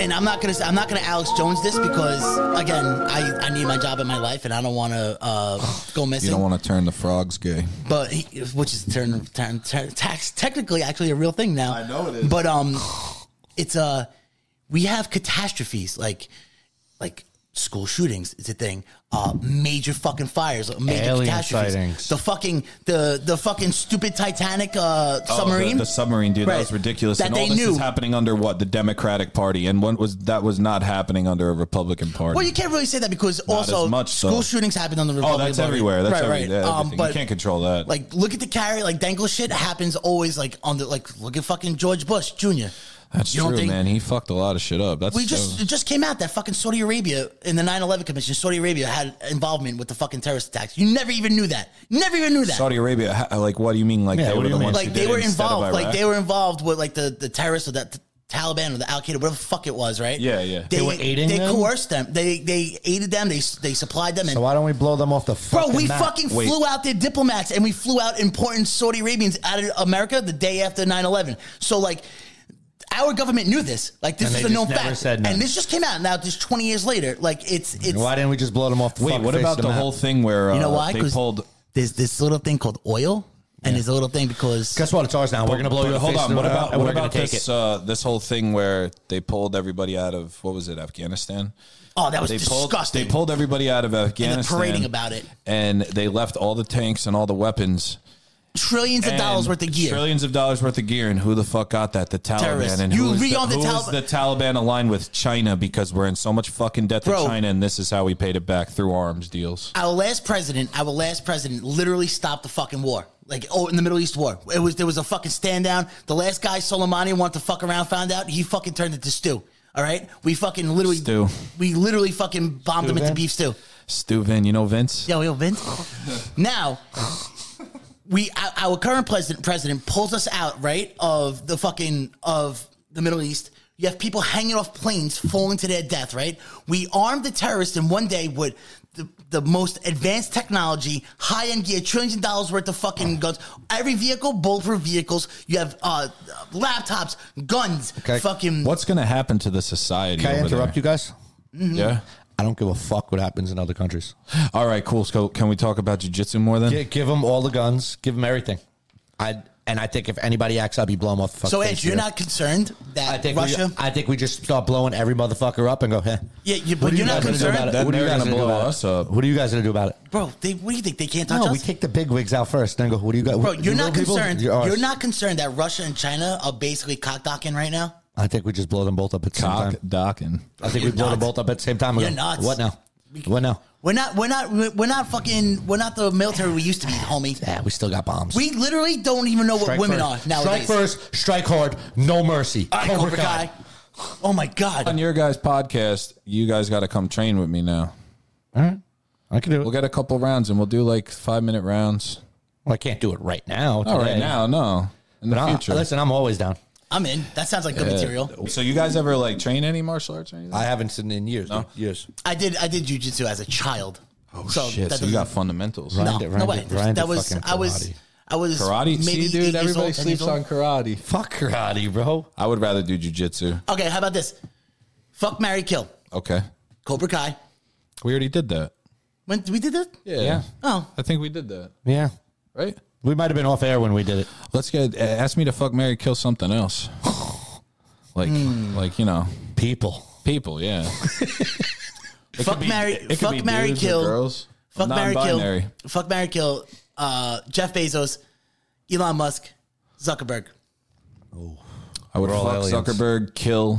S4: And I'm not gonna I'm not gonna Alex Jones this because again I, I need my job in my life and I don't want to uh, go missing.
S5: You don't want to turn the frogs gay.
S4: but he, which is turn, turn, turn tax technically actually a real thing now.
S5: I know it is.
S4: But um, it's uh, we have catastrophes like like school shootings is a thing. Uh, major fucking fires, uh, major
S2: Alien
S4: catastrophes.
S2: sightings.
S4: The fucking the the fucking stupid Titanic uh, submarine.
S5: Oh, the, the submarine, dude,
S4: Right.
S5: that was ridiculous.
S4: That
S5: and all
S4: they
S5: this
S4: knew.
S5: is happening under what the Democratic Party, and what was that was not happening under a Republican Party.
S4: well, you can't really say that because also
S5: as much,
S4: school
S5: though.
S4: shootings happen on the
S5: oh,
S4: Republican
S5: that's
S4: Party.
S5: everywhere. That's
S4: right,
S5: every,
S4: right.
S5: yeah,
S4: Um,
S5: everything. you
S4: but-
S5: can't control that.
S4: Like, look at the carry, like, dangle shit happens always, like, on the, like, look at fucking George Bush Jr.
S5: That's
S4: You don't
S5: true,
S4: think-
S5: man. He fucked a lot of shit up. That's
S4: We just it just came out that fucking Saudi Arabia in the 9/11 commission. Saudi Arabia had involvement with the fucking terrorist attacks. You never even knew that. Never even knew that.
S5: Saudi Arabia. ha- uh, Like, what do you mean? Like,
S2: Yeah,
S5: they
S2: what
S5: were
S2: do you
S5: the
S2: mean?
S5: ones
S4: like
S5: who
S4: they
S5: did it
S4: were
S5: instead of
S4: involved. Like
S5: Iraq?
S4: they were involved with like the the terrorists or that. Taliban or the Al Qaeda, whatever the fuck it was, right?
S5: Yeah, yeah.
S4: They,
S5: They
S2: were aiding
S4: They
S2: them?
S4: coerced them. They they aided them. They they supplied them. And
S2: So why don't we blow them off the
S4: bro,
S2: fucking
S4: we
S2: map?
S4: fucking
S5: Wait.
S4: flew out their diplomats and we flew out important Saudi Arabians out of America the day after 9-11. So like, our government knew this. Like this
S2: And
S4: is
S2: they
S4: a known
S2: just never
S4: fact.
S2: said nothing.
S4: and this just came out now. Just twenty years later, like it's it's.
S2: Why didn't we just blow them off the
S5: Wait,
S2: fucking
S5: what
S2: face
S5: about
S2: of
S5: the
S2: map?
S5: whole thing where
S4: You know
S5: uh,
S4: why?
S5: they
S4: 'Cause
S5: pulled?
S4: there's this little thing called oil, and there's a little thing because
S2: Guess what? It's ours now. We're gonna blow
S5: But
S2: you.
S5: hold on. What about what
S2: we're gonna
S5: about
S2: take
S5: this
S2: it?
S5: uh, this whole thing where they pulled everybody out of what was it Afghanistan?
S4: oh, that was
S5: They pulled,
S4: disgusting.
S5: they pulled everybody out of Afghanistan.
S4: parading about it.
S5: and they left all the tanks and all the weapons.
S4: trillions of
S5: and
S4: dollars worth of gear.
S5: Trillions of dollars worth of gear, and who the fuck got that? The Taliban.
S4: Terrorists.
S5: And
S4: You
S5: who is
S4: read on the
S5: who is
S4: Talib-
S5: the Taliban aligned with China because we're in so much fucking debt
S4: Bro.
S5: to China, and this is how we paid it back through arms deals.
S4: Our last president, our last president, literally stopped the fucking war. Like oh, in the Middle East war, it was there was a fucking stand down. The last guy Soleimani wanted to fuck around, found out he fucking turned it to stew. All right, we fucking literally
S5: Stew.
S4: We literally fucking bombed him into
S2: Van?
S4: beef stew.
S5: Stu Vin, you know Vince?
S4: Yo, yo, Vince. now, we our- our current president president pulls us out right of the fucking of the Middle East. You have people hanging off planes, falling to their death. Right? We armed the terrorists in one day with the, the most advanced technology, high end gear, trillions of dollars worth of fucking guns. Every vehicle, bulletproof vehicles. You have uh, laptops, guns,
S2: Okay.
S4: fucking.
S5: What's going to happen to the society?
S2: Can I
S5: over
S2: interrupt
S5: there?
S2: you guys?
S4: Mm-hmm.
S5: Yeah.
S2: I don't give a fuck what happens in other countries.
S5: All right, cool. So can we talk about jujitsu more then?
S2: Yeah, give them all the guns. Give them everything. I and I think if anybody acts up, you blow them off the fucking
S4: So,
S2: face
S4: Edge, you're
S2: here.
S4: not concerned
S2: I
S4: that
S2: think
S4: Russia?
S2: We, I think we just start blowing every motherfucker up and go. Hey,
S4: yeah, you, but you're not
S2: guys gonna do
S4: concerned,
S2: about it?
S5: That-
S2: What are you
S5: they're
S2: guys
S5: gonna
S2: gonna do
S5: blow
S2: about it?
S5: us up.
S2: What are you guys gonna do about it?
S4: bro. They, what do you think? They can't touch
S2: No,
S4: us.
S2: we take the big wigs out first, then go. What do you got?
S4: Bro,
S2: you
S4: you're not
S2: little people?
S4: concerned.
S2: You're ours.
S4: You're not concerned that Russia and China are basically cockdocking right now.
S2: I think we just blow them both up at the same
S5: Cock
S2: time.
S5: docking.
S2: I think we
S4: You're
S2: blow them
S4: nuts.
S2: both up at the same time. and
S4: You're
S2: go,
S4: nuts.
S2: What now? What now?
S4: We're not. We're not. We're we're not fucking. We're not the military we used to be, homie.
S2: Yeah, we still got bombs.
S4: We literally don't even know what
S2: Strike
S4: women
S2: first.
S4: are nowadays.
S2: Strike first, strike hard, no mercy.
S4: All right, Cobra, Kai. Oh my god.
S5: On your guys' podcast, you guys got to come train with me now.
S2: I can do it.
S5: We'll get a couple rounds and we'll do like five minute rounds.
S2: Well, I can't do it right now.
S5: Not right
S2: today.
S5: now, no. In the
S2: But I,
S5: future.
S2: listen, I'm always down.
S4: I'm in. That sounds like good material.
S5: So you guys ever like train any martial arts or anything?
S2: I haven't seen in years. dude. Years.
S4: I did. I did jujitsu as a child. Oh
S5: Shit, so you got fundamentals.
S4: no,
S2: Ryan did-
S4: no
S2: Ryan
S4: way.
S2: did- Ryan
S4: that
S2: did
S4: was.
S2: fucking
S4: I was.
S2: karate.
S4: I was
S5: Karate?
S4: Maybe
S5: See,
S4: eight
S5: dude,
S4: years
S5: everybody
S4: old, ten years
S5: sleeps on
S4: old.
S5: karate.
S2: Fuck karate, bro.
S5: I would rather do jujitsu.
S4: Okay, how about this? Fuck, Mary kill.
S5: Okay.
S4: Cobra Kai.
S5: We already did that.
S4: When we did this?
S5: Yeah.
S4: Oh,
S5: I think we did that.
S2: Yeah.
S5: Right?
S2: We might have been off air when we did it.
S5: Let's get ask me to fuck Mary kill something else. Like
S4: Hmm.
S5: like, you know,
S2: People.
S5: people, yeah.
S4: fuck, Mary. Fuck, Mary kill. Fuck Mary Kill. Fuck Mary Kill. Uh, Jeff Bezos, Elon Musk, Zuckerberg.
S5: I would
S2: We're all
S5: fuck
S2: aliens.
S5: Zuckerberg, kill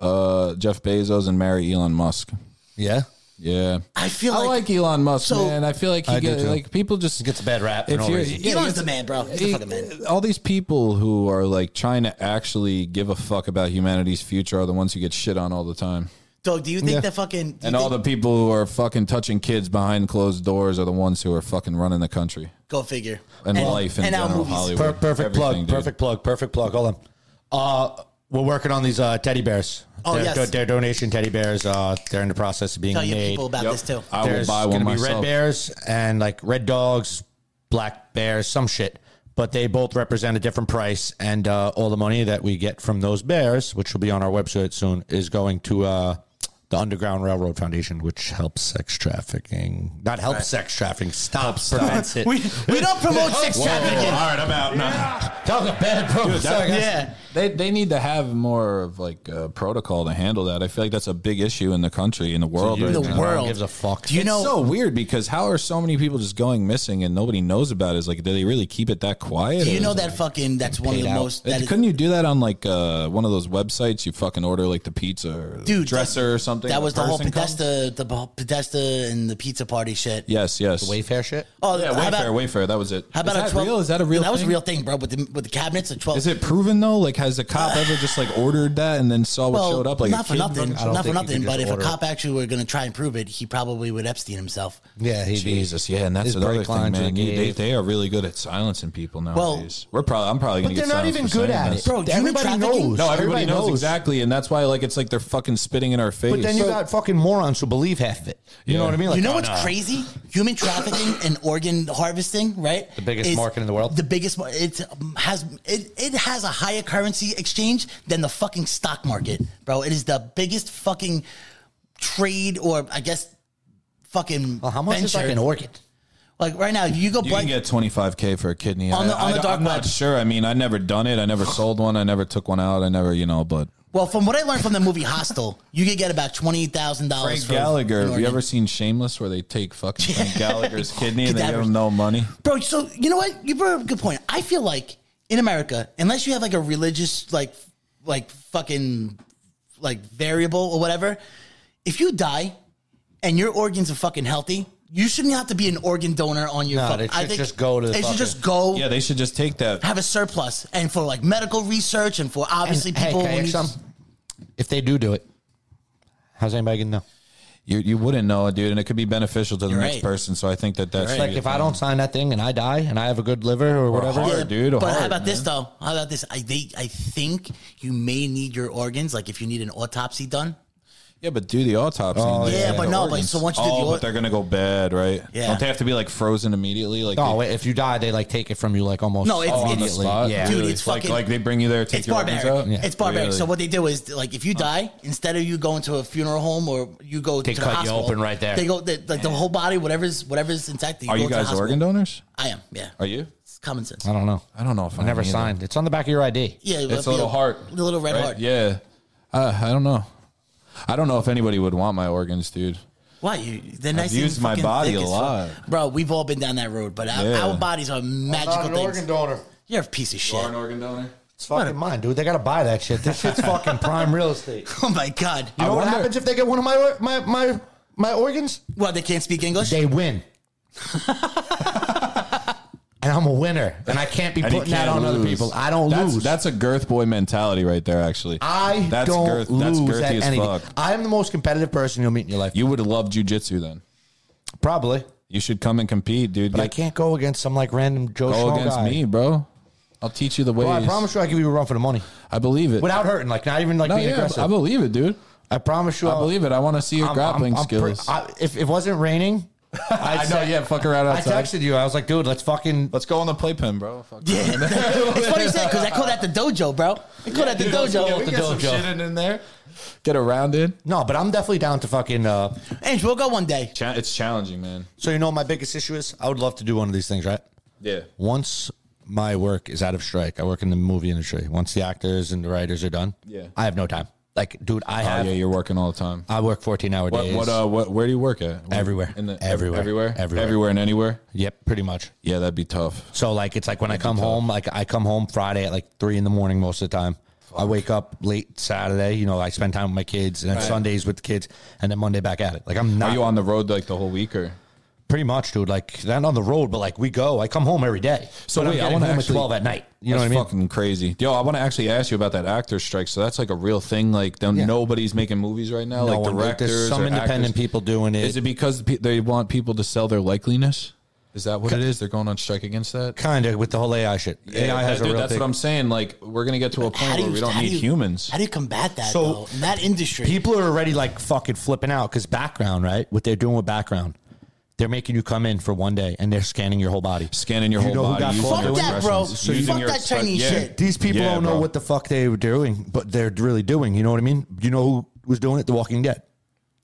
S5: uh, Jeff Bezos, and marry Elon Musk.
S2: Yeah.
S5: Yeah,
S4: I feel
S5: I
S4: like,
S5: like Elon Musk,
S4: So-
S5: man. I feel like he
S2: I do
S5: get,
S2: too.
S5: like people just
S2: Gets a bad rap for
S5: If
S2: no
S5: you're,
S2: reason.
S5: yeah,
S4: Elon's
S5: he-
S4: the man, bro. He's the
S5: he-
S4: fucking man.
S5: All these people who are like trying to actually give a fuck about humanity's future are the ones who get shit on all the time.
S4: Dog, do you think
S2: Yeah.
S4: that fucking do you
S5: And all the
S4: think-
S5: people who are fucking touching kids behind closed doors are the ones who are fucking running the country
S4: go figure
S5: and, life in
S4: and our
S5: general.
S4: movies.
S5: Hollywood,
S2: Per- perfect
S5: everything,
S2: plug.
S5: dude.
S2: Perfect plug. Perfect plug. Hold on. Uh, we're working on these uh, teddy bears.
S4: Oh,
S2: they're,
S4: yes.
S2: do- they're donation teddy bears. Uh, they're in the process of being
S4: Tell
S2: made.
S4: your people about
S5: Yep. Uh,
S4: this too.
S5: I will
S2: There's
S5: buy
S2: gonna
S5: one
S2: be
S5: myself.
S2: red bears and like red dogs, black bears, some shit. But they both represent a different price, and uh, all the money that we get from those bears, which will be on our website soon, is going to uh, the Underground Railroad Foundation, which helps sex trafficking. Not help sex trafficking. Stops, prevents it.
S4: We, we don't promote sex trafficking.
S5: right, I'm out.
S2: Talk about bad bro. Sorry, guys.
S4: Yeah.
S5: They, they need to have more of like a protocol to handle that. I feel like that's a big issue in the country, in the world. right
S4: The
S5: now.
S2: No one
S4: world
S2: gives a fuck.
S4: Do you know?
S5: it's so weird because how are so many people just going missing and nobody knows about it? It's like, do they really keep it that quiet?
S4: do
S5: or
S4: you know
S5: is
S4: that fucking? That's one of the
S2: out.
S4: most.
S5: it-
S4: That is,
S5: couldn't you do that on like uh, one of those websites? You fucking order like the pizza or the
S4: dude,
S5: dresser
S4: that-
S5: or something.
S4: That was the whole
S5: person comes?
S4: Podesta, the whole Podesta and the pizza party shit.
S5: Yes, yes.
S2: Wayfair shit?
S4: Oh,
S5: yeah,
S4: how
S5: Wayfair,
S4: about-
S5: Wayfair. That was it.
S4: How about
S5: is
S4: a
S5: that
S4: 12,
S5: real? Is that a real?
S4: That was a
S5: thing?
S4: real thing, bro. With the with the cabinets, a twelve.
S5: Is it proven though? Like, has a cop ever just like ordered that and then saw what
S4: Well,
S5: showed up? Like,
S4: not
S5: a
S4: for
S5: kid
S4: nothing.
S5: running-
S2: don't
S4: Not for
S2: think you
S4: nothing.
S2: could
S4: But
S2: just
S4: if a
S2: order
S4: cop actually were going to try and prove it, he probably would Epstein himself.
S2: Yeah, he
S5: Jesus, yeah, and that's
S2: His
S5: another
S2: brake
S5: thing,
S2: lines are
S5: man. You- they,
S2: gay.
S5: they are really good at silencing people nowadays. We're probably, I'm probably,
S2: But
S5: gonna
S2: they're
S5: get
S2: not
S5: silenced
S2: even
S5: for
S2: good
S5: saying
S2: at
S5: this.
S2: it.
S4: Bro, human
S2: everybody
S4: trafficking?
S2: knows.
S5: No, everybody, knows, exactly, and that's why like it's like they're fucking spitting in our face.
S2: But then you got fucking morons who believe half of it. You
S5: Yeah.
S2: know what I mean? Like,
S4: you know
S2: oh,
S4: what's
S2: no.
S4: crazy? Human trafficking and organ harvesting, right? The
S2: biggest market in the world?
S4: The biggest. mar- It um, has it, it has a higher currency exchange than the fucking stock market, bro. It is the biggest fucking trade, or I guess fucking.
S2: Well, how much is like
S4: venture.
S2: an organ?
S4: Like right now, if you go
S5: you
S4: black.
S5: can get 25k for a kidney.
S4: On the- on
S5: I- I
S4: the
S5: don't-
S4: dark
S5: I'm not
S4: web.
S5: sure. I mean, I never done it. I never sold one. I never took one out. I never, you know. But
S4: well, from what I learned from the movie Hostel, you could get about twenty thousand dollars.
S5: Frank Gallagher, have you ever seen Shameless where they take fucking Frank Gallagher's kidney and they give
S4: Cadavers.
S5: him no money?
S4: bro. So you know what? You brought up a good point. I feel like in America, unless you have like a religious like like fucking like variable or whatever, if you die and your organs are fucking healthy, you shouldn't have to be an organ donor on your.
S2: No,
S4: fuck-
S2: they should
S4: I think
S2: just go to the
S4: They should
S2: fucking-
S4: just go.
S5: Yeah, they should just take that.
S4: have a surplus and for like medical research and for obviously
S2: hey,
S4: people
S2: can I
S4: who
S2: ask
S4: need-
S2: something? If they do do it, how's anybody gonna know?
S5: You, you wouldn't know, dude, and it could be beneficial to the
S4: You're
S5: next
S4: right.
S5: person. So I think that that's
S4: You're right.
S2: Like, if I don't sign that thing and I die and I have a good liver or whatever,
S5: heart.
S4: Yeah,
S5: dude, a
S4: But
S5: heart,
S4: how about this
S5: man.
S4: though? How about this? I they, I think you may need your organs. Like if you need an autopsy done,
S5: Yeah, but do the autopsy.
S2: Oh,
S4: Yeah, but no, but so once you did
S5: oh,
S4: the
S5: but they're gonna go bad, right?
S4: Yeah.
S5: Don't they have to be like frozen immediately? Like
S2: No,
S5: they-
S2: wait, if you die, they like take it from you like almost
S4: No, it's-
S5: on the
S2: immediately.
S5: spot.
S2: Yeah.
S4: Dude, it's
S5: like
S4: fucking-
S5: like they bring you there, take
S4: It's
S5: your
S4: barbaric.
S5: organs out.
S4: It's barbaric.
S5: Really?
S4: So what they do is like if you die, instead of you going to a funeral home or you go
S6: They
S4: to the
S6: cut you
S4: hospital,
S6: open right there.
S4: They go they, like the whole body, whatever's whatever's intact.
S5: are
S4: go
S5: you
S4: to the
S5: guys
S4: hospital.
S5: organ donors?
S4: I am. Yeah,
S5: Are you?
S4: it's common sense.
S2: I don't know.
S5: I don't know if I
S2: I never
S5: am either.
S2: signed. It's on the back of your ID.
S4: Yeah,
S5: It's a little heart,
S4: the little red
S5: right?
S4: heart.
S5: Yeah, uh, I don't know. I don't know if anybody would want my organs, dude.
S4: Why you? They're nice.
S5: used
S4: and
S5: my
S4: fucking
S5: body
S4: thick
S5: a
S4: as fuck.
S5: lot.
S4: bro. We've all been down that road, but our,
S5: Yeah.
S4: our bodies are magical things.
S2: donor.
S4: You're a piece of shit.
S5: organ donor.
S2: It's fucking mine, dude. They gotta buy that shit. This shit's fucking prime real estate.
S4: Oh my god.
S2: You know what
S5: wonder-
S2: happens if they get one of my or- my my my organs?
S4: Well, they can't speak English.
S2: They win. and I'm a winner, and I can't be
S5: And you
S2: putting that
S5: can't
S2: on other
S5: lose.
S2: people. I don't
S5: that's,
S2: lose.
S5: That's a girth boy mentality right there. Actually,
S2: I
S5: that's
S2: don't
S5: girth,
S2: lose
S5: That's girthy
S2: at
S5: as
S2: anything.
S5: fuck.
S2: I am the most competitive person you'll meet in your life.
S5: You would love jujitsu then.
S2: Probably,
S5: You should come and compete, dude.
S2: but I
S5: Get-
S2: can't go against some like random Joe
S5: go
S2: Schmo
S5: against
S2: guy.
S5: me, bro. I'll teach you the ways.
S2: Bro, I promise you, I give you a run for the money
S5: I believe it.
S2: without hurting, like not even like
S5: no,
S2: being
S5: yeah,
S2: aggressive.
S5: I believe it, dude.
S2: I promise you,
S5: I
S2: I'll-
S5: believe it. I want to see your
S2: Oh, I'm-
S5: grappling
S2: I'm- I'm pre-
S5: skills.
S2: I- if it wasn't raining,
S5: I know. Yeah, fuck around
S2: I
S5: outside.
S2: texted you. I was like, dude, let's fucking.
S5: Let's go on the playpen, bro. Fuck
S4: Yeah. it's funny you said because I call that the dojo, bro. I call that the dojo.
S5: we
S4: the
S5: get some
S4: dojo.
S5: shit in, in there. Get around in.
S2: No, but I'm definitely down to fucking. Uh,
S4: Ange, we'll go one day.
S5: Cha- it's challenging, man.
S2: so you know, what my biggest issue is I would love to do one of these things, right?
S5: Yeah.
S2: Once my work is out of strike, I work in the movie industry. Once the actors and the writers are done,
S5: Yeah.
S2: I have no time. Like, dude, I
S5: Oh,
S2: have.
S5: yeah, you're working all the time.
S2: I work 14 hour
S5: What?
S2: days.
S5: What? Uh. What? Where do you work at?
S2: Everywhere.
S5: In the,
S2: Everywhere.
S5: Everywhere.
S2: Everywhere.
S5: Everywhere and anywhere.
S2: yep, pretty much.
S5: Yeah, that'd be tough.
S2: So like it's like when I come home, like I come home Friday at like three in the morning most of the time. I wake up late Saturday, you know, I spend time with my kids and then Sundays with the kids and then Monday back at it. Like I'm
S5: Are
S2: not
S5: you on the road like the whole week or?
S2: pretty much dude, like not on the road, but like we go. I come home every day.
S5: So
S2: But I'm
S5: wait, I
S2: getting
S5: wanna
S2: home
S5: actually-
S2: at twelve at night. You know what I
S5: that's
S2: mean?
S5: Fucking crazy, yo! I want to actually ask you about that actor strike. So that's like a real thing. Like, don't,
S2: Yeah.
S5: nobody's making movies right now.
S2: No
S5: like
S2: one-
S5: directors,
S2: there's some
S5: or
S2: independent
S5: actors.
S2: people doing it.
S5: Is it because pe- they want people to sell their likeliness? Is that what it is? They're going on strike against that.
S2: kinda with the whole AI shit. AI has
S5: that-
S2: a
S5: dude,
S2: real
S5: that's
S2: thing.
S5: what I'm saying. Like, we're gonna get to a point where we don't
S4: how
S5: need
S4: do you-
S5: humans.
S4: How do you combat that
S2: So-
S4: though? In that industry,
S2: people are already like fucking flipping out because background, right? What they're doing with background. They're making you come in for one day and they're scanning your whole body.
S5: Scanning your
S2: You
S5: whole
S2: know who
S5: body.
S2: got
S5: using
S2: caught
S5: your
S2: doing
S4: that, bro?
S5: expressions,
S4: So you-
S5: using
S4: Fuck
S5: your
S4: that
S5: express-
S4: Chinese
S5: yeah.
S4: shit.
S2: These people
S5: Yeah,
S2: don't know
S5: bro.
S2: what the fuck they were doing, but they're really doing. You know what I mean? You know who was doing it? The Walking Dead.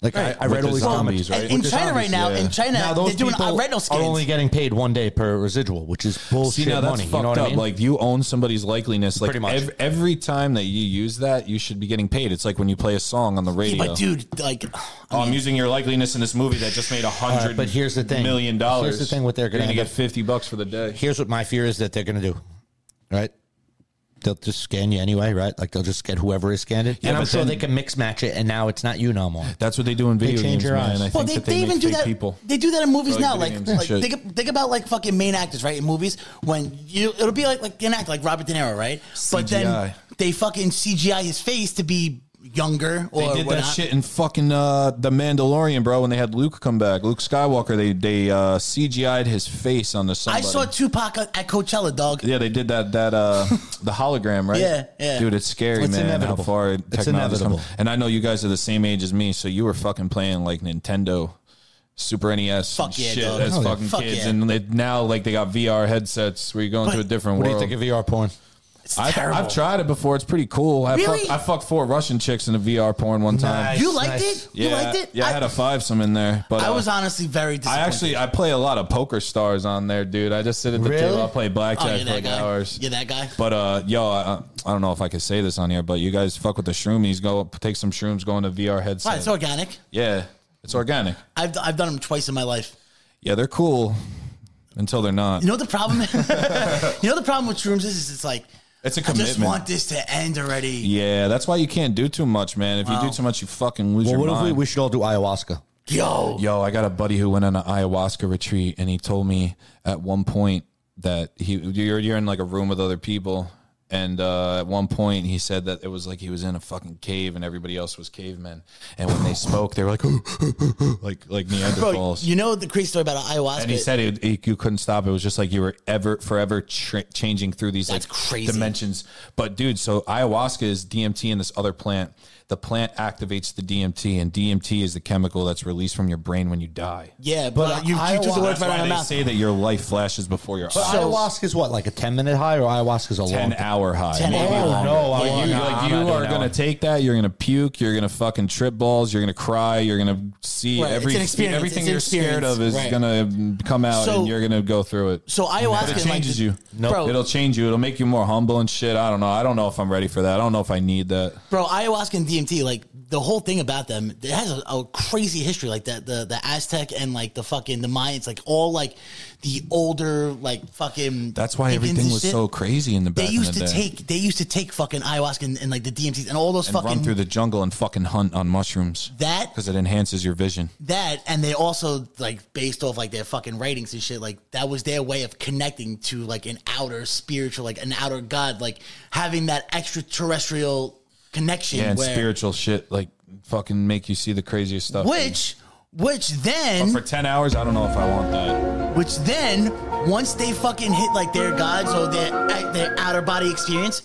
S2: Like
S5: Right.
S2: I, I
S5: With
S2: read
S5: the
S2: all these
S5: zombies,
S2: comments.
S5: right?
S4: And in
S5: With the
S4: China
S5: zombies,
S4: right now,
S5: yeah.
S4: in China,
S2: Now those
S4: they're doing uh,
S2: people
S4: retinal
S2: are
S4: scans.
S2: only getting paid one day per residual, which is bullshit
S5: See now that's
S2: money.
S5: fucked
S2: You know what
S5: up.
S2: I mean?
S5: Like you own somebody's likeliness. Like
S2: Pretty much.
S5: ev- every time that you use that, you should be getting paid. It's like when you play a song on the
S4: Yeah,
S5: radio.
S4: but dude, like,
S5: oh, I'm using your likeliness in this movie that just made a
S2: All
S5: hundred.
S2: right, but here's the thing.
S5: million dollars.
S2: Here's the thing what they're
S5: You're
S2: gonna end
S5: get
S2: up-
S5: fifty bucks for the day.
S2: here's what my fear is that they're going to do, right? They'll just scan you anyway, right? Like they'll just get whoever is scanned it, and I'm
S5: but
S2: sure
S5: then-
S2: they can mix match it, and now it's not you no more.
S5: That's what they do in video
S2: change
S5: games,
S2: your
S5: man.
S2: eyes.
S5: I think
S4: well, they,
S5: that
S4: they,
S5: they, make
S4: even do
S5: fake
S4: that.
S5: people.
S4: They do that in movies
S5: Like
S4: now.
S5: video
S4: Like,
S5: games and
S4: like
S5: shit.
S4: think, think about like fucking main actors, right? In movies, when you it'll be like like an actor like Robert De Niro, right? But then
S5: CGI.
S4: they fucking CGI his face to be younger or
S5: They did that
S4: whatnot.
S5: shit in fucking uh, the Mandalorian, bro. When they had Luke come back, Luke Skywalker, they they uh, CGI'd his face on the.
S4: I saw Tupac at at Coachella, dog.
S5: Yeah, they did that. That uh, the hologram, right?
S4: Yeah, yeah.
S5: Dude, it's scary,
S2: It's
S5: man.
S2: inevitable.
S5: How far
S2: It's
S5: technology's come.
S2: inevitable.
S5: And I know you guys are the same age as me, so you were fucking playing like Nintendo, Super NES,
S4: Fuck
S5: and
S4: yeah,
S5: shit
S4: dog.
S5: as
S4: Hell yeah.
S5: fucking
S4: Fuck
S5: kids.
S4: yeah.
S5: And they, now like they got VR headsets where you're going to a
S4: But-
S5: different
S2: What do you
S5: world.
S2: think of VR porn?
S4: It's
S5: I've,
S4: terrible.
S5: I've tried it before. It's pretty cool. I
S4: Really?
S5: fucked, I fucked four Russian chicks in a VR porn one time.
S2: Nice.
S4: you liked
S2: Nice.
S4: it?
S5: Yeah,
S4: you liked it?
S5: yeah. I, had a fivesome in there, but
S4: I
S5: uh,
S4: was honestly very
S5: I
S4: disappointed.
S5: actually I play a lot of poker stars on there, dude. I just sit at the
S2: Really?
S5: table. I play
S4: oh,
S5: blackjack
S4: you're
S5: for
S4: that
S5: like
S4: guy.
S5: hours.
S4: You're that guy.
S5: But uh, yo, I, I don't know if I could say this on here, but you guys fuck with the shroomies. Go take some shrooms. Go into VR headset.
S4: Right, it's organic.
S5: yeah, it's organic.
S4: I've I've done them twice in my life.
S5: Yeah, they're cool until they're not.
S4: You know the problem. you know the problem with shrooms is, is it's like
S5: it's a
S4: I just
S5: commitment.
S4: want this to end already.
S5: yeah, that's why you can't do too much, man. If you
S4: Wow.
S5: do too much, you fucking lose
S2: Well,
S5: your
S2: what if
S5: mind.
S2: we, we should all do ayahuasca?
S4: Yo,
S5: Yo, I got a buddy who went on an ayahuasca retreat, and he told me at one point that he you're you're in like a room with other people, And uh, at one point, he said that it was like he was in a fucking cave, and everybody else was cavemen. And when they spoke, they were like, like like
S4: Bro,
S5: Neanderthals.
S4: you know the crazy story about ayahuasca?
S5: and he said it, it- you couldn't stop. It was just like you were ever forever tra- changing through these
S4: That's
S5: like
S4: crazy.
S5: dimensions. But dude, so ayahuasca is DMT and this other plant. The plant activates the DMT, and DMT is the chemical that's released from your brain when you die.
S4: Yeah, but
S5: Well,
S4: you, you took the
S5: ayahuasca-
S4: words
S5: that's
S4: right out
S5: why
S4: of
S5: they
S4: my mouth.
S5: say that your life flashes before your eyes.
S2: ayahuasca is what, like a ten minute high, or ayahuasca is a long.
S5: Ten hour high.
S4: 10
S5: maybe
S4: hour.
S5: longer.
S2: Oh, no,
S5: But
S2: I'm
S5: you,
S2: not-
S5: like,
S2: I'm
S5: you
S2: not doing
S5: are
S2: that
S5: gonna
S2: one.
S5: take that. You're gonna puke. You're gonna fucking trip balls. You're gonna cry. You're gonna see
S4: Right, it's
S5: every
S4: an experience,
S5: everything
S4: it's an
S5: you're scared
S4: experience,
S5: of is
S4: right.
S5: gonna come out,
S4: So-
S5: and you're gonna go through it.
S4: So ayahuasca
S5: But it
S4: is like
S5: changes
S4: the-
S5: you.
S4: No. Bro.
S5: it'll change you. It'll make you more humble and shit. I don't know. I don't know if I'm ready for that. I don't know if I need that.
S4: Bro, ayahuasca and DMT, like the whole thing about them, it has a, a crazy history. Like the, the the Aztec and like the fucking the Mayans, like all like the older like fucking.
S5: That's why
S4: pagans
S5: everything
S4: and
S5: was
S4: shit.
S5: so crazy in the
S4: They
S5: back.
S4: used
S5: in
S4: to
S5: the day.
S4: take they used to take fucking ayahuasca and, and like the DMT and all those
S5: and
S4: fucking
S5: run through the jungle and fucking hunt on mushrooms
S4: that
S5: because it enhances your vision.
S4: that and they also like based off like their fucking writings and shit like that was their way of connecting to like an outer spiritual like an outer god like having that extraterrestrial connection
S5: Yeah, and
S4: where,
S5: spiritual shit like fucking make you see the craziest stuff.
S4: which which then
S5: But Oh, for ten hours, I don't know if I want that.
S4: Which then, once they fucking hit like their gods or their their outer body experience,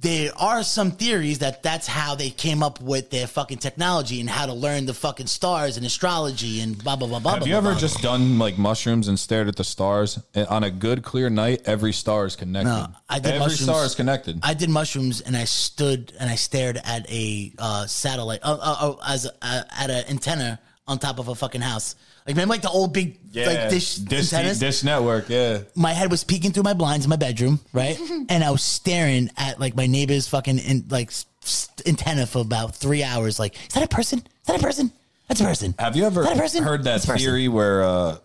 S4: there are some theories that that's how they came up with their fucking technology and how to learn the fucking stars and astrology and blah blah blah blah.
S5: Have
S4: blah,
S5: you
S4: blah,
S5: ever
S4: blah.
S5: just done like mushrooms and stared at the stars And on a good clear night? Every star is connected.
S4: No, I did
S5: every
S4: mushrooms.
S5: star is connected.
S4: I did mushrooms and I stood and I stared at a uh, satellite uh, uh, uh, as uh, at an antenna on top of a fucking house. Like remember like the old big like dish,
S5: dish,
S4: antennas?
S5: dish network. Yeah,
S4: my head was peeking through my blinds in my bedroom, right? and I was staring at like my neighbor's fucking in, like s- s- antenna for about three hours. Like, is that a person? Is that a person? That's a person.
S5: Have you ever
S4: Is that a person?
S5: heard that
S4: That's a person.
S5: theory where, uh,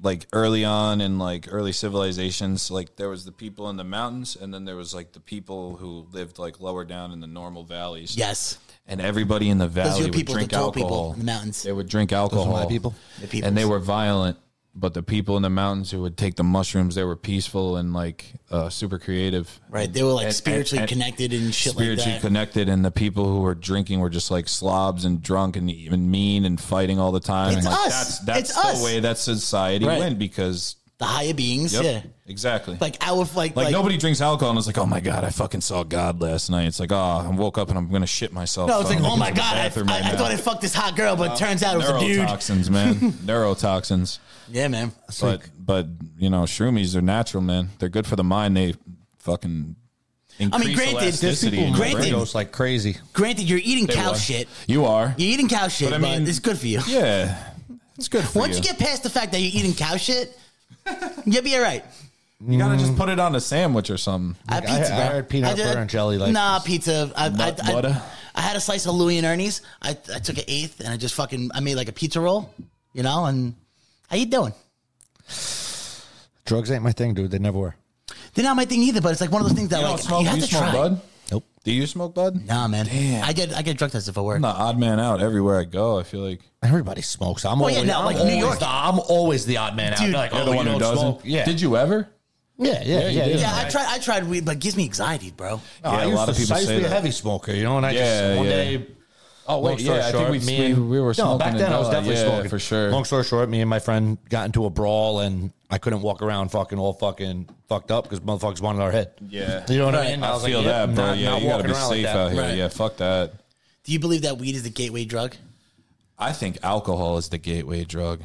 S5: like, early on in like early civilizations, like there was the people in the mountains, and then there was like the people who lived like lower down in the normal valleys.
S4: Yes.
S5: and everybody in the
S4: are
S5: valley would
S4: people, the
S5: drink
S4: tall people
S5: alcohol
S4: in the mountains.
S5: They would drink alcohol.
S2: my people.
S4: The peoples.
S5: and they were violent. But the people in the mountains who would take the mushrooms, they were peaceful and like uh, super creative.
S4: Right. They were like
S5: And-
S4: spiritually
S5: and- and-
S4: connected and shit like
S5: spiritually
S4: that.
S5: connected, and the people who were drinking were just like slobs and drunk and even mean and fighting all the time.
S4: It's
S5: and like,
S4: us.
S5: That's that's
S4: It's
S5: the
S4: us.
S5: way that society
S4: Right.
S5: went because
S4: the higher beings.
S5: yep,
S4: Yeah.
S5: exactly. Like,
S4: Like our like, like
S5: nobody drinks alcohol and it's like, oh my god, I fucking saw God last night. It's like, oh, I woke up and I'm gonna shit myself.
S4: No,
S5: so
S4: it's
S5: I'm
S4: like,
S5: gonna
S4: oh
S5: go
S4: my
S5: to the
S4: god, I,
S5: bathroom right
S4: I, I
S5: now."
S4: thought I fucked this hot girl, but it turns out it was a dude.
S5: Neurotoxins, man. Neurotoxins.
S4: Yeah, man.
S5: But but you know, shroomies are natural, man. They're good for the mind. They fucking. Increase
S4: granted, there's
S5: elasticity
S2: people
S5: in your
S4: granted-
S5: brain.
S2: goes like crazy.
S4: Granted, you're eating cow
S5: are.
S4: shit.
S5: You are.
S4: You're eating cow shit, but,
S5: I mean-
S4: it's good for you.
S5: Yeah, it's good for
S4: Once you
S5: you
S4: get past the fact that you're eating cow shit, you'll be all right.
S5: You gotta just put it on a sandwich or something.
S4: I
S2: I-
S4: pizza,
S2: I
S4: bro.
S2: heard peanut
S4: did-
S2: butter and jelly like
S4: nah, pizza. I, I,
S5: Nut
S4: I,
S5: butter?
S4: I had a slice of Louis and Ernie's. I, I took an eighth and I just fucking I made like a pizza roll, you know. And how you doing?
S2: Drugs ain't my thing, dude. They never were.
S4: They're not my thing either, but it's like one of those things that
S5: You don't
S4: like
S5: smoke?
S4: you have
S5: Do you
S4: to
S5: smoke
S4: try.
S5: bud?
S2: Nope.
S5: Do you smoke bud?
S4: Nah, man.
S5: Damn.
S4: I get I get drug tested for work.
S5: I'm the odd man out everywhere I go. I feel like
S2: Everybody smokes. I'm
S5: Oh,
S4: Well,
S2: always
S4: yeah, no,
S2: I'm
S4: like New
S2: always
S4: York.
S2: the- I'm always the odd man out.
S4: Dude.
S2: They're like,
S4: You're
S2: oh,
S5: the
S2: you
S5: one who
S2: don't
S5: doesn't.
S2: smoke. Yeah.
S5: Did you ever?
S2: Yeah, yeah, yeah.
S5: you did.
S4: yeah, I tried I tried weed, but it gives me anxiety, bro.
S2: No,
S5: Yeah,
S2: I
S5: a
S2: used
S5: lot
S2: to-
S5: of people
S2: I used
S5: say
S2: to be a
S5: that.
S2: heavy smoker, you know, and I
S5: Yeah,
S2: just one
S5: yeah.
S2: day. Oh
S5: wait, yeah, I think we- we- we were
S2: No,
S5: smoking
S2: back
S5: in
S2: then I was
S5: Delhi,
S2: definitely
S5: yeah,
S2: smoking
S5: for sure.
S2: Long story short, me and my friend got into a brawl, and I couldn't walk around, fucking all fucking fucked up because motherfuckers wanted our head.
S5: Yeah.
S2: you know what
S4: Right.
S2: I mean.
S5: I,
S2: was
S5: feel
S2: like,
S5: that,
S2: yep,
S5: bro.
S2: not-
S5: yeah,
S2: not
S5: you gotta
S2: walking
S5: be
S2: around like
S5: safe
S2: that.
S5: out here.
S4: Right.
S5: Yeah, fuck that.
S4: Do you believe that weed is the gateway drug?
S5: I think alcohol is the gateway drug.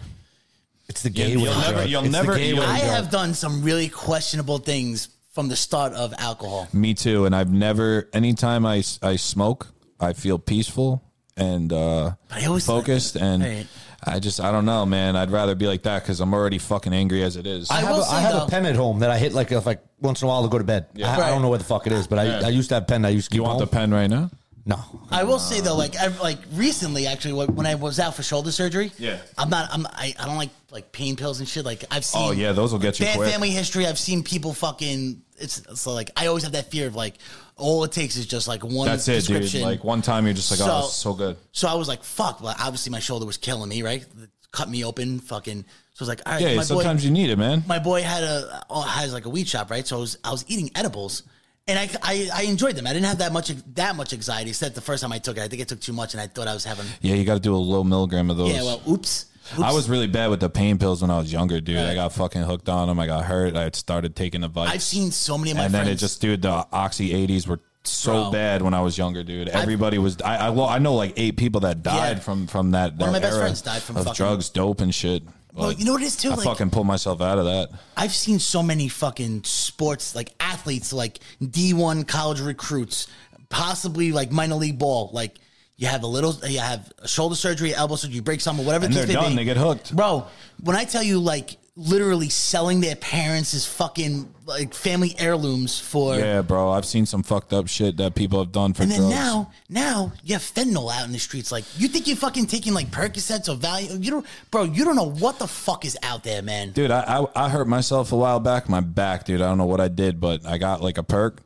S2: It's the
S5: You'll
S2: gateway.
S5: never-
S2: drug.
S5: you'll
S2: It's the
S5: never-
S2: gateway
S5: you'll-
S4: I
S2: drug.
S4: have done some really questionable things from the start of alcohol.
S5: Me too. And I've never, anytime I, s- I smoke, I feel peaceful and uh,
S4: I always like
S5: focused. and
S4: Right.
S5: I just, I don't know, man. I'd rather be like that because I'm already fucking angry as it is.
S2: I
S4: I
S2: have,
S4: will
S2: a, I
S4: say,
S2: have
S4: though-
S2: a pen at home that I hit like if like once in a while to go to bed. I, I
S4: Right.
S2: don't know where the fuck it is, but I, I used to have a pen. I used to keep
S5: you want the
S2: home.
S5: pen right now?
S2: No,
S4: I will say though, like I, like recently, actually, wh- when I was out for shoulder surgery,
S5: Yeah.
S4: I'm not, I'm, I, I don't like like pain pills and shit. Like I've seen,
S5: Oh, yeah, those will get you
S4: bad
S5: quick.
S4: family history. I've seen people fucking. It's so like I always have that fear of like all it takes is just like one
S5: That's it, dude.
S4: prescription.
S5: Like one time you're just like, oh,
S4: So-
S5: this is so good.
S4: so I was like, fuck. Well, obviously my shoulder was killing me, right? Cut me open, fucking. So I was like, all right,
S5: Yeah,
S4: my boy,
S5: sometimes you need it, man.
S4: my boy had a oh, has like a weed shop, right? So I was I was eating edibles, and I, I I enjoyed them. I didn't have that much that much anxiety. Except the first time I took it, I think I took too much, and I thought I was having
S5: Yeah, you got to do a low milligram of those.
S4: yeah. Well, oops. oops.
S5: I was really bad with the pain pills when I was younger, dude. I got fucking hooked on them. I got hurt. I started taking the Vicks.
S4: I've seen so many of my
S5: and then
S4: friends.
S5: it just, dude, the Oxy 80s were so
S4: Bro.
S5: bad when I was younger, dude. Everybody was. I, I well, I know like eight people that died
S4: Yeah.
S5: from from
S4: One
S5: that.
S4: of
S5: that
S4: my best
S5: era
S4: friends died from
S5: of
S4: fucking-
S5: drugs, dope, and shit.
S4: Well,
S5: Like,
S4: you know what it is too.
S5: I
S4: like
S5: fucking pulled myself out of that.
S4: I've seen so many fucking sports like athletes, like D one college recruits, possibly like minor league ball. Like you have a little, you have a shoulder surgery, elbow surgery, you break something, whatever.
S5: And
S4: the
S5: they're
S4: case may
S5: done.
S4: be.
S5: They get hooked.
S4: bro. When I tell you, like literally selling their parents' is fucking like family heirlooms for
S5: Yeah, bro. I've seen some fucked up shit that people have done for
S4: And then
S5: drugs.
S4: now, now you have fentanyl out in the streets. Like, you think you're fucking taking like Percocets or Valium? You don't, bro. You don't know what the fuck is out there, man.
S5: dude I, I i hurt myself a while back my back dude i don't know what i did but i got like a perk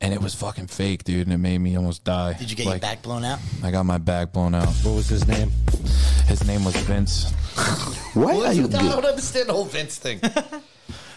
S5: and it was fucking fake dude and it made me almost die
S4: Did you get your
S5: Like,
S4: back blown out?
S5: i got my back blown out
S2: What was his name?
S5: his name was vince
S6: Why are you
S2: I
S6: gay?
S2: don't understand the whole Vince thing.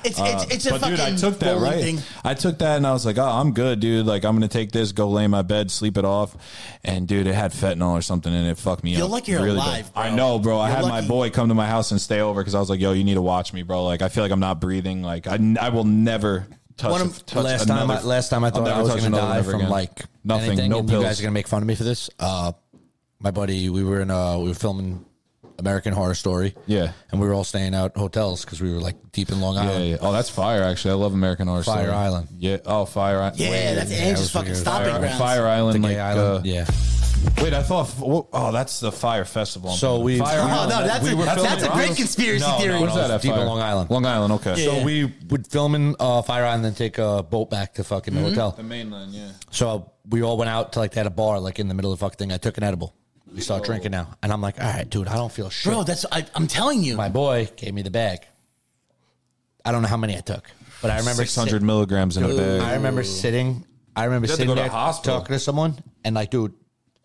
S4: It's it's it's a
S5: Uh, but
S4: fucking
S5: dude i took that
S4: bowling
S5: right
S4: thing.
S5: i took that and i was like oh i'm good dude like i'm gonna take this go lay in my bed sleep it off and dude it had fentanyl or something and it fucked me
S4: You're
S5: up
S4: lucky you're alive,
S5: bad. i
S4: bro.
S5: know bro i
S4: You're
S5: had my
S4: lucky.
S5: boy come to my house and stay over because i was like yo you need to watch me bro like i feel like i'm not breathing like i, n- I will never touch,
S4: One
S5: a-
S4: of-
S5: touch
S2: last time, I,
S5: another-
S2: last time I
S5: I'll
S2: thought
S5: never
S2: I was
S5: touch
S2: going to
S5: another one
S2: die
S5: ever
S2: from
S5: again.
S2: like
S5: nothing,
S2: anything,
S5: no
S2: and
S5: pills.
S2: You guys are going to make fun of me for this. Uh, my buddy, we were in uh, we were filming American Horror Story.
S5: Yeah.
S2: and we were all staying out hotels because we were like deep in Long
S5: Yeah,
S2: Island.
S5: yeah. Oh, that's fire. Actually, I love American Horror
S2: Fire
S5: Story.
S2: Island.
S5: Yeah. Oh, Fire Island.
S4: Yeah, that's
S2: that
S4: Angie's
S2: was
S4: fucking
S2: weird.
S4: stopping
S5: Fire,
S4: grounds.
S5: Fire Island. Like,
S2: Gay Island.
S5: uh,
S2: yeah.
S5: Wait, I thought. Oh, that's the Fire Festival.
S2: So we-
S5: Fire
S2: Oh,
S5: Island.
S4: no, that's a- that's
S5: filming
S4: a
S5: it.
S4: great conspiracy
S5: no,
S4: theory.
S5: No,
S4: What's
S5: no,
S2: that at
S5: Fire-
S2: Deep in Long Island.
S5: Long Island. Okay.
S2: So we would film in uh, Fire Island, then take a boat back to fucking
S4: Mm-hmm.
S2: the hotel.
S5: the mainland. Yeah.
S2: So we all went out to like they had a bar like in the middle of the fucking thing. I took an edible. We start drinking now, and I'm like, all right, dude, I don't feel shit.
S4: bro. That's I, I'm telling you.
S2: My boy gave me the bag. I don't know how many I took, but I remember
S5: Six hundred milligrams in a
S2: sit- I
S5: bag.
S2: remember sitting. I remember
S5: You had to
S2: sitting
S5: go to
S2: there
S5: the hospital.
S2: talking to someone, and like, dude,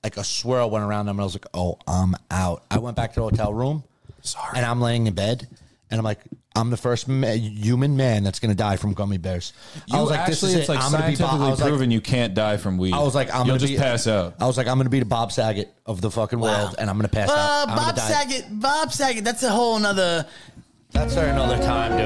S2: like a swirl went around them, and I was like, oh, I'm out. I went back to the hotel room,
S5: Sorry.
S2: and I'm laying in bed, and I'm like. I'm the first ma- human man that's gonna die from gummy bears. I was like,
S5: actually,
S2: this is
S5: it's
S2: it.
S5: like
S2: I'm gonna be. bo-
S5: scientifically
S2: I was like,
S5: proven you can't die from weed.
S2: I was like, I'm
S5: You'll
S2: gonna
S5: just
S2: be-
S5: pass out.
S2: I was like, I'm gonna be the Bob Saget of the fucking
S4: Wow.
S2: world, and I'm gonna pass
S4: uh,
S2: out. I'm gonna
S4: Bob
S2: die.
S4: Saget, Bob Saget. That's a whole another.
S2: That's for another time,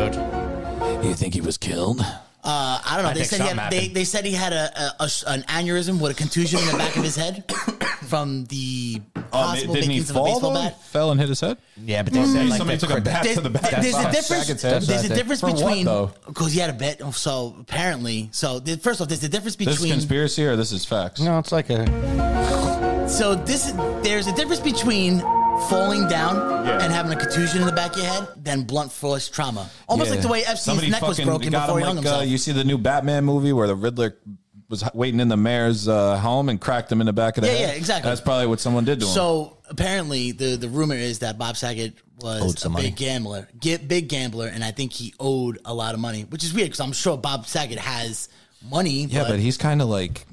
S2: dude.
S5: You think he was killed?
S4: Uh, I don't know. they
S2: think
S4: said he
S2: something
S4: had, they,
S2: happened.
S4: they said he had a, a, a sh- an aneurysm with a contusion in the back of his head from the
S5: Oh,
S4: possible
S5: didn't he
S4: makings of a
S5: fall?
S4: baseball
S5: Though?
S4: bat.
S5: Fell and hit his head.
S2: Yeah, but they said like
S5: Mm. Somebody
S2: the
S5: took a
S2: cri-
S5: bat
S4: There's,
S5: to the back.
S4: there's a
S5: Bob
S4: difference.
S5: Saget's head.
S4: There's a difference
S5: For what,
S4: between Oh,
S5: though?
S4: because he had a bet. So apparently, so the, first off, there's a difference
S5: This is
S4: between
S5: conspiracy or this is facts?
S2: No, it's like a
S4: So this is there's a difference between falling down
S5: Yeah.
S4: and having a contusion in the back of your head than blunt force trauma. Almost
S5: Yeah.
S4: like the way Epstein's
S5: Somebody
S4: neck was
S5: fucking
S4: broken
S5: got
S4: before he
S5: him
S4: hung
S5: like, uh,
S4: himself.
S5: you see the new Batman movie where the Riddler was h- waiting in the mayor's uh, home and cracked him in the back of the
S4: Yeah,
S5: head.
S4: yeah, exactly.
S5: That's probably what someone did to him.
S4: so apparently, the the rumor is that Bob Saget
S2: Owed
S4: was a
S2: some
S4: big
S2: money.
S4: gambler, get big gambler, and I think he owed a lot of money, which is weird because I'm sure Bob Saget has money.
S5: yeah, but he's kind of like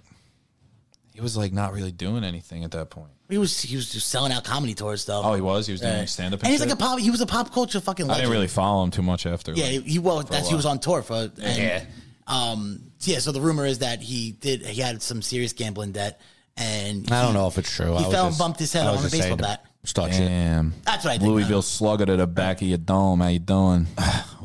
S5: he was like not really doing anything at that point.
S4: he was he was just selling out comedy tours though.
S5: Oh, he was. He was doing
S4: Right.
S5: stand up.
S4: and he's like a pop. He was a pop culture fucking.
S5: I
S4: Legend.
S5: didn't really follow him too much after.
S4: Yeah,
S5: like-
S4: he, he well, that's he was
S5: while.
S4: on tour for. And, yeah. Um. Yeah. So the rumor is that he did. He had some serious gambling debt, and
S2: I
S4: he-
S2: don't know if it's true. I
S4: He
S2: was
S4: fell and
S2: just-
S4: bumped his head
S2: I was
S4: on a
S2: just saying
S4: baseball
S2: to
S4: bat.
S2: Start shit.
S5: Damn.
S4: That's what I think.
S5: Louisville slugger to the back of your dome. How you doing?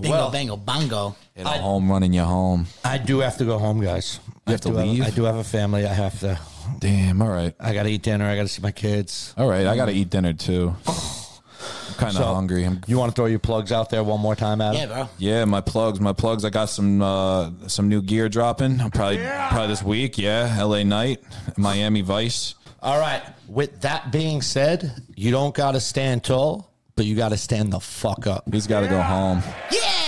S4: Bingo, bango, Oh, bongo.
S5: Hit a home run in your home.
S2: I do have to go home, guys. I
S5: have to
S2: do
S5: leave?
S2: I do have a family. I have to.
S5: Damn. All right.
S2: I gotta eat dinner. I gotta see my kids.
S5: All right. I got to eat dinner too. I'm kind of hungry. I'm
S2: You want to throw your plugs out there one more time, Adam?
S4: Yeah, bro.
S5: Yeah, my plugs, my plugs. I got some uh, some new gear dropping. Probably probably this week. Yeah, L.A. Night, Miami Vice.
S2: All right. With that being said, you don't gotta stand tall, but you gotta stand the fuck up.
S5: He's got to go home.
S4: Yeah.